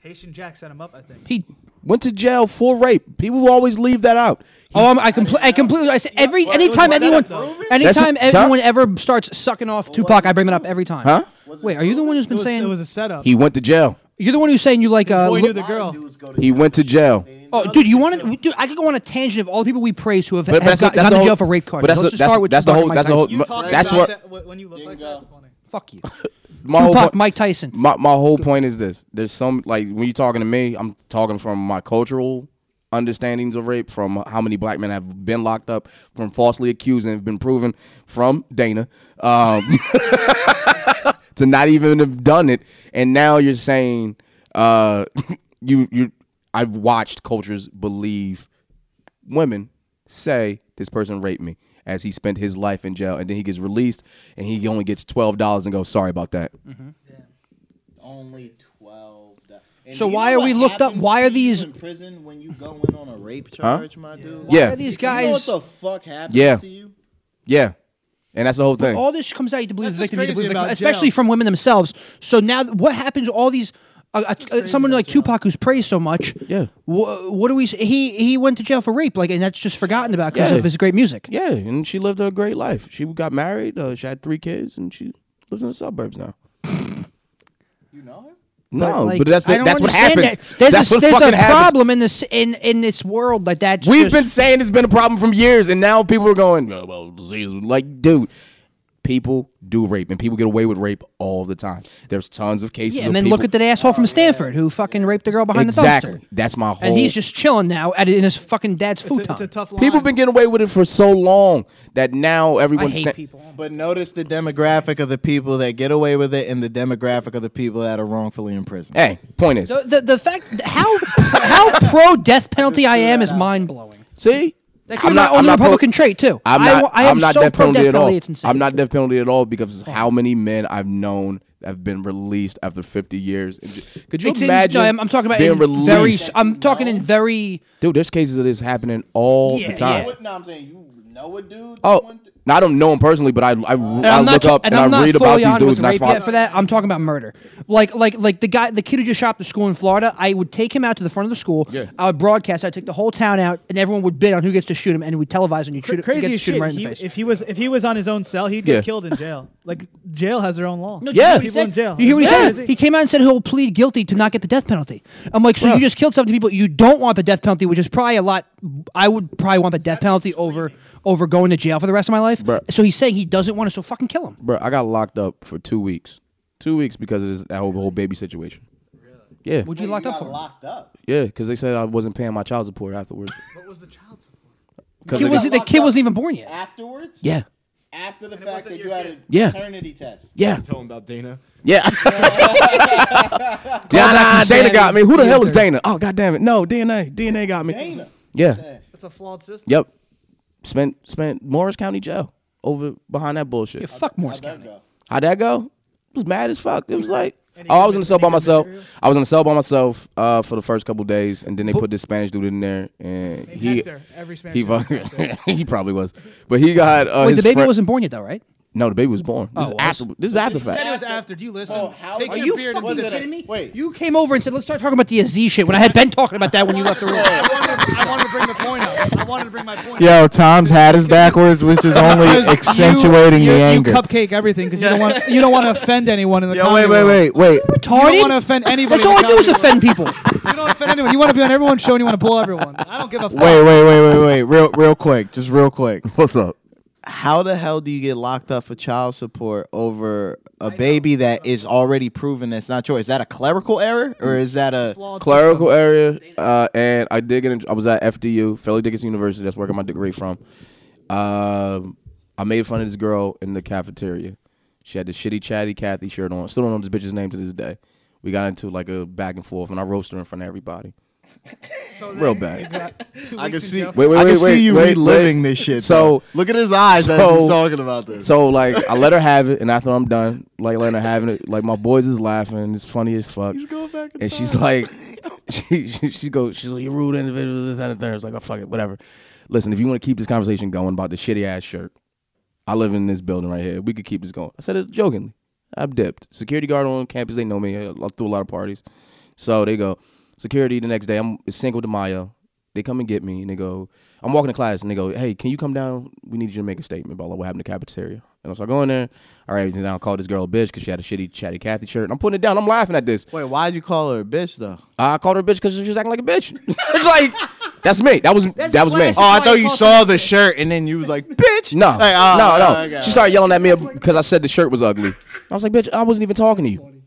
D: Haitian Jack set him up. I think.
R: he
L: Went to jail for rape. People will always leave that out.
R: Oh, I'm, I, compl- I completely. I say every anytime
D: was that
R: anyone,
D: proven?
R: anytime
L: That's-
R: everyone ever starts sucking off Tupac, I bring that up every time.
L: Huh?
R: Wait, are you the one who's
D: It
R: been
D: was,
R: saying
D: it was a setup.
L: He went to jail.
R: you're the one who's saying you like uh?
D: Boy
R: look-
D: knew the girl.
L: He went to jail.
R: oh, dude, you want to? Dude, I could go on a tangent of all the people we praise who have,
L: But- but
R: have
L: that's
R: got,
L: the- that's
R: gone
L: the
R: to
L: whole-
R: jail for rape
L: but
R: charges.
L: that's
R: Let's
L: the-
R: just
L: that's-
R: start with
L: that's the
R: Tupac
L: whole-
R: and Mike
L: that's the whole-
R: Tyson.
L: You talk like That's that- what-
D: when you look like that, it's funny.
R: Fuck you,
L: My whole
R: Tupac,
L: point-
R: Mike Tyson.
L: My my whole point is this: there's some like when you're talking to me, I'm talking from my cultural understandings of rape, from how many black men have been locked up, from falsely accused and have been proven, from Dana, um, <laughs> to not even have done it, and now you're saying, uh, <laughs> you you, I've watched cultures believe women say this person raped me as he spent his life in jail and then he gets released and he only gets $12 and goes sorry about that
O: Only twelve. dollars. And
R: So
O: you
R: why
O: know
R: are we
O: what
R: looked up-
O: happens
R: why are
O: to you
R: these-
O: in prison when you go in on a rape charge, my dude?
L: Why Yeah. are
R: these
O: You know
R: guys-
O: what the fuck happens
L: Yeah.
O: to you?
L: Yeah, and that's the whole thing.
R: All this comes out. You have to believe the
D: That's
R: victim, you
D: what's
R: have to
D: crazy
R: believe the victim,
D: about
R: especially
D: jail.
R: from women themselves. So now, th- what happens? All these. Uh, uh, uh, someone like Tupac, who's praised so much,
L: Yeah.
R: Wh- what do we? s- He he went to jail for rape, like, and that's just forgotten about because
L: Yeah.
R: of his great music.
L: yeah, and she lived a great life. She got married. Uh, she had three kids, and she lives in the suburbs now.
O: You know her?
L: No, but,
R: like,
L: that's
R: I
L: the,
R: don't
L: that's what
R: understand
L: happens.
R: that. There's
L: that's
R: a,
L: what
R: there's
L: fucking
R: a
L: happens.
R: problem in this in in this world like that.
L: We've been saying it's been a problem from years, and now people are going, oh, "Well, disease." Like, dude, people do rape, and people get away with rape all the time. There's tons of cases.
R: yeah, and
L: of
R: then
L: people,
R: look at that asshole from Stanford who fucking raped the girl behind
L: exactly.
R: the dumpster,
L: That's my whole.
R: and he's just chilling now at in his fucking dad's
D: It's a-
R: futon.
D: It's a tough line.
L: people been getting away with it for so long that now everyone's sta-
O: But notice the demographic of the people that get away with it and the demographic of the people that are wrongfully in prison.
L: Hey, point is,
R: The, the, the fact how
L: <laughs>
R: how pro death penalty I am is mind blowing.
L: see,
R: That
L: I'm
R: could
L: not-
R: not, only
L: I'm not pro-
R: Republican trait too.
L: I'm
R: I
L: not.
R: wa- I,
L: am
R: am
L: not
R: so
L: death
R: pro
L: penalty
R: death
L: at all.
R: penalty. It's insane.
L: I'm not death penalty at all because how many men I've known have been released after 50 years. And ju- Could you
R: It's in-
L: imagine?
R: no, I'm, I'm talking about
L: being
R: in very. um,
L: released.
R: I'm talking in very.
L: Dude, there's cases of this happening all
R: Yeah,
L: the time.
R: yeah.
O: No, I'm saying you know a dude?
L: Oh, now I don't know him personally, but I I, I
R: I'm not
L: look
R: ta-
L: up and,
R: I'm
L: I
R: not
L: read about
R: fully
L: these
R: on
L: dudes.
R: With
L: And I
R: rape
L: find,
R: yet for that, I'm talking about murder. Like, like, like the guy, the kid who just shot the school in Florida. I would take him out to the front of the school.
L: Yeah.
R: I would broadcast. I'd take the whole town out, and everyone would bid on who gets to shoot him, and we televise and you shoot. you get
D: Crazy
R: to
D: as
R: shoot
D: shit.
R: him right in
D: he-
R: the face.
D: if he was if he was on his own cell, he'd get
R: Yeah.
D: killed in jail. Like jail has their own law.
R: No, do you hear what he
D: people in
R: said?
D: jail.
R: You hear what he
D: Yeah.
R: said? He came out and said he'll plead guilty to not get the death penalty. I'm like, so you just killed 17 people. You don't want the death penalty, which is probably a lot. I would probably want the death penalty over over going to jail for the rest of my life. So he's saying he doesn't want to. So fucking kill him.
L: bro, I got locked up for two weeks, two weeks because of this, that whole, whole baby situation. Yeah,
R: Would you locked up for?
O: Locked up.
L: yeah, because they said I wasn't paying my child support afterwards.
O: What was the child support?
L: 'Cause
R: Kid
L: they-
R: was, the kid wasn't even born yet.
O: Afterwards?
L: Yeah.
O: After the fact that you had a
L: Yeah.
O: paternity test.
L: Yeah.
S: Tell him about Dana.
L: Yeah.
O: Call
L: yeah, nah,
O: back and
L: Dana
O: say
L: got me. Who the hell is
O: Dana.
L: Dana? Oh, god damn it. No, DNA. DNA got me.
O: Dana.
L: Yeah.
D: It's a flawed system.
L: Yep. Spent spent Morris County Jail over behind that bullshit.
R: fuck Morris County.
L: How'd that go? It was mad as fuck. It was like Oh, I was in the cell by myself. I was in the cell by myself uh, for the first couple days, and then they put this Spanish dude in there, and he
R: Hector. Every Spanish
L: he,
R: dude
L: fuck-
R: is Hector.
L: <laughs> he probably was, but he got uh,
R: Wait, the
L: his
R: baby
L: friend-
R: wasn't born yet, though, right?
L: No, the baby was born. This
R: Oh,
L: is
R: it was?
L: after. This is after
D: Said it
L: fact.
D: was after. Do you listen? Take
R: Are
D: your
R: you
D: beard and
R: fucking
D: sit
R: kidding
D: down.
R: me? Wait, you came over and said, "Let's start talking about the Aziz shit." When I had been talking about that when
D: <laughs>
R: you left the room.
D: I wanted to bring the point up. I wanted to bring my point.
B: Yo, Tom's hat is backwards, which is only
L: <laughs>
D: Because you-
B: accentuating
D: you,
B: the
D: you
B: anger.
D: cupcake everything because you don't want you don't want to offend anyone in the.
B: Yo,
D: comedy
B: wait, wait,
D: world.
B: wait, wait.
D: You don't want to offend anybody.
R: That's all I do is
D: offend <laughs>
R: people.
D: you don't offend anyone. You want to be on everyone's show and you want to pull everyone. I don't give a fuck.
B: Wait, wait, wait, wait, wait. Real, real quick. Just real quick.
L: What's up?
O: How the hell do you get locked up for child support over a baby that is already proven that's not yours? Is that a clerical error or is that a
L: clerical area, uh, and I did get. In, I was at FDU, Fairleigh Dickinson University. That's where I got my degree from. Um, I made fun of this girl in the cafeteria. She had the shitty chatty Kathy shirt on. Still don't know this bitch's name to this day. We got into like a back and forth, and I roasted her in front of everybody. Real bad.
O: I can see.
L: Wait, wait, wait,
B: I can
L: wait,
B: see you
L: wait,
B: reliving
L: wait.
B: this shit.
L: So
B: though. look at his eyes as
L: so-
B: he's talking about this.
L: So like, I let her have it, and after I'm done, like letting her have it, like my boys is laughing. It's funny as fuck. and she's like, <laughs> she, she she goes, she's like, you rude individual, this that, and the third. I was like, oh fuck it, whatever. Listen, if you want to keep this conversation going about the shitty ass shirt, I live in this building right here. We could keep this going. I said it jokingly. I've dipped. Security guard on campus, they know me. I I threw a lot of parties. So they go, security the next day, I'm it's Cinco de Mayo. They come and get me and they go, I'm walking to class and they go, Hey, can you come down? We need you to make a statement about like, what happened to cafeteria. And so I go in there, I write everything down, I call this girl a bitch because she had a shitty chatty Kathy shirt. And I'm putting it down. I'm laughing at this.
O: Wait, why'd you call her a bitch though?
L: I called her a bitch because she was acting like a bitch. <laughs> it's like that's me. That was that was me.
B: Oh, I thought you saw the shirt and then you was like, bitch.
L: No,
B: Like, oh,
L: no, no.
B: okay.
L: She started yelling at me because I said the shirt was ugly. I was like, bitch, I wasn't even talking to you.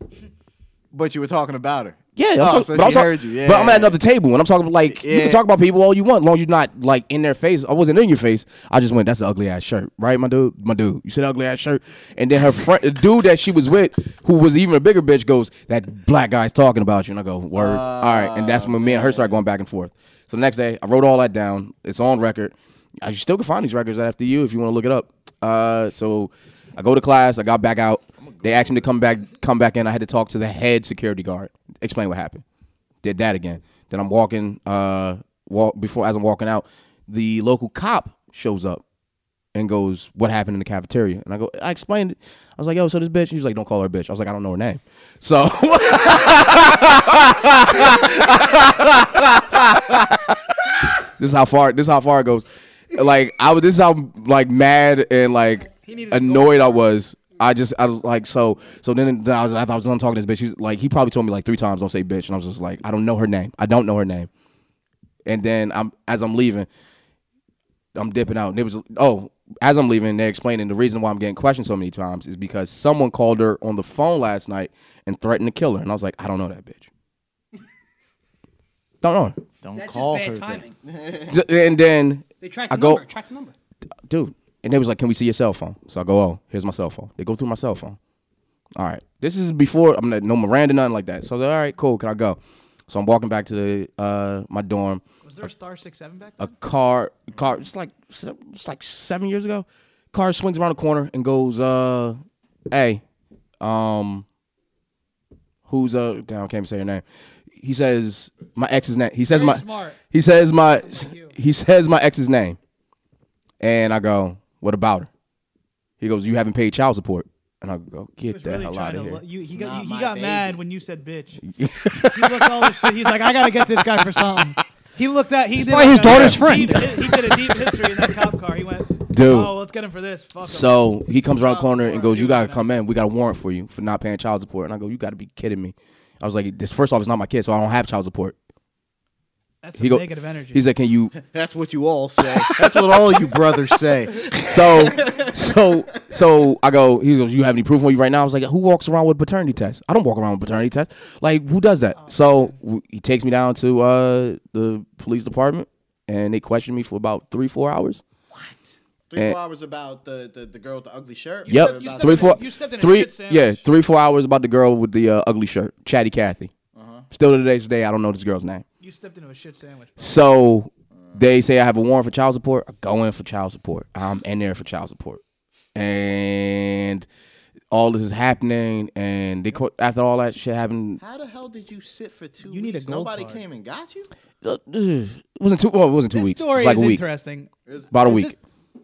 B: But you were talking about her.
L: Yeah, I'm
B: oh,
L: talking,
B: so
L: but, I'm
B: she
L: talk-
B: heard you. Yeah,
L: but I'm at another table and I'm talking like you
B: Yeah.
L: can talk about people all you want, long as you're not like in their face. I wasn't in your face. I just went, that's an ugly ass shirt, right, my dude, my dude. You said ugly ass shirt, and then her friend, the dude that she was with, who was even a bigger bitch, goes, that black guy's talking about you, and I go, word, all right, and that's when me and her started going back and forth. So the next day, I wrote all that down. It's on record. I you still can find these records at FDU if you want to look it up. Uh, so I go to class. I got back out. They asked me to come back, come back in. I had to talk to the head security guard. Explain what happened. Did that again. Then I'm walking. Uh, walk before as I'm walking out, the local cop shows up and goes, "What happened in the cafeteria?" And I go, "I explained it." I was like, "Yo, so this bitch." He was like, "Don't call her a bitch." I was like, "I don't know her name." So. <laughs> this is how far this is how far it goes. Like I was this is how like mad and like annoyed I was. I just I was like so so then, then I was I thought I was done talking to this bitch. He's like he probably told me like three times don't say bitch and I was just like I don't know her name. I don't know her name. And then I'm as I'm leaving, I'm dipping out. And it was oh, as I'm leaving, they're explaining the reason why I'm getting questioned so many times is because someone called her on the phone last night and threatened to kill her. And I was like, I don't know that bitch. don't know her.
O: Don't
R: That's just
O: call
R: bad
O: her.
R: timing.
O: that.
L: D- and then
R: They tracked
L: I
R: the
L: go,
R: number, tracked the number.
L: dude. And they was like, "Can we see your cell phone?" So I go, "Oh, here's my cell phone." They go through my cell phone. All right, this is before I'm not no Miranda, nothing like that. So they're all right, cool. Can I go? So I'm walking back to the, uh, my dorm.
D: Was there a star six seven back?
L: A car, car. It's like it's like seven years ago. Car swings around the corner and goes, "Uh, hey, um, who's uh down can't even say her name he says my ex's name he says
D: Very
L: my
D: smart.
L: he says my he says my ex's name And I go, "What about her?" He goes, "You haven't paid child support." And I go,
D: He
L: "Get
D: was
L: the
D: really
L: hell
D: trying
L: out
D: to
L: of here."
D: lo- you- he got,
O: not
D: you- he
O: my
D: got
O: baby.
D: mad when you said
L: <laughs>
D: bitch. he looked all this shit. He's like, I gotta get this guy for something. He looked at. He
R: He's
D: did
R: probably
D: a-
R: his daughter's
D: deep-
R: friend.
D: he did a deep history in that cop car. He went,
L: Dude.
D: Oh, let's get him for this. Fuck him.
L: So he comes around the corner and goes, "You gotta come in. We got a warrant for you for not paying child support." And I go, "You gotta be kidding me." I was like, "This first off, it's not my kid, so I don't have child support."
D: That's
L: some
D: negative energy.
L: He's like, "Can you?" <laughs>
B: That's what you all say. That's what all you brothers say. <laughs>
L: So, so, so I go. He goes, "You have any proof on you right now?" I was like, "Who walks around with paternity tests? I don't walk around with paternity tests. Like, who does
D: Oh,
L: that?" So w- he takes me down to uh, the police department, and they questioned me for about three, four hours.
O: Three
L: And-
O: four hours about the, the, the girl with the ugly shirt.
L: Eh. yep,
O: About
L: three,
O: the-
L: four, three, yeah, three, four hours about the girl with the uh, ugly shirt, Chatty Cathy.
D: Uh-huh.
L: Still to today's day, I don't know this girl's name.
D: You stepped into a shit sandwich.
L: So they say I have a warrant for child support. I go in for child support. I'm in there for child support, and all this is happening. And they co- after all that shit happened,
O: How the hell did you sit for two
D: You need
O: weeks?
D: a gold
O: Nobody
D: card.
O: came and got you.
L: uh, it wasn't two. Well, it wasn't two
D: This
L: weeks. It
D: story
L: was like
D: is
L: a week.
D: interesting. It's-
L: About a
D: it's
L: week.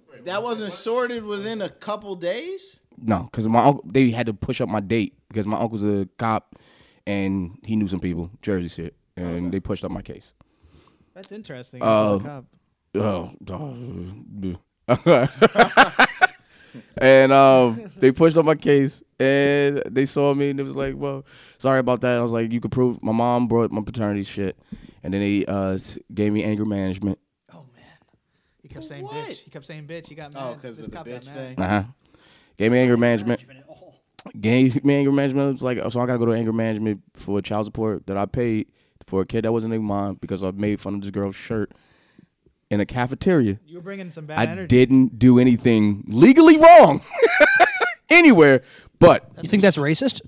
D: just-
O: That wasn't sorted within a couple days.
L: No, because my uncle they had to push up my date because my uncle's a cop, and he knew some people, Jersey shit, and they pushed up my case.
D: That's interesting.
L: Uh,
D: He's a cop.
L: oh, oh, <laughs> and um, they pushed up my case, and they saw me, and it was like, "Well, sorry about that." I was like, "You could prove." My mom brought my paternity shit, and then they uh, s- gave me anger management.
D: He kept saying bitch. He kept saying bitch. He got mad.
O: Oh, 'cause
D: This
O: of the
D: cop got
O: bitch
D: mad.
O: thing?
L: Uh huh. Gave me anger management. Gave me anger management. It's like, so I gotta go to anger management for child support that I paid for a kid that wasn't even mine because I made fun of this girl's shirt in a cafeteria.
D: You were bringing some bad
L: I
D: energy.
L: didn't do anything legally wrong <laughs> anywhere, but
R: You think that's racist?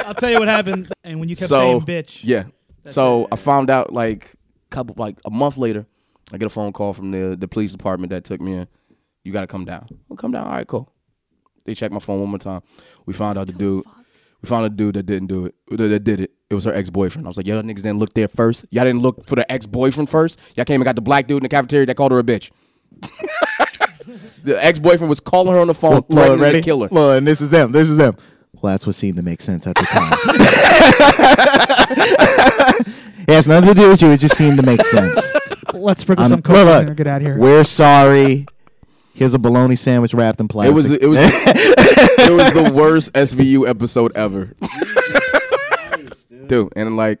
D: I'll tell you what happened. And when you kept
L: so
D: saying bitch,
L: yeah.
D: that's
L: So I found out like couple like a month later, I get a phone call from the the police department that took me in. You got to come down. Well, come down. All right, cool. They checked my phone one more time. We found out the dude. We found a dude that didn't do it. That that did it. It was her ex boyfriend. I was like, y'all niggas didn't look there first. Y'all didn't look for the ex boyfriend first. Y'all came and got the black dude in the cafeteria that called her a bitch. <laughs> the ex boyfriend was calling her on Oh, the phone,
B: Look,
L: threatening
B: ready?
L: to kill her.
B: Look, and this is them. This is them. Well, that's what seemed to make sense at the
L: <laughs>
B: time. <laughs> it has nothing to do with you. It just seemed to make
D: <laughs>
B: sense.
D: Let's sprinkle
B: I'm-
D: some coke
B: look,
D: in
B: look,
D: there and get out of here.
B: We're sorry. Here's a bologna sandwich wrapped in
L: It
B: plastic.
L: was it was it was
R: <laughs>
L: the worst SVU episode
O: <laughs>
L: ever. dude, and like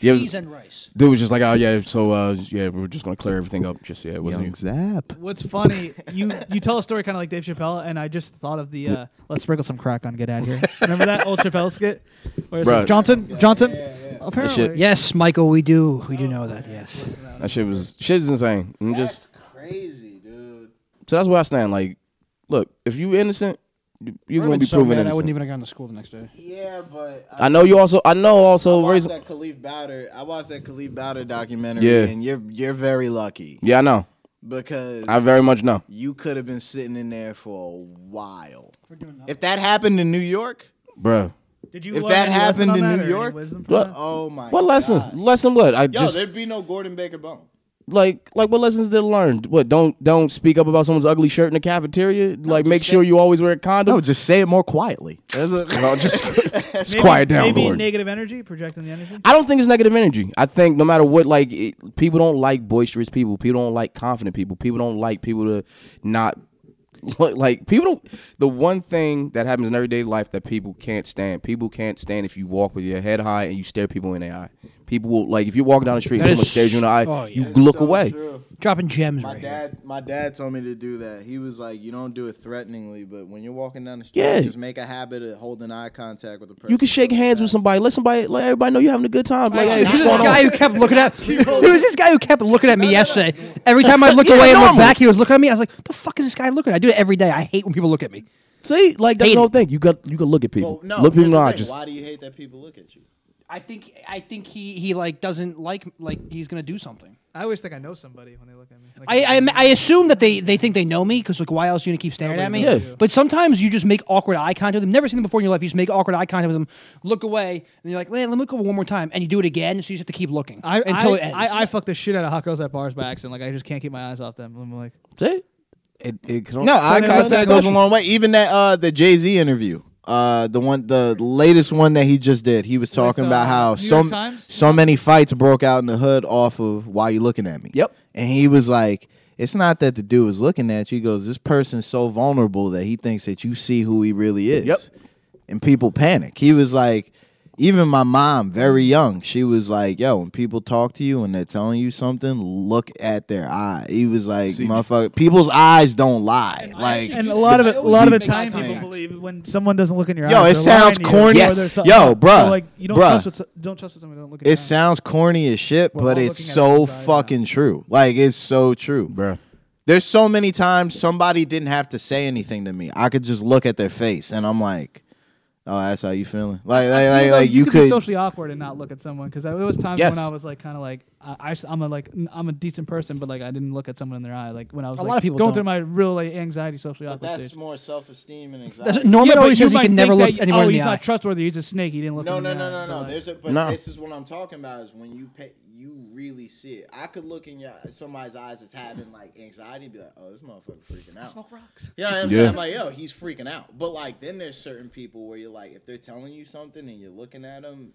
L: yeah, it was-
R: Cheese and rice.
L: Dude was just like, oh yeah, so uh, yeah, we're just gonna clear everything up. Just yeah, it wasn't
B: Young
L: zap.
D: What's funny, you you tell a story kind of like Dave Chappelle, and I just thought of the uh, let's sprinkle some crack on Get Out of Here. Remember that old Chappelle skit? Where it's like,
L: Bruh.
D: Johnson, Johnson.
L: That shit-
D: Apparently,
R: Yes, Michael, we do. We do know that. Yes.
L: That shit was shit is insane. And just
O: Crazy, dude.
L: so that's where I stand. Like, look, if you innocent, you- you're gonna be proven innocent.
R: I wouldn't even have gone to school the next day.
O: Yeah, but
L: I know you also. I know also.
O: I watched
L: raise-
O: that Khalif Bowder. I watched that Khalif Bowder documentary,
L: Yeah.
O: and you're you're very lucky
L: yeah, I know.
O: because
L: I very much know.
O: you could have been sitting in there for a while. If that happened in New York,
L: Bruh.
D: Did you
O: If
D: learn
O: that
D: any lesson
O: happened
D: on
O: in
D: that or
O: New
D: any
O: York,
D: wisdom from
L: What?
D: that?
O: oh my
L: What lesson? Lesson what? I
O: Yo,
L: just
O: there'd be no Gordon Baker Bone.
L: like like what lessons did I learn? What don't don't speak up about someone's ugly shirt in the cafeteria? Like make sure you always wear a condom. <laughs> No,
B: just say it more
O: <laughs>
B: quietly.
L: no, just, just
D: Maybe-
L: quiet down,
D: Maybe
L: Gordon.
D: negative energy, projecting the energy.
L: I don't think it's negative energy. I think no matter what, like it, people don't like boisterous people. People don't like confident people. People don't like people to not <laughs> like people don't. The one thing that happens in everyday life that people can't stand. People can't stand if you walk with your head high and you stare people in the eye. People will like if you're walking down the street and
R: That
L: someone
R: is-
L: stares you in the eye,
R: oh, yeah.
L: you
R: That
L: look
O: so
L: away.
O: true.
R: Dropping gems
O: My
R: right here.
O: dad, my dad told me to do that. He was like, "You don't do it threateningly, but when you're walking down the street,
L: Yeah.
O: just make a habit of holding eye contact with the person."
L: You can shake hands with somebody. Let somebody, let everybody know you're having a good time. Like,
R: Actually,
L: hey, what's
R: this
L: going
R: guy
L: on?
R: who kept looking at <laughs> he was this guy who kept looking at me yesterday. Every time <laughs> I looked
L: Yeah,
R: away and looked
L: normal.
R: back, he was looking at me. I was like, "The fuck is this guy looking?" at? I do it every day. I hate when people look at me.
L: See, like that's
R: Hate
L: the whole
R: it.
L: thing. You got, you got to look at people.
O: No,
L: look
O: here's
L: people in the
O: the
L: eye.
O: thing.
L: Just
O: Why do you hate that people look at you?
R: I think I think he he like doesn't like like he's gonna do something.
D: I always think I know somebody when they look at me. Like,
R: I, I I assume that they they think they know me because like why else are you gonna keep staring at me?
D: Nobody knows Yeah. you.
R: But sometimes you just make awkward eye contact with them. Never seen them before in your life. You just make awkward eye contact with them, look away, and you're like, "Man, let me look over one more time," and you do it again. So you just have to keep looking
D: I,
R: until
D: I,
R: it ends.
D: I, I fuck the shit out of hot girls at bars by accident. Like I just can't keep my eyes off them. I'm like,
L: See? It, it can
D: So
L: only-
D: I
O: No, eye
D: never
O: contact
D: understood
O: goes a
D: you.
O: long way. Even that uh the Jay Z interview. Uh, the one, the latest one that he just did, he was talking about how
D: uh, New
O: so
D: York Times?
O: so many fights broke out in the hood off of why you looking at me. Yep. And he was like, it's not that the dude was looking at you. He goes, this person's so vulnerable that he thinks that you see who he really is. Yep. And people panic. He was like, even my mom, very young, she was like, yo, when people talk to you and they're telling you something, look at their eye. He was like, motherfucker, people's eyes don't lie. Like,
D: and a lot of it, a lot of the
O: people-
D: time, people believe when someone doesn't look in your eyes.
O: Yo, it
D: they're lying
O: sounds
D: to you,
O: corny.
D: or
O: Yes.
D: there's some-
O: Yo,
D: so,
O: bruh,
D: like you don't
O: bruh.
D: trust what, so- don't trust what someone don't look at.
O: It sounds corny as shit, but it's so fucking true. Like it's so true, bro. There's so many times somebody didn't have to say anything to me. I could just look at their face, and I'm like, "Oh, that's how you feeling." Like, like, like,
D: Even though
O: like you
D: could, be
O: could.
D: socially awkward and not look at someone because there was times
O: Yes.
D: when I was like kind of like I, am a like n- I'm a decent person, but like I didn't look at someone in their eye. Like when I was
O: A
D: like,
O: lot of people
D: going
O: don't.
D: through my real like, anxiety, socially awkward stage.
O: more self-esteem and
R: That's- Norman
D: but
R: always
D: you
R: says he
D: might
R: can
D: think
R: never
D: that
R: look
D: you-
R: anyone
D: oh,
R: in the
D: he's
R: eye.
D: not trustworthy. He's a snake. He didn't look.
O: No,
D: him
O: no,
D: in the
O: no,
D: eye,
O: no, no.
D: like-
O: There's a but
D: No.
O: this is what I'm talking about is when you pay, you really see it. I could look in your somebody's eyes that's having like anxiety, and be like, oh, this motherfucker freaking out.
R: smoke rocks.
O: Yeah, I'm,
L: Yeah.
O: I'm like, yo, he's freaking out. But like, then there's certain people where you're like, if they're telling you something and you're looking at them,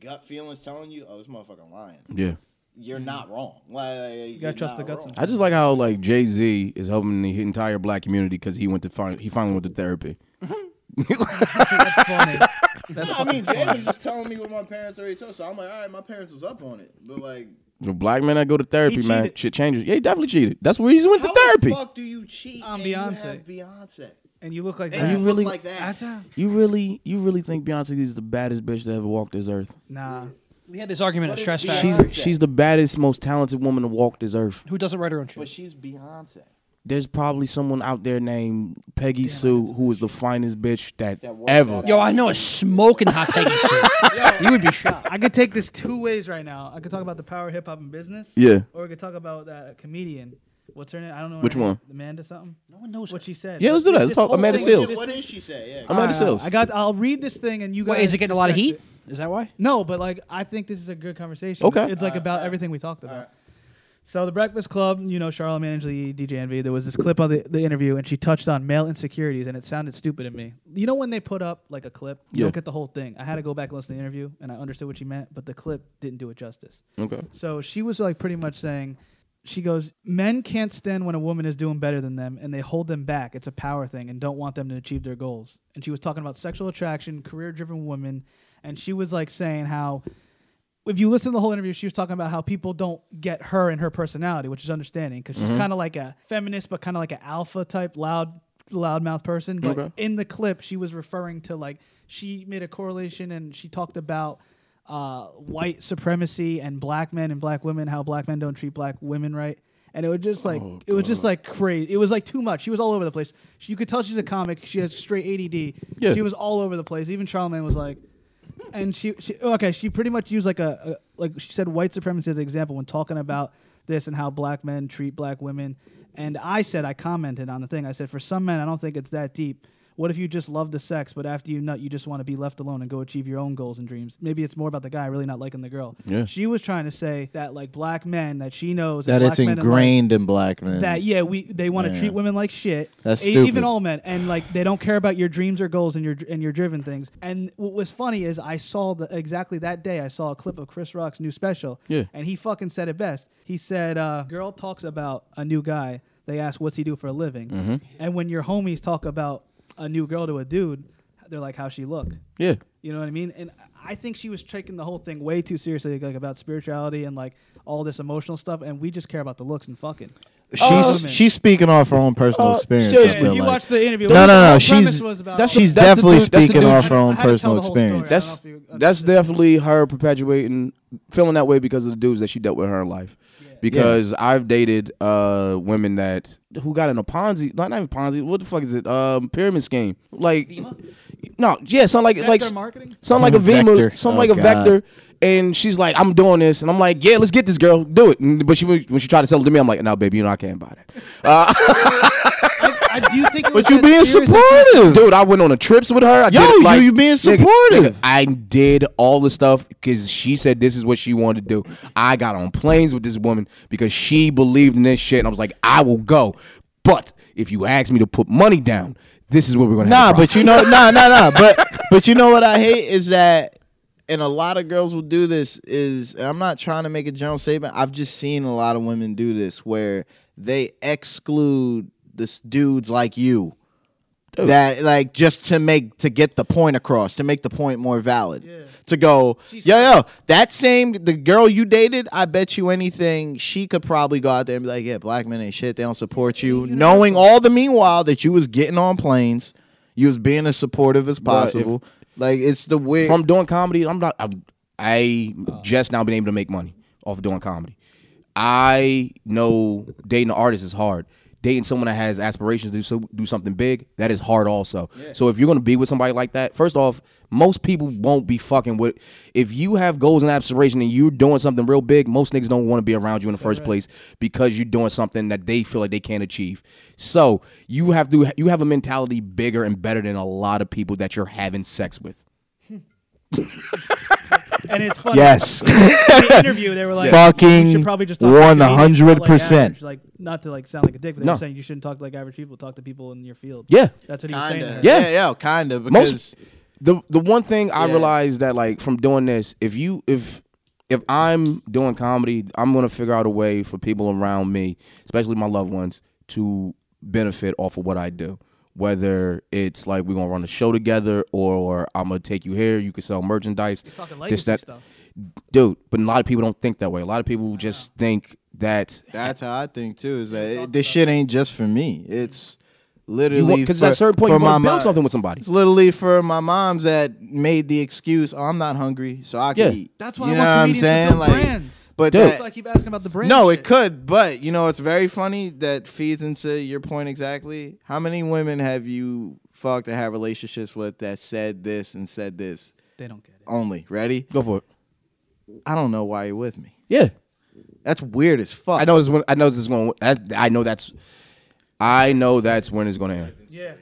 O: gut feelings telling you, oh, this motherfucker lying.
L: Yeah.
O: You're not wrong. Like, you
D: Mm-hmm. gotta trust the guts.
L: I just like how like Jay Z is helping the entire black community because he went to fin- he finally went to therapy.
D: That's funny.
L: <laughs>
O: no, I mean, Jay was just telling me what my parents already told, so I'm like, all right, my parents was up on it, but like,
L: The black men that go to therapy, man,
O: cheated.
L: shit changes. Yeah, he definitely cheated. That's where he just went
O: how
L: to therapy.
O: the fuck do you cheat
D: On
O: and you
D: Beyonce.
O: have Beyonce?
D: And you look like
O: And
D: that.
O: you look Really? like that.
L: You really, you really think Beyonce is the baddest bitch that ever walked this earth?
D: Nah.
R: We had this argument at Stress Factor.
L: She's she's the baddest, most talented woman to walk this earth.
R: who doesn't write her own shit.
O: But she's Beyonce.
L: There's probably someone out there named Peggy Sue who is the finest bitch that,
O: works
L: ever.
R: Yo, I know a smoking hot Peggy
D: <laughs>
R: Sue. you would be shocked.
D: I could take this two ways right now. I could talk about the power of hip hop and business.
L: Yeah.
D: Or we could talk about that comedian. What's her name? I don't know. her
L: Which
D: name.
L: one?
D: Amanda something. No one knows what she said.
L: Yeah, let's do that.
D: This
L: Let's talk
D: whole
L: Amanda
D: thing-
L: Seals.
D: this
L: What
D: thing-
O: did she say? Yeah.
L: Amanda
D: Alright,
L: Seals.
D: I got. I'll read this thing and you guys.
R: Wait, is it getting a lot of
D: dissect
R: heat?
D: it.
R: Is that why?
D: No, but like I think this is a good conversation.
R: Okay.
D: It's like about everything we talked about. So the Breakfast Club, you know, Charlamagne Angeli, DJ Envy. There was this clip of the, the interview, and she touched on male insecurities, and it sounded stupid to me. You know, when they put up like a clip, you
L: Yeah.
D: don't get the whole thing. I had to go back and listen to the interview, and I understood what she meant, but the clip didn't do it justice.
L: Okay.
D: So she was like pretty much saying, she goes, men can't stand when a woman is doing better than them, and they hold them back. It's a power thing, and don't want them to achieve their goals. And she was talking about sexual attraction, career-driven women, and she was like saying how if you listen to the whole interview, she was talking about how people don't get her and her personality, which is understanding because she's
L: Mhm.
D: kind of like a feminist, but kind of like an alpha type, loud, loud mouth person. But
L: Okay.
D: in the clip, she was referring to like she made a correlation and she talked about uh, white supremacy and black men and black women, how black men don't treat black women right. And it was just like
L: Oh,
D: it was just like crazy. It was like too much. She was all over the place. She, you could tell she's a comic. She has straight ADD.
L: Yeah.
D: She was all over the place. Even Charlemagne was like, and she, she okay she pretty much used like a, a like she said white supremacy as an example when talking about this and how black men treat black women and i said i commented on the thing i said for some men i don't think it's that deep what if you just love the sex but after you nut you just want to be left alone and go achieve your own goals and dreams maybe it's more about the guy really not liking the girl
O: Yeah.
D: she was trying to say that like black men that she knows and
O: That it's
D: black men in life-
O: ingrained in black men.
D: that yeah we they want to
O: Yeah.
D: treat women like shit
O: That's
D: E- even
O: stupid.
D: all men and like they don't care about your dreams or goals and your and your driven things and what was funny is i saw the exactly that day i saw a clip of chris rock's new special
L: Yeah.
D: and he fucking said it best he said uh, girl talks about a new guy they ask what's he do for a living
O: Mm-hmm.
L: Mhm.
D: and when your homies talk about a new girl to a dude they're like how she look
L: Yeah.
D: you know what I mean? And I think she was taking the whole thing way too seriously, like about spirituality and like all this emotional stuff. And we just care about the looks and fucking.
O: She's she's speaking off her own personal
D: Uh,
O: experience.
D: seriously,
O: I feel
D: if you
O: like.
D: watch the interview,
O: no,
D: the
O: no, no.
D: whole
O: She's
D: premise was about-
O: that's she's
L: That's the
O: definitely
L: dude- that's the
O: speaking
L: dude-
O: off her own
L: I had to tell
O: personal
L: the whole story.
O: experience.
L: That's that's definitely her perpetuating feeling that way because of the dudes that she dealt with in her life. Because I've dated uh, women that who got in a Ponzi, not not even Ponzi. What the fuck is it? Um, pyramid scheme. Like, No, yeah, sound like
G: Vector
L: like
G: marketing?
O: <laughs>
L: sound like a
G: Vector.
L: Vima, sound
G: Oh,
L: like a
G: God.
L: vector. And she's like, I'm doing this, and I'm like, yeah, let's get this girl, do it. And- but she when she tried to sell it to me, I'm like, no, baby, you know I can't buy that. Uh,
D: I do think. it was
L: but you
D: that
L: being
D: serious and
L: supportive, dude. I went on the trips with her.
B: Yo,
L: I did, it,
B: you-
L: like,
B: you being
L: nigga,
B: supportive.
L: nigga, I did all the stuff because she said this is what she wanted to do. I got on planes with this woman because she believed in this shit, and I was like, I will go. But if you ask me to put money down, this is what we're gonna.
O: Nah,
L: have a
O: but you know,
L: problem.
O: nah, nah, nah. But but you know what I hate is that, and a lot of girls will do this. Is and I'm not trying to make a general statement. I've just seen a lot of women do this where they exclude this dudes like you.
L: Dude.
O: That like just to make to get the point across to make the point more valid to go yo yo that same the girl you dated I bet you anything she could probably go out there and be like yeah black men ain't shit they don't support you knowing all the meanwhile that you was getting on planes you was being as supportive as
L: Bruh, if-
O: possible like it's the way
L: from doing comedy, I'm not. I, I just now been able to make money off of doing comedy. I know dating an artist is hard. Dating someone that has aspirations to do, so, do something big, that is hard also. So if you're gonna be with somebody like that, first off, most people won't be fucking with. If you have goals and aspirations and you're doing something real big, most niggas don't want to be around you in the first place because you're doing something that they feel like they can't achieve. So you have to you have a mentality bigger and better than a lot of people that you're having sex with.
D: And it's
L: <laughs>
D: funny.
B: Yes.
D: In the interview, they were like,
B: Fucking
D: you should probably just talk to comedians, not like
B: 100%.
D: average," Like, not to like sound like a dick, but they
L: No.
D: were saying you shouldn't talk to like average people. Talk to people in your field.
L: Yeah,
D: that's what he was saying. to her.
L: Yeah,
O: kind of.
L: Most the the one thing I realized that like from doing this, if you if if I'm doing comedy, I'm gonna figure out a way for people around me, especially my loved ones, to benefit off of what I do. Whether it's like we're gonna run a show together, or I'm gonna take you here, you can sell merchandise. You're
D: talking
O: legacy stuff.
L: dude. But a lot of people don't think that way. A lot of people just think that
O: that's how I think too is that it, this shit ain't just for me it's literally
L: want- 'cause at a
O: for-
L: certain point
O: for
L: you wanna
O: my
L: build
O: mom-
L: something with somebody.
O: it's literally for my moms that made the excuse oh, I'm not hungry so I can
L: Yeah.
O: eat
D: That's why
O: you
D: I
O: know
D: want
O: what I'm
D: comedians to
O: saying
D: build
O: like
D: brands.
O: but
D: Dude.
O: that-
D: That's why I keep asking about the brand
O: no it
D: shit.
O: could but you know it's very funny that feeds into your point exactly how many women have you fucked and had relationships with that said this and said this
D: They don't get it
O: only ready
L: go for it
O: I don't know why you're with me
L: Yeah,
O: that's weird as fuck.
L: I know this. When, I know this is going. I, I know that's. I know that's when it's going to end.
D: Yeah.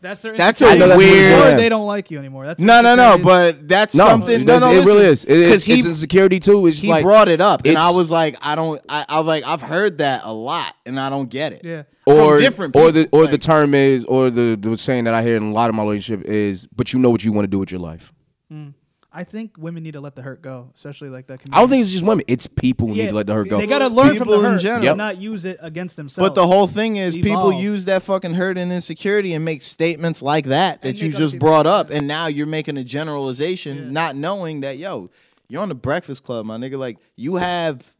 D: That's their.
O: That's
L: I
O: a
L: know that's what
O: weird.
L: it is.
D: Or they don't like you anymore. That's
O: no, no, no.
D: insecurities.
O: But that's
L: No,
O: something. No,
L: that's-
O: no,
L: it really is. It- it's-
O: Because he
L: it's insecurity too. It's
O: he
L: like-
O: brought it up, and I
L: it's-
O: was like, I don't. I, I was like, I've heard that a lot, and I don't get it.
D: Yeah.
L: Or
O: From different
L: or
O: people.
L: the or the term is or the the saying that I hear in a lot of my relationship is, but you know what you want to do with your life.
D: Mm. I think women need to let the hurt go, especially like that. Comedian.
L: I don't think it's just women. It's people who need to let the hurt go.
D: They gotta learn
O: People
D: from
O: in
D: the hurt,
O: general.
D: and
O: Yep.
D: not use it against themselves.
O: But the whole thing is, people
D: Evolve.
O: use that fucking hurt and insecurity and make statements like that that
D: And
O: you
D: make other
O: just
D: people
O: brought up, and now you're making a generalization, not knowing that yo, you're on the Breakfast Club, my nigga. Like you have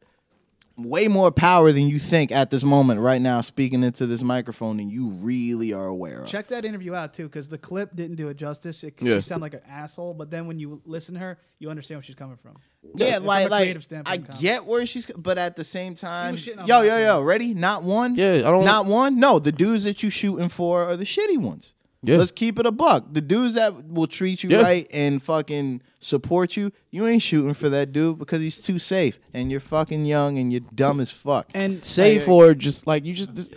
O: way more power than you think at this moment, right now, speaking into this microphone, and you really are aware of.
D: Check that interview out too, because the clip didn't do it justice. It,
O: Yeah.
D: She sounded like an asshole, but then when you listen to her, you understand where she's coming from.
O: Yeah,
D: From a
O: like like
D: creative
O: I
D: standpoint, comedy.
O: get where she's, but at the same time,
D: shitting on
O: yo,
D: black
O: yo, yo, ready? Not one. Yeah, I
L: don't-
O: Not one. No, the dudes that you shooting for are the shitty ones.
L: Yeah.
O: Let's keep it a buck. The dudes that will treat you
L: Yeah.
O: right and fucking support you, you ain't shooting for that dude because he's too safe and you're fucking young and you're dumb as fuck.
D: And
L: Safe or just like you just, just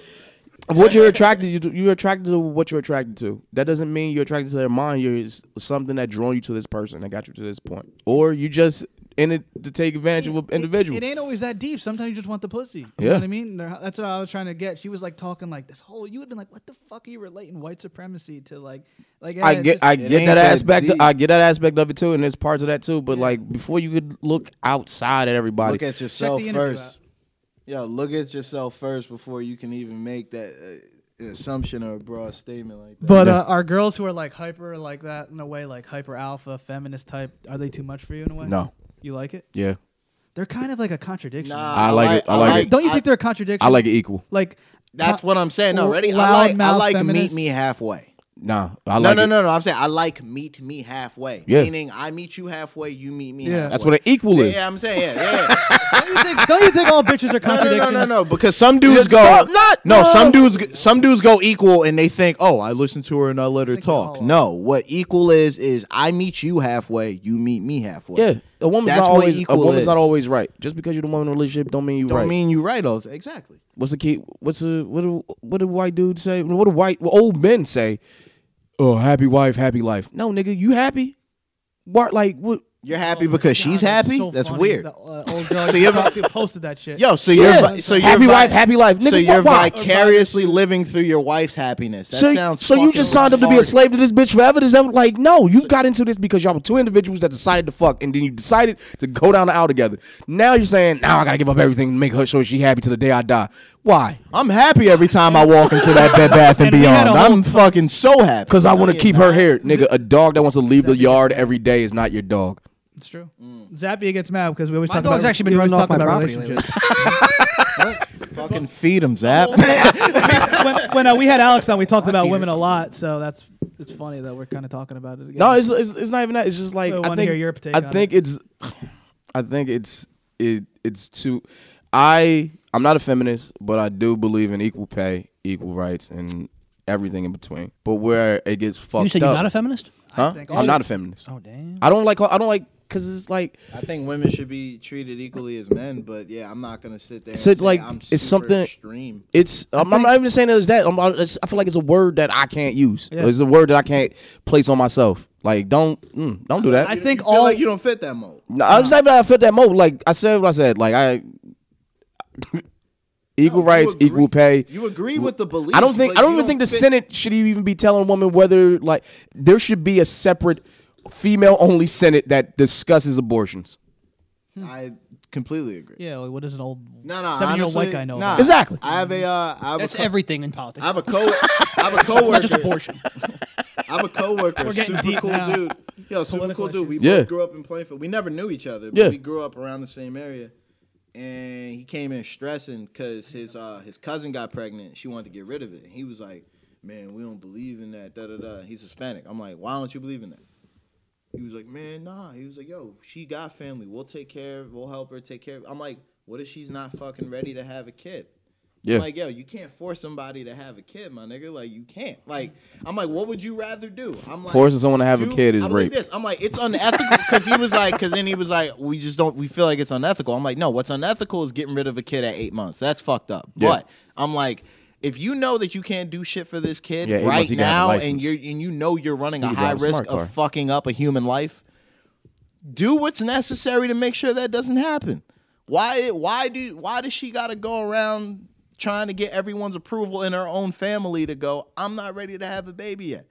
L: of what you're attracted you you're attracted to what you're attracted to. That doesn't mean you're attracted to their mind. You're it's something that drawn you to this person that got you to this point, or you just in it to take advantage of an individual.
D: It ain't always that deep. Sometimes you just want the pussy. You
L: Yeah.
D: know what I mean? They're- That's what I was trying to get. She was like talking like this whole. You would have been like, "What the fuck are you relating white supremacy to?" Like, like
L: I
D: yeah,
L: get
D: just-
L: I get that aspect I get that aspect of it too, and there's parts of that too. But like before you could look outside at everybody,
O: Look at yourself first. Yeah, look at yourself first before you can even make that uh, assumption or a broad statement like that.
D: But uh, are girls who are like hyper like that in a way, like hyper alpha feminist type, are they too much for you in a way?
L: No.
D: You like it?
L: Yeah.
D: They're kind of like a contradiction.
L: I I like like- it. I I like like- it.
D: Don't you
L: I-
D: think they're a contradiction?
L: I like it equal.
D: Like
O: That's
D: co-
O: what I'm saying
D: l-
O: already. I
D: loud
O: like I
D: mouth
O: like
D: feminist.
O: meet me halfway.
L: Nah, I
O: no,
L: like
O: no,
L: it.
O: no, no. I'm saying I like meet me halfway.
L: Yeah.
O: Meaning I meet you halfway, you meet me.
L: Yeah.
O: halfway.
L: That's what an equal
O: yeah,
L: is.
O: Yeah, I'm saying yeah.
L: <laughs>
O: yeah.
R: don't, you think, don't you think all bitches are contradictions?
O: no, no, no. Because some dudes go
R: some- not-
O: no,
R: no.
O: Some dudes, g- some dudes go equal, and they think, oh, I listen to her and I let her talk. No, what equal is is I meet you halfway, you meet me halfway.
L: Yeah, a woman's
O: That's
L: not
O: what
L: always a
O: equal
L: woman's
O: is.
L: not always right. Just because you're the woman in a relationship, don't mean you
O: Don't
L: right.
O: mean you right. all exactly.
L: What's the key? What's the what? Do, what do white dudes say? What do white what old men say? Oh, happy wife, happy life. No, nigga, you happy? What like what?
O: You're happy because she's happy. that's weird.
R: uh, old
O: <laughs> girl So you you're- talked
R: posted that shit.
O: Yo, so you're vi- so you're
L: Happy
O: vi-
L: wife, happy life.
O: So
L: Nigga,
O: you're
L: why- why?
O: vicariously living through your wife's happiness. That
L: so,
O: sounds
L: so you
O: fucking
L: just signed up to be a
O: retarded.
L: slave to this bitch forever? Is that like no? You got into this because y'all were two individuals that decided to fuck, and then you decided to go down the aisle together. Now you're saying now I gotta give up everything to make her sure she happy till the day I die. Why?
O: I'm happy every time I walk into that Bed Bath and <laughs> Beyond. I'm fucking so happy
L: because I want to keep her hair, nigga. A dog that wants to leave the yard every day is not your dog.
D: It's true.
O: Mm.
D: Zappia gets mad because we always
R: My
D: talk
R: dog's
D: about
R: actually been
D: we always
R: running off
D: talk
R: my
D: about
R: property
D: relationships.
O: fucking feed him, <laughs> Zap.
D: <laughs> when when uh, we had Alex on, we talked about women a lot, so that's it's funny that we're kind of talking about it again.
L: No, it's, it's, it's not even that. It's just like
D: I
L: I
D: wanna
L: think
D: hear your take
L: I
D: on
L: think it's I think it's it it's too. I I'm not a feminist, but I do believe in equal pay, equal rights, and everything in between. But where it gets fucked
R: You said
L: up,
R: you're not a feminist?
L: Huh?
R: think
L: I'm
R: all-
L: not a feminist.
R: Oh, damn.
L: I don't like I don't like because it's like
O: I think women should be treated equally as men, but yeah, I'm not gonna sit there.
L: it's
O: and say
L: like
O: I'm super
L: it's something
O: extreme.
L: It's I'm, I'm not even saying it's that. I'm, I it's- I feel like it's a word that I can't use.
O: Yeah.
L: It's a word that I can't place on myself. Like don't mm, don't do that.
O: You- you feel like you don't fit that mold.
L: No, I just not even I felt that mode. Like I said what I said. Like I <laughs> equal rights, equal pay.
O: You agree with the belief.
L: I don't think I don't even think the Senate should even be telling a woman whether like there should be a separate female only Senate that discusses abortions. Mm-hmm.
O: I completely agree.
R: Yeah, like what does an old
O: No, no,
R: seven-year-old
O: honestly,
R: white guy know?
O: nah.
R: about?
L: Exactly.
O: I have a. Uh, I have
R: That's
O: a co-
R: everything in politics.
O: I have a co. I have a coworker.
R: <laughs> Not just abortion.
O: I have a coworker,
R: We're getting
O: super
R: deep
O: cool
R: now.
O: dude. Yo, super
R: Political
O: cool dude. We
L: issues. Yeah.
O: both grew up in Plainfield. We never knew each other, but
L: Yeah.
O: we grew up around the same area. And he came in stressing because his uh, his cousin got pregnant. She wanted to get rid of it. And he was like, "Man, we don't believe in that." Da da da. He's Hispanic. I'm like, "Why don't you believe in that?" He was like, "Man, nah." He was like, "Yo, she got family. We'll take care. of We'll help her take care." of I'm like, "What if she's not fucking ready to have a kid?"
L: Yeah.
O: I'm like, yo, you can't force somebody to have a kid, my nigga. Like, you can't. Like, I'm like, what would you rather do? I'm like,
L: Forcing someone to have a
O: do-
L: kid is
O: I'm
L: rape.
O: Like this. I'm like, it's unethical because he was like, because then he was like, we just don't, we feel like it's unethical. I'm like, no, what's unethical is getting rid of a kid at eight months. That's fucked up.
L: Yeah.
O: But I'm like. If you know that you can't do shit for this kid
L: Yeah, eight
O: right
L: months, he gotta have a
O: now, and
L: license.
O: you and you know you're running
L: He
O: a
L: could
O: high
L: drive a
O: risk
L: smart car.
O: of fucking up a human life, do what's necessary to make sure that doesn't happen. Why why do why does she gotta go around trying to get everyone's approval in her own family to go, I'm not ready to have a baby yet?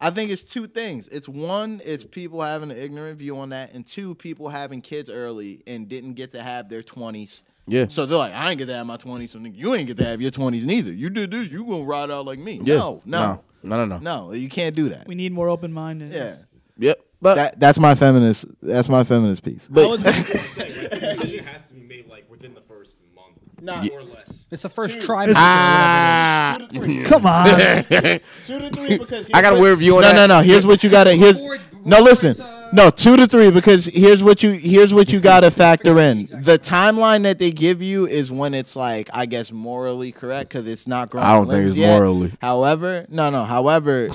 O: I think it's two things. It's one, it's people having an ignorant view on that, and two, people having kids early and didn't get to have their twenties.
L: Yeah.
O: So they're like, I ain't get to have my twenties, so nigga, you ain't get to have your twenties neither. You did this, you gonna ride out like me.
L: Yeah.
O: No, no,
L: No, no, no.
O: no, you can't do that.
D: We need more open minded.
O: Yeah.
L: Yep. But
O: That, that's my feminist. That's my feminist piece.
L: But-
G: I
O: <laughs>
G: was gonna say, like, the decision has to be made like within the first month,
O: Nah.
G: more or less.
R: It's the first try.
L: Ah.
G: <laughs>
R: Come on.
O: two to three because
L: I got a weird view on
O: no,
L: that.
O: No, no, Here's what you gotta. Here's no. Listen, no. Two to three because here's what you here's what you gotta factor in. The timeline that they give you is when it's like I guess morally correct because it's not growing.
L: I don't think
O: limbs
L: it's
O: yet.
L: morally.
O: However, no, no. However.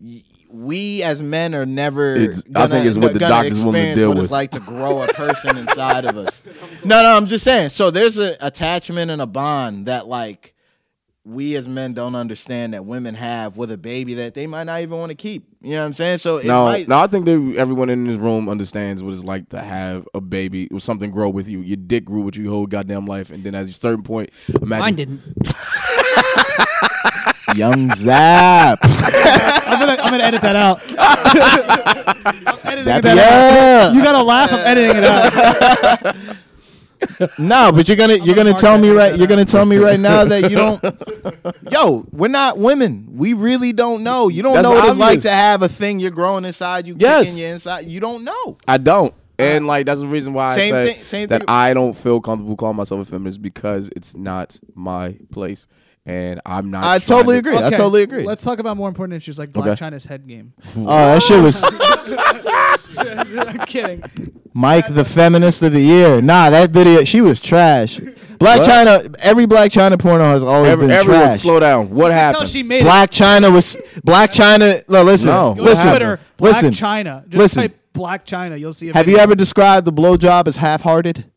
O: y- We as men are never.
L: It's- I
O: gonna-
L: think it's what the
O: gonna
L: doctors willing to
O: experience
L: deal
O: what
L: with.
O: It's like to grow a person inside of us. <laughs> No, no. I'm just saying. So there's an attachment and a bond that like we as men don't understand that women have with a baby that they might not even want to keep. You know what I'm saying? So it
L: no,
O: might
L: no, I think that everyone in this room understands what it's like to have a baby or something grow with you. Your dick grew with you your whole goddamn life, and then at a certain point, imagine
R: Mine didn't.
O: young <laughs> Zap.
D: I'm gonna I'm gonna edit that out. I'm editing
O: Zap
D: that
O: it
D: out.
O: up.
D: You gotta laugh. I'm editing it
O: <laughs>
D: out.
O: no, but you're gonna you're gonna tell me right you're gonna tell me right now that you don't. Yo, we're not women. We really don't know. You don't
L: That's
O: know what it's like
L: obvious.
O: to have a thing you're growing inside you,
L: Yes.
O: kicking you inside. You don't know.
L: I don't. And like that's the reason why
O: Same
L: I say
O: thing- same
L: that
O: thing-
L: I don't feel comfortable calling myself a feminist because it's not my place. and I'm not.
O: I
L: trying
O: totally
L: to-
O: agree. I totally agree.
D: Let's talk about more important issues like Black
L: Okay.
D: China's head game. <laughs>
L: Oh, that shit was-
D: I'm kidding.
B: Mike, the feminist of the year. Nah, that video, she was trash. Black
L: What?
B: China, every Black China porno has always
L: Every-
B: been
L: everyone,
B: trash.
L: slow down. What You can tell happened? she made it.
B: Black China was Black China. No, listen,
L: No.
D: Go
B: listen,
D: to Twitter, Black
B: listen,
D: China. Just
B: listen.
D: type Black China. You'll see. A
B: Have you
D: video.
B: ever described the blowjob as half-hearted?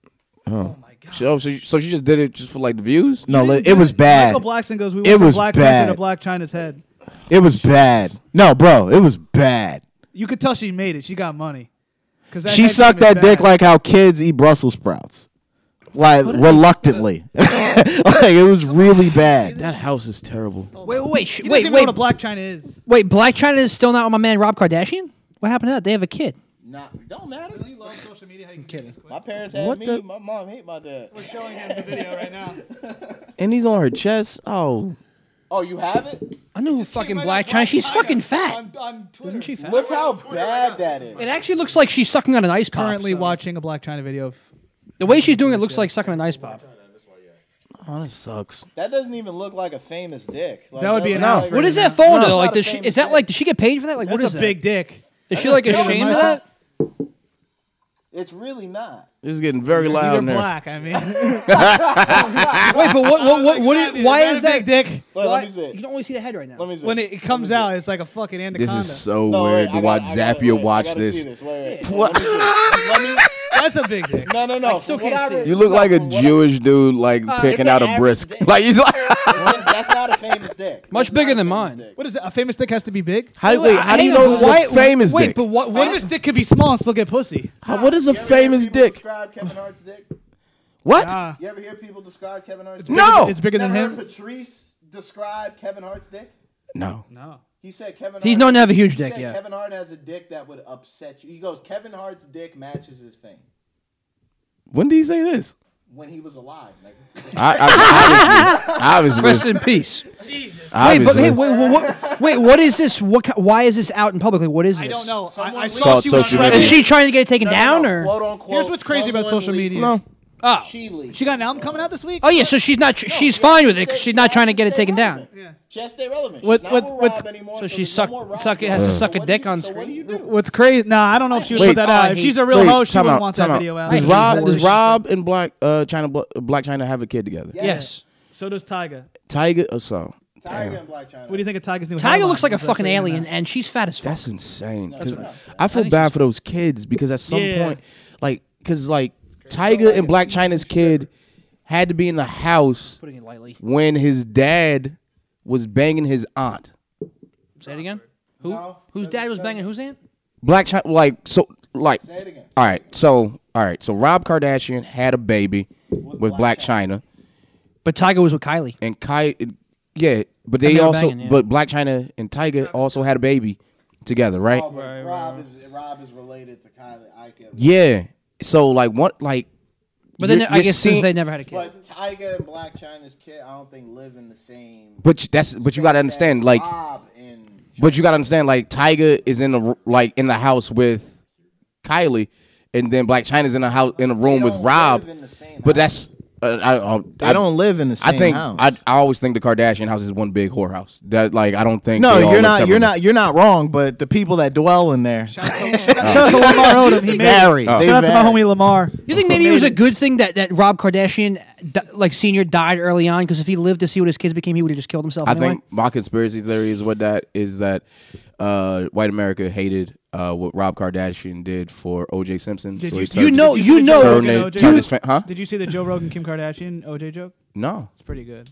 L: Oh my god. So, so, you- so she just did it just for like the views?
B: No, li- it was bad.
D: Michael Blackson goes. We went
B: It
D: from
B: was
D: Black
B: bad.
D: China to Black China's head.
B: It was bad. No, bro, it was bad.
D: You could tell she made it. She got money. 'Cause that
B: She
D: head
B: sucked
D: game is
B: that dick
D: bad.
B: like how kids eat Brussels sprouts, like reluctantly. <laughs> like it was really bad.
L: That house is terrible.
O: Oh,
R: Wait, wait, wait, sh-
D: He doesn't
R: wait,
D: even know
R: wait.
D: what a Black China is.
R: Wait, Black China is still not with my man Rob Kardashian. What happened to that? They have a kid.
O: Don't matter.
D: You love social media. How you
R: kidding.
O: My parents had
R: What
O: me.
R: the-
O: My mom hate my dad. We're
D: showing him the video right now.
L: And he's on her chest. Oh,
O: Oh, you have it?
R: I know who fucking Black China. She's fucking fat.
D: Isn't she
R: fat?
O: Look how bad that is.
R: It actually looks like she's sucking on an ice pop.
D: Currently watching a Black China video. Of
R: The way she's doing it looks like sucking an ice pop.
L: Oh, that sucks.
O: That doesn't even look like a famous dick. Like,
R: That would be an
O: looks
R: out
O: like-
R: for What does that fall
O: No,
R: into?
O: it's
R: Like,
O: not a
R: does she,
O: famous
R: is that like, does she get paid for that? Like, what
D: That's
R: is
D: a
R: that?
D: big dick.
R: Is she like
D: That's
R: ashamed of
D: big.
R: that?
O: It's really not.
L: This is getting very
D: You're
L: loud in there.
D: black. I mean,
R: Wait, but what? What? What? what do you- why is that
D: dick?
R: Why- You can only see the head right now. Let me
D: When it, it comes out, it's like a fucking anaconda.
L: This is so weird to watch Zapier watch this.
D: That's a big dick.
O: No, no, no.
R: still
O: From what
R: can't
O: I
R: see
O: read-
L: You look
O: no,
L: like a
O: from what I-
L: Jewish dude, like
O: Uh,
L: picking
O: it's
L: out
O: an
L: a
O: average
L: brisk.
O: dick.
L: <laughs> Like he's like,
O: That's not a famous dick.
R: <laughs> Much bigger than mine.
D: <laughs> What is it? A famous dick has to be big.
L: How- Wait, wait, how do you
D: hang on,
L: know it's a
D: why-
L: famous dick?
D: what? What famous dick could be small and still get pussy?
L: How- what is a famous dick?
O: Describe Kevin Hart's dick.
L: What?
D: Nah.
O: You ever hear people describe Kevin Hart's
D: bigger
O: dick?
L: No! than-
D: it's bigger than
O: Never
D: him?
O: Heard Patrice describe Kevin Hart's dick.
L: No.
D: No.
O: He said Kevin.
R: He's
O: Hart-
R: known to have a huge
O: he
R: dick,
O: said
R: yeah.
O: Kevin Hart has a dick that would upset you. He goes, Kevin Hart's dick matches his fame
L: When did he say this?
O: when he was alive. Nigga.
L: I,
O: <laughs>
L: I, obviously,
R: Rest
L: obviously,
R: in peace. Wait, but
L: obviously.
R: hey, wait, wait, what, wait, what is this? What? ki- Why is this out in public? Like, what is this? I don't
D: know. I, I saw
L: called
D: she was
L: social
D: trying
L: media.
R: Is she trying to get it taken
O: No, no,
R: down
O: no,
R: or?
O: quote unquote,
D: Here's what's crazy about
O: someone
D: social
O: leaked
D: media.
O: it.
R: Oh.
O: She leaked.
D: She got an album coming out this week.
R: Oh yeah, so she's not. tr- she's fine with it. 'cause she's not trying to get it taken down.
O: Just stay relevant.
D: What-
O: She's not
D: what-
O: with
D: what's-
O: Rob anymore.
R: So
O: so
R: she
O: there's no
R: suck,
O: more Rob
R: suck it, has to suck a dick on screen.
D: What's crazy? Nah, I don't know if she would put that out. If she's a real
L: wait,
D: hoe, she
L: time
D: wouldn't
L: out,
D: want that
L: time out.
D: video out.
L: Does Rob, does Rob and Black uh, China, Bla- Black China have a kid together?
R: Yes.
D: So does Tyga.
L: Tiger or so.
O: Tiger and Black China.
D: What do you think of Tyga's new?
R: Tiger looks like a
D: hairline?
R: fucking
D: Is that
R: alien, and she's fat as fuck.
L: That's insane. 'cause
R: right.
L: I feel bad for those kids because at some
R: Yeah.
L: point, like, because like Tiger and Black China's kid had to be in the house
R: Putting it lightly.
L: when his dad was banging his aunt.
R: Say it again. Who? whose dad was banging whose aunt?
L: Black China, like, so, like,
R: Say it again.
L: all right, so, all right, so Rob Kardashian had a baby with, Black, China.
R: But Tiger was with Kylie.
L: And Kai, yeah, but they,
R: they were
L: also,
R: banging, yeah.
L: but Black China and Tiger also had a baby together, right?
O: Oh, but Rob is Rob is related to Kylie Ike.
L: Yeah. So like what like
R: But then
L: you're-
R: I
L: you're
R: guess since
L: seeing-
R: they never had a kid.
O: But Tiger and Black China's kid, I don't think live in the same.
L: But you- that's but you gotta understand like
O: Rob and
L: but you gotta understand like Tiger is in the r- like in the house with Kylie, and then Black China's in the house in a room with Rob. But that's uh, I, I,
B: They don't live in the
L: I
B: same
L: think
B: house.
L: I I always think the Kardashian house is one big whorehouse. That like I don't think
B: No,
L: they all
B: you're
L: live
B: not. You're
L: separately.
B: not. You're not wrong. But the people that dwell in there,
D: Shout out to <laughs>
B: <laughs>
D: Lamar Odom. He made it.
B: vary.
L: Oh.
D: Shout
B: They
D: out to my
B: vary.
D: homie Lamar.
R: You think maybe it was a good thing that, that Rob Kardashian, di- like senior, died early on? Because if he lived to see what his kids became, he would have just killed himself.
L: I
R: anyway.
L: think my conspiracy theory is what that is that uh, white America hated uh, what Rob Kardashian did for O.J. Simpson.
D: Did
L: so
D: you
L: he
D: see-
L: turned-
R: You know-
D: Did
R: you
D: see the
R: know-
D: Joe
L: turned,
D: Rogan
L: it-
D: OJ
L: turned his
D: joke?
L: fa- huh?
D: Did you see the Joe Rogan Kim Kardashian OJ joke?
L: No.
D: It's pretty good.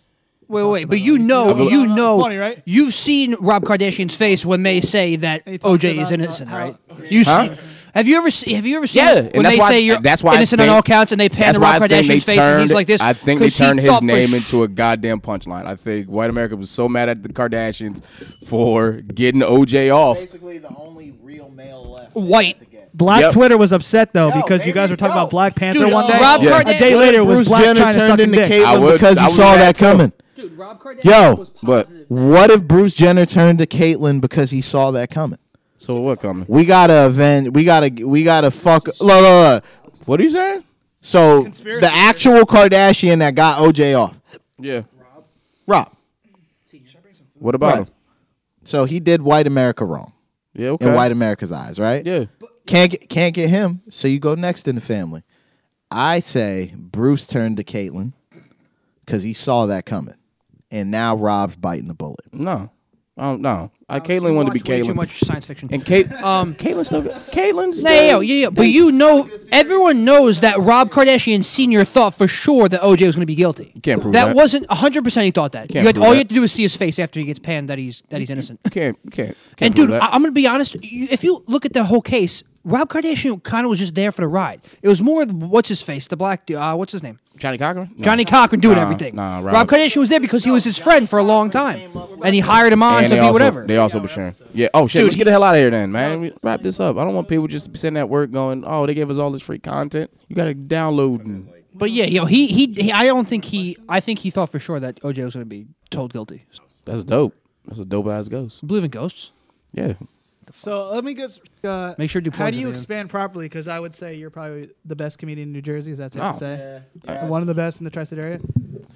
R: Wait, wait, but you know,
L: believe-
R: you know,
D: Funny, right?
R: you've seen Rob Kardashian's face when they say that OJ is innocent, right? You
L: Huh?
R: see, have you ever seen? Have you ever seen
L: Yeah,
R: when
L: and that's
R: they
L: why
R: say you're
L: that's why I
R: innocent on
L: think-
R: all counts, and they pan
L: That's
R: to
L: why
R: Rob
L: I think they
R: Kardashian's face, and he's
L: turned-
R: like this.
L: I think they
R: 'cause he
L: turned his
R: thought for
L: name
R: sh-
L: into a goddamn punchline. I think white America was so mad at the Kardashians for getting OJ off.
O: basically the only real male left.
R: white.
D: Black
L: Yep.
D: Twitter was upset though because you guys were talking about Black Panther
R: Dude,
O: uh,
D: one day.
R: Rob
L: Yeah.
R: Kardashian.
D: A day later it was
B: Bruce
D: Black
B: Jenner
D: China
B: turned
D: sucking
B: into
D: dick.
L: I
B: Caitlyn
L: would-
B: because
L: I
B: he
L: would
B: saw
L: do
B: that
L: that too.
B: coming.
R: Dude, Rob Kardashian
B: Yo,
R: was
L: But
B: what if Bruce Jenner turned to Caitlyn because he saw that coming?
L: so what coming?
B: We gotta avenge. We gotta. We gotta fuck. Look, look, look.
L: What are you saying?
B: So the actual Kardashian that got OJ off,
L: Yeah.
B: Rob.
L: What about
B: Right. So he did white America wrong.
L: Yeah,
B: In
L: okay.
B: white America's eyes, right?
L: Yeah.
B: Can't get, can't get him, so you go next in the family. I say Bruce turned to Caitlyn because he saw that coming, and now Rob's biting the bullet.
L: No, um, no. I
R: You
L: Caitlyn wanted to be
R: watch way
L: Caitlyn.
R: Too much science fiction.
L: And Kate,
R: um,
L: Caitlin's still, Caitlin's
R: No, yeah, yeah, yeah, but you know, everyone knows that Rob Kardashian Senior thought for sure that OJ was going to be guilty. You
L: can't prove that.
R: wasn't hundred percent. He thought that. you
L: Can't
R: had,
L: prove
R: all
L: that.
R: you have to do is see his face after he gets panned that he's that he's innocent.
L: can't, you can't, can't.
R: and
L: prove
R: dude,
L: that.
R: I, I'm going to be honest. You, if you look at the whole case, Rob Kardashian kind of was just there for the ride. It was more of what's his face, the black dude. Uh, what's his name?
L: Johnny Cochran. No.
R: Johnny Cochran doing
L: Nah,
R: everything.
L: nah,
R: Rob.
L: Rob-
R: Kardashian was there because he was his friend for a long time, and he hired him on to
L: And they
R: be
L: also,
R: whatever.
L: They also be sharing. Yeah. Oh shit.
R: Dude,
L: let's get the hell out of here then, man. We wrap this up. I don't want people just sitting at work going, "Oh, they gave us all this free content." You gotta download. And,
R: But yeah, yo, he, he he. I don't think he. I think he thought for sure that OJ was going to be told guilty.
L: that's dope. That's a dope ass ghost.
R: believe in ghosts.
L: Yeah.
D: So let me get. Uh,
R: Make sure to do
D: How
R: plugs
D: do
R: at
D: you
R: the end.
D: expand properly? Because I would say you're probably the best comedian in New Jersey. Is that safe
L: Oh.
D: to say? Uh,
L: Yeah.
D: One of the best in the tri-state area.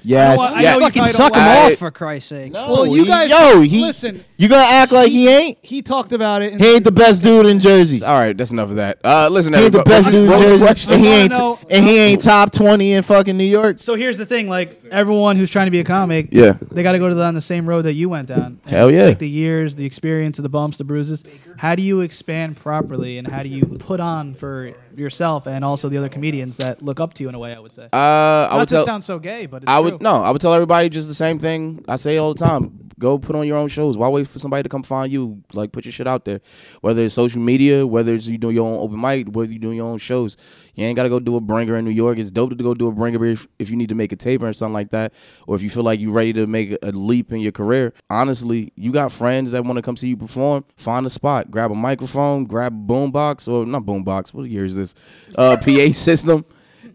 B: Yes.
D: I know, I
B: Yeah.
D: know you
B: Fucking
D: probably don't
B: suck 'em
D: like-
B: off, for
R: Christ's sake.
D: No, well, Oh, you
B: he-
D: guys.
B: yo, he-
D: listen.
B: You gonna act like he ain't?
D: He talked about it. in-
B: He ain't the best dude in Jersey.
L: All right, that's enough of that. Uh, listen,
B: He ain't the
L: everybody-
B: best
L: what-
B: dude in
L: what was
B: Jersey,
L: the question?
B: and he
D: I wanna
B: ain't
D: know-
B: and he ain't top twenty in fucking New York.
D: So here's the thing: like everyone who's trying to be a comic,
B: Yeah.
D: they got to go to down the same road that you went down. And
L: Hell yeah.
D: Take the years, the experience, the bumps, the bruises. How do you expand properly, and how do you put on for yourself and also the other comedians that look up to you in a way? I would say.
L: Uh, I
D: Not
L: would
D: to
L: tell,
D: sound so gay, but it's
L: I would
D: true.
L: no. I would tell everybody just the same thing I say all the time. Go put on your own shows. Why wait for somebody to come find you? Like put your shit out there. Whether it's social media, whether it's you doing your own open mic, whether you doing your own shows. You ain't gotta go do a bringer in New York. It's dope to go do a bringer if, if you need to make a taper or something like that, or if you feel like you're ready to make a leap in your career. Honestly, you got friends that want to come see you perform. Find a spot. Grab a microphone. Grab a boombox or not boombox. What year is this? Uh, PA <laughs> system.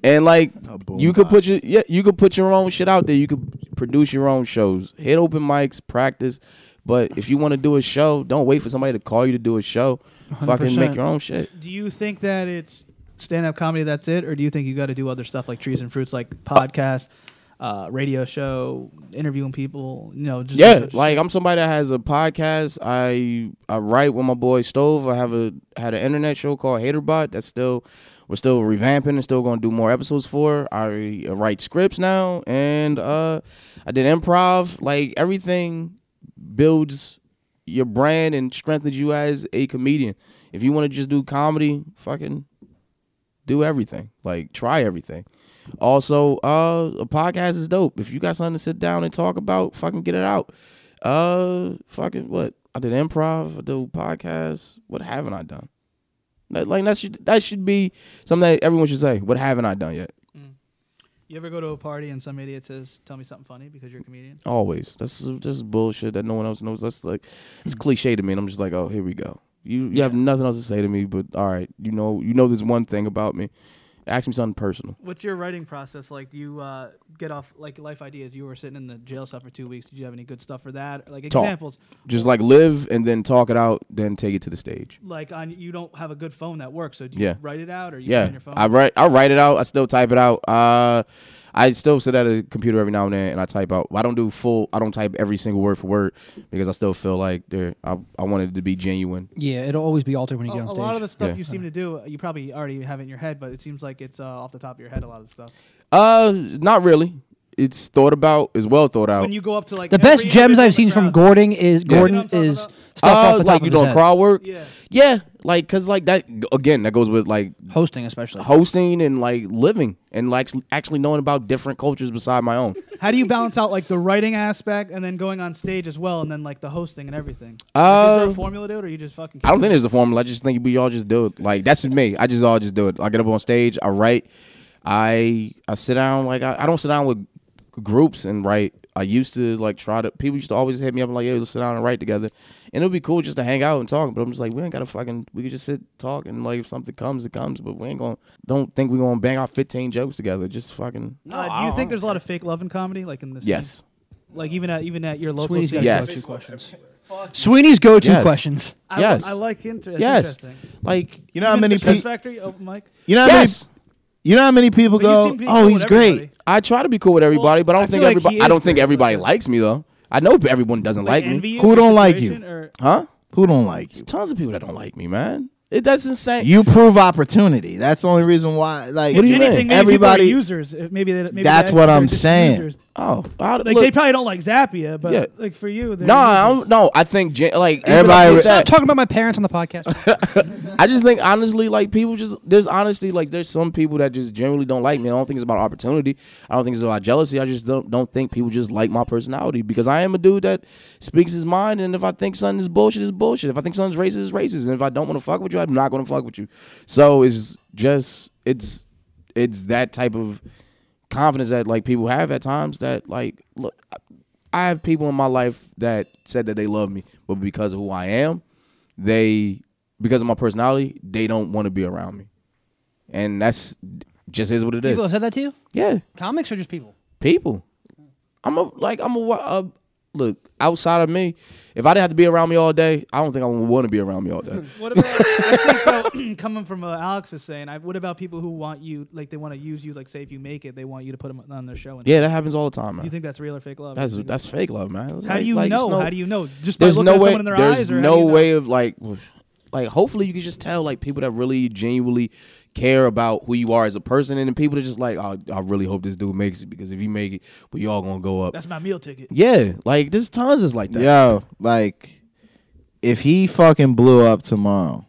L: And like you could put your yeah, you could put your own shit out there. You could produce your own shows. Hit open mics, practice. But if you want to do a show, don't wait for somebody to call you to do a show. Fucking make
D: 100%.
L: your own shit.
D: Do you think that it's stand-up comedy? That's it, or do you think you got to do other stuff like trees and fruits, like podcast, uh, radio show, interviewing people? You know, just
L: yeah, like I'm somebody that has a podcast. I I write with my boy Stove. I have a had an internet show called Haterbot. That's still we're still revamping and still going to do more episodes for. I write scripts now, and uh, I did improv. Like everything builds your brand and strengthens you as a comedian. If you want to just do comedy, fucking do everything. Like try everything. Also, uh, a podcast is dope. If you got something to sit down and talk about, fucking get it out. Uh, fucking what? I did improv. I do podcasts. What haven't I done? Like like, that should that should be something that everyone should say. What haven't I done yet?
D: you ever go to a party and some idiot says, "Tell me something funny" because you're a comedian?
L: Always. That's that's bullshit that no one else knows. That's like it's cliche to me, and I'm just like, oh, here we go. You you have nothing else to say to me, but all right, you know you know there's one thing about me. Ask me something personal.
D: What's your writing process like? Do you uh, get off like life ideas? You were sitting in the jail cell for two weeks. Did you have any good stuff for that? Like
L: Talk.
D: examples,
L: Just like live and then talk it out, then take it to the stage.
D: like on you don't have a good phone that works, so do you
L: Yeah.
D: write it out or you
L: yeah.
D: on your phone?
L: I write I write it out. I still type it out. Uh I still sit at a computer every now and then and I type out. I don't do full I don't type every single word for word because I still feel like there I I wanted it to be genuine.
R: Yeah, it'll always be altered when you
D: a,
R: get on
D: a
R: stage.
D: lot of the stuff
L: Yeah.
D: you seem to do, uh, you probably already have it in your head, but it seems like it's uh, off the top of your head. A lot of the stuff.
L: Uh not really. It's thought about, it's well thought out.
D: When you go up to like
R: the best gems I've seen from Gordon is Gordon is stuff
L: Uh,
R: off the top
L: like
R: of
L: you
R: his
L: doing
R: head.
L: crowd work. Yeah, yeah, like because like that again that goes with like
R: hosting especially
L: hosting and like living and like actually knowing about different cultures beside my own.
D: How do you balance out like the writing aspect and then going on stage as well, and then like the hosting and everything? like, is there
L: Uh,
D: a formula to it, or you just fucking?
L: I don't think there's a formula. I just think we all just do it. Like that's me. I just all just do it. I get up on stage. I write. I I sit down. Like I, I don't sit down with groups and write. I used to like try to. People used to always hit me up and like, "Yo, let's sit down and write together." And it would be cool just to hang out and talk. But I'm just like, we ain't gotta fucking. We could just sit, talk, and like if something comes, it comes. But we ain't gonna. Don't think we gonna bang out 15 jokes together. Just fucking.
D: Uh, do you think there's a lot of fake love in comedy, like in this? scene?
L: Yes.
D: Like even at even at your local.
R: Sweeney's
D: scene?
R: gotta Yes. go-to questions. Sweeney's go-to Yes. questions.
D: I,
R: Yes.
D: I like interest.
R: Yes.
D: Interesting.
L: Like
B: you know how
D: Even
B: many
D: the Stress
B: people
D: Factory oh, open mic.
B: you know how
L: Yes.
B: many you know how many people
D: But you
B: go
D: seem to be
B: oh
D: cool
B: he's
D: with
B: great
L: I try to be cool with everybody, but I don't think
D: feel like
L: everybody.
D: he
L: I
D: is
L: don't think
D: great,
L: everybody likes me though. I I know everyone doesn't
O: Like,
L: like, me.
O: envy you Who don't like you? or-
L: Huh?
O: Who don't like you?
L: There's tons of people that don't like me, man. It doesn't say
O: You prove opportunity. That's the only reason why. Like
L: What do you mean?
D: Anything, maybe
O: everybody.
D: people are users. Uh, Maybe, they, maybe
O: that's
D: the
O: what I'm
D: experts are
O: saying.
D: users.
L: Oh,
D: like they probably don't like Zappia, but
L: Yeah.
D: like for you, they're
L: No, I
D: users.
L: don't, no. I think gen- like even
R: Everybody
L: up
R: was-
L: with that-
R: Stop talking about my parents on the podcast.
L: I just think honestly, like people just there's honestly like there's some people that just generally don't like me. I don't think it's about opportunity. I don't think it's about jealousy. I just don't don't think people just like my personality because I am a dude that speaks his mind. And if I think something is bullshit, it's bullshit. If I think something's racist, it's racist. And if I don't want to fuck with you, I'm not going to fuck with you. So it's just it's it's that type of confidence that like people have at times that like look. I have people in my life that said that they love me, but because of who I am, they because of my personality, they don't want to be around me. And that's just is what it is.
R: People have said that to you?
L: Yeah.
R: Comics or just people?
L: People. I'm a like I'm a, wa- uh look outside of me. If I didn't have to be around me all day, I don't think I would want to be around me all
D: <laughs>
L: day.
D: What about I think, though, <clears throat> coming from what Alex is saying? I, what about people who want you, like they want to use you, like say if you make it, they want you to put them on their show? And
L: Yeah, that happens all the time, man.
D: You think that's real or fake love?
L: That's
D: You think
L: that's fake love, man. It's
D: How do you
L: it's
D: know? How do you know? Just by
L: there's
D: looking
L: no
D: at
L: way.
D: someone in their
L: there's
D: eyes, or how do
L: no
D: you know?
L: way of like, like. Hopefully, you can just tell like people that really genuinely care about who you are as a person, and then people that just like, oh, I really hope this dude makes it because if you make it, we all gonna go up.
D: That's my meal ticket.
L: Yeah, like there's tons is like that.
O: Yo, like, if he fucking blew up tomorrow,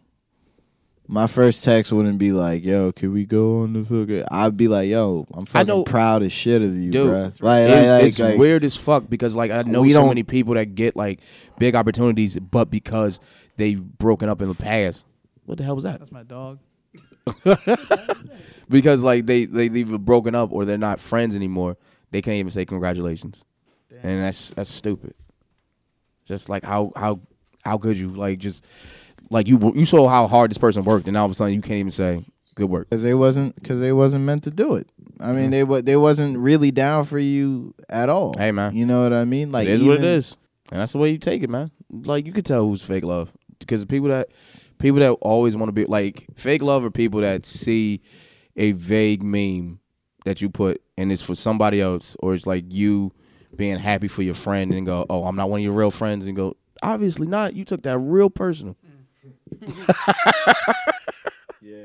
O: my first text wouldn't be like, "Yo, can we go on the fucking?" I'd be like, "Yo, I'm fucking
L: know-
O: proud as shit of you,
L: Dude,
O: bruh.
L: it-
O: Like, like, like,
L: it's
O: like-
L: weird as fuck because like I know
O: We
L: so
O: don't-
L: many people that get like big opportunities, but because they've broken up in the past. What the hell was that?
D: That's my dog.
L: because like they they they've broken up or they're not friends anymore. They can't even say congratulations, and that's that's stupid. Just like how how how could you like just like you you saw how hard this person worked, and all of a sudden you can't even say good work.
O: because they wasn't because they wasn't meant to do it. I mean, they wa- they wasn't really down for you at all.
L: Hey man,
O: you know what I mean? Like,
L: it is what it
O: even-
L: is, and that's the way you take it, man. Like you could tell who's fake love because the people that people that always want to be like fake love are people that see a vague meme that you put and it's for somebody else, or it's like you being happy for your friend and go, "Oh, I'm not one of your real friends," and go, "Obviously not. You took that real personal."
O: Yeah.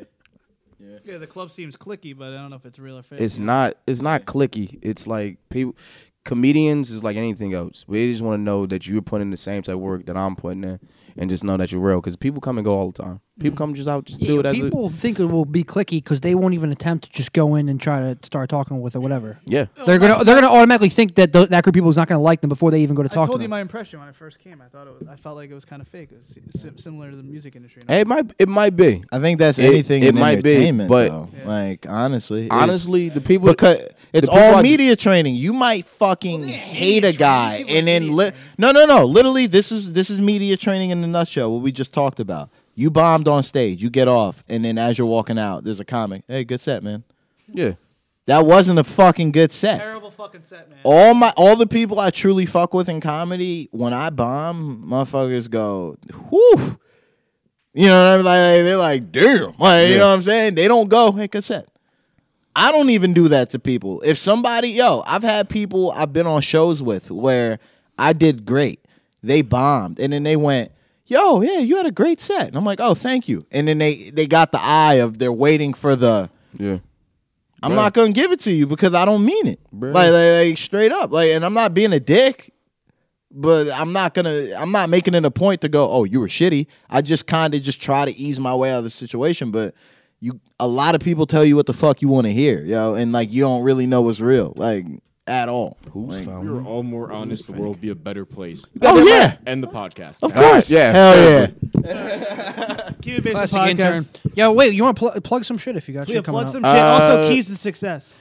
O: Yeah.
D: Yeah, the club seems clicky, but I don't know if it's real or fake.
L: It's not. It's not clicky. It's like people. Comedians is like anything else. We just want to know that you're putting the same type of work that I'm putting in, and just know that you're real. Because people come and go all the time.
A: Mm.
L: People come just out, just do it as a,
R: people think it will be clicky because they won't even attempt to just go in and try to start talking with or whatever.
L: Yeah.
R: They're gonna they're gonna automatically think that th- that group of people is not gonna like them before they even go to
D: I
R: talk to
D: told you
R: them.
D: my impression when I first came. I thought it was, I felt like it was kind of fake. It was si- similar to the music industry.
L: It might. It might be.
O: I think that's
L: It-
O: anything
L: it
O: in
L: might be,
O: entertainment,
L: but-
O: though. like honestly, it's-
L: Honestly, the people
O: because it's
L: the people
O: all
L: I-
O: media training. You might fucking hate a guy and then li- no, no, no. Literally, this is this is media training in a nutshell. What we just talked about. You bombed on stage. You get off, and then as you're walking out, there's a comic. Hey, good set, man.
L: Yeah.
O: That wasn't a fucking good set. Terrible
D: fucking set, man.
L: Oh.
O: All my all the people I truly fuck with in comedy, when I bomb, motherfuckers go, whew. You know what I mean? Like they're like, damn. Like, you
T: Yeah.
O: know what I'm saying? They don't go, hey, cassette. I don't even do that to people. If somebody, yo, I've had people I've been on shows with where I did great. They bombed. And then they went, yo, yeah, you had a great set. And I'm like, oh, thank you. And then they they got the eye of they're waiting for the
L: Yeah.
O: I'm
L: Bruh.
O: not gonna give it to you because I don't mean it.
L: Bruh.
O: Like, like like straight up. Like and I'm not being a dick, but I'm not gonna I'm not making it a point to go, oh, you were shitty. I just kinda just try to ease my way out of the situation. But you a lot of people tell you what the fuck you wanna hear, yo, and like you don't really know what's real, like at all.
L: Who's
O: like,
A: If we were all more honest, the world would be a better place.
O: Oh,
A: And
O: yeah.
A: End the podcast.
O: Of course.
L: yeah.
O: Hell yeah.
D: Keep it
R: Classic intern. Yo, wait, you want to pl- plug some shit if you got
D: We
R: shit
D: have
R: coming
D: plugged
R: up?
D: some shit. also,
L: Uh,
D: keys to success.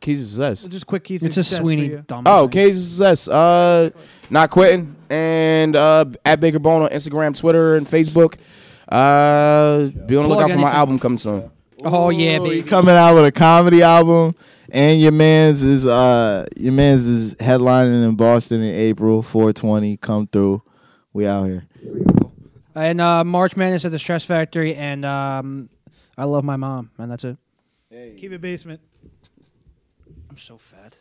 L: Keys to success.
D: Just quick keys to
R: It's a
D: success.
R: Sweeney
D: for you.
R: dumb.
L: Oh, okay, success. Uh, not quitting, and uh, at Baker Bone on Instagram, Twitter, and Facebook. Uh, be on the lookout for my album coming soon.
R: Oh yeah,
O: baby. coming out with a comedy album, and your man's is uh your man's is headlining in Boston in April, 420. Come through, we out here.
R: And uh, March Madness at the Stress Factory, and um, I love my mom, and that's it.
D: Keep it basement.
R: I'm so fat.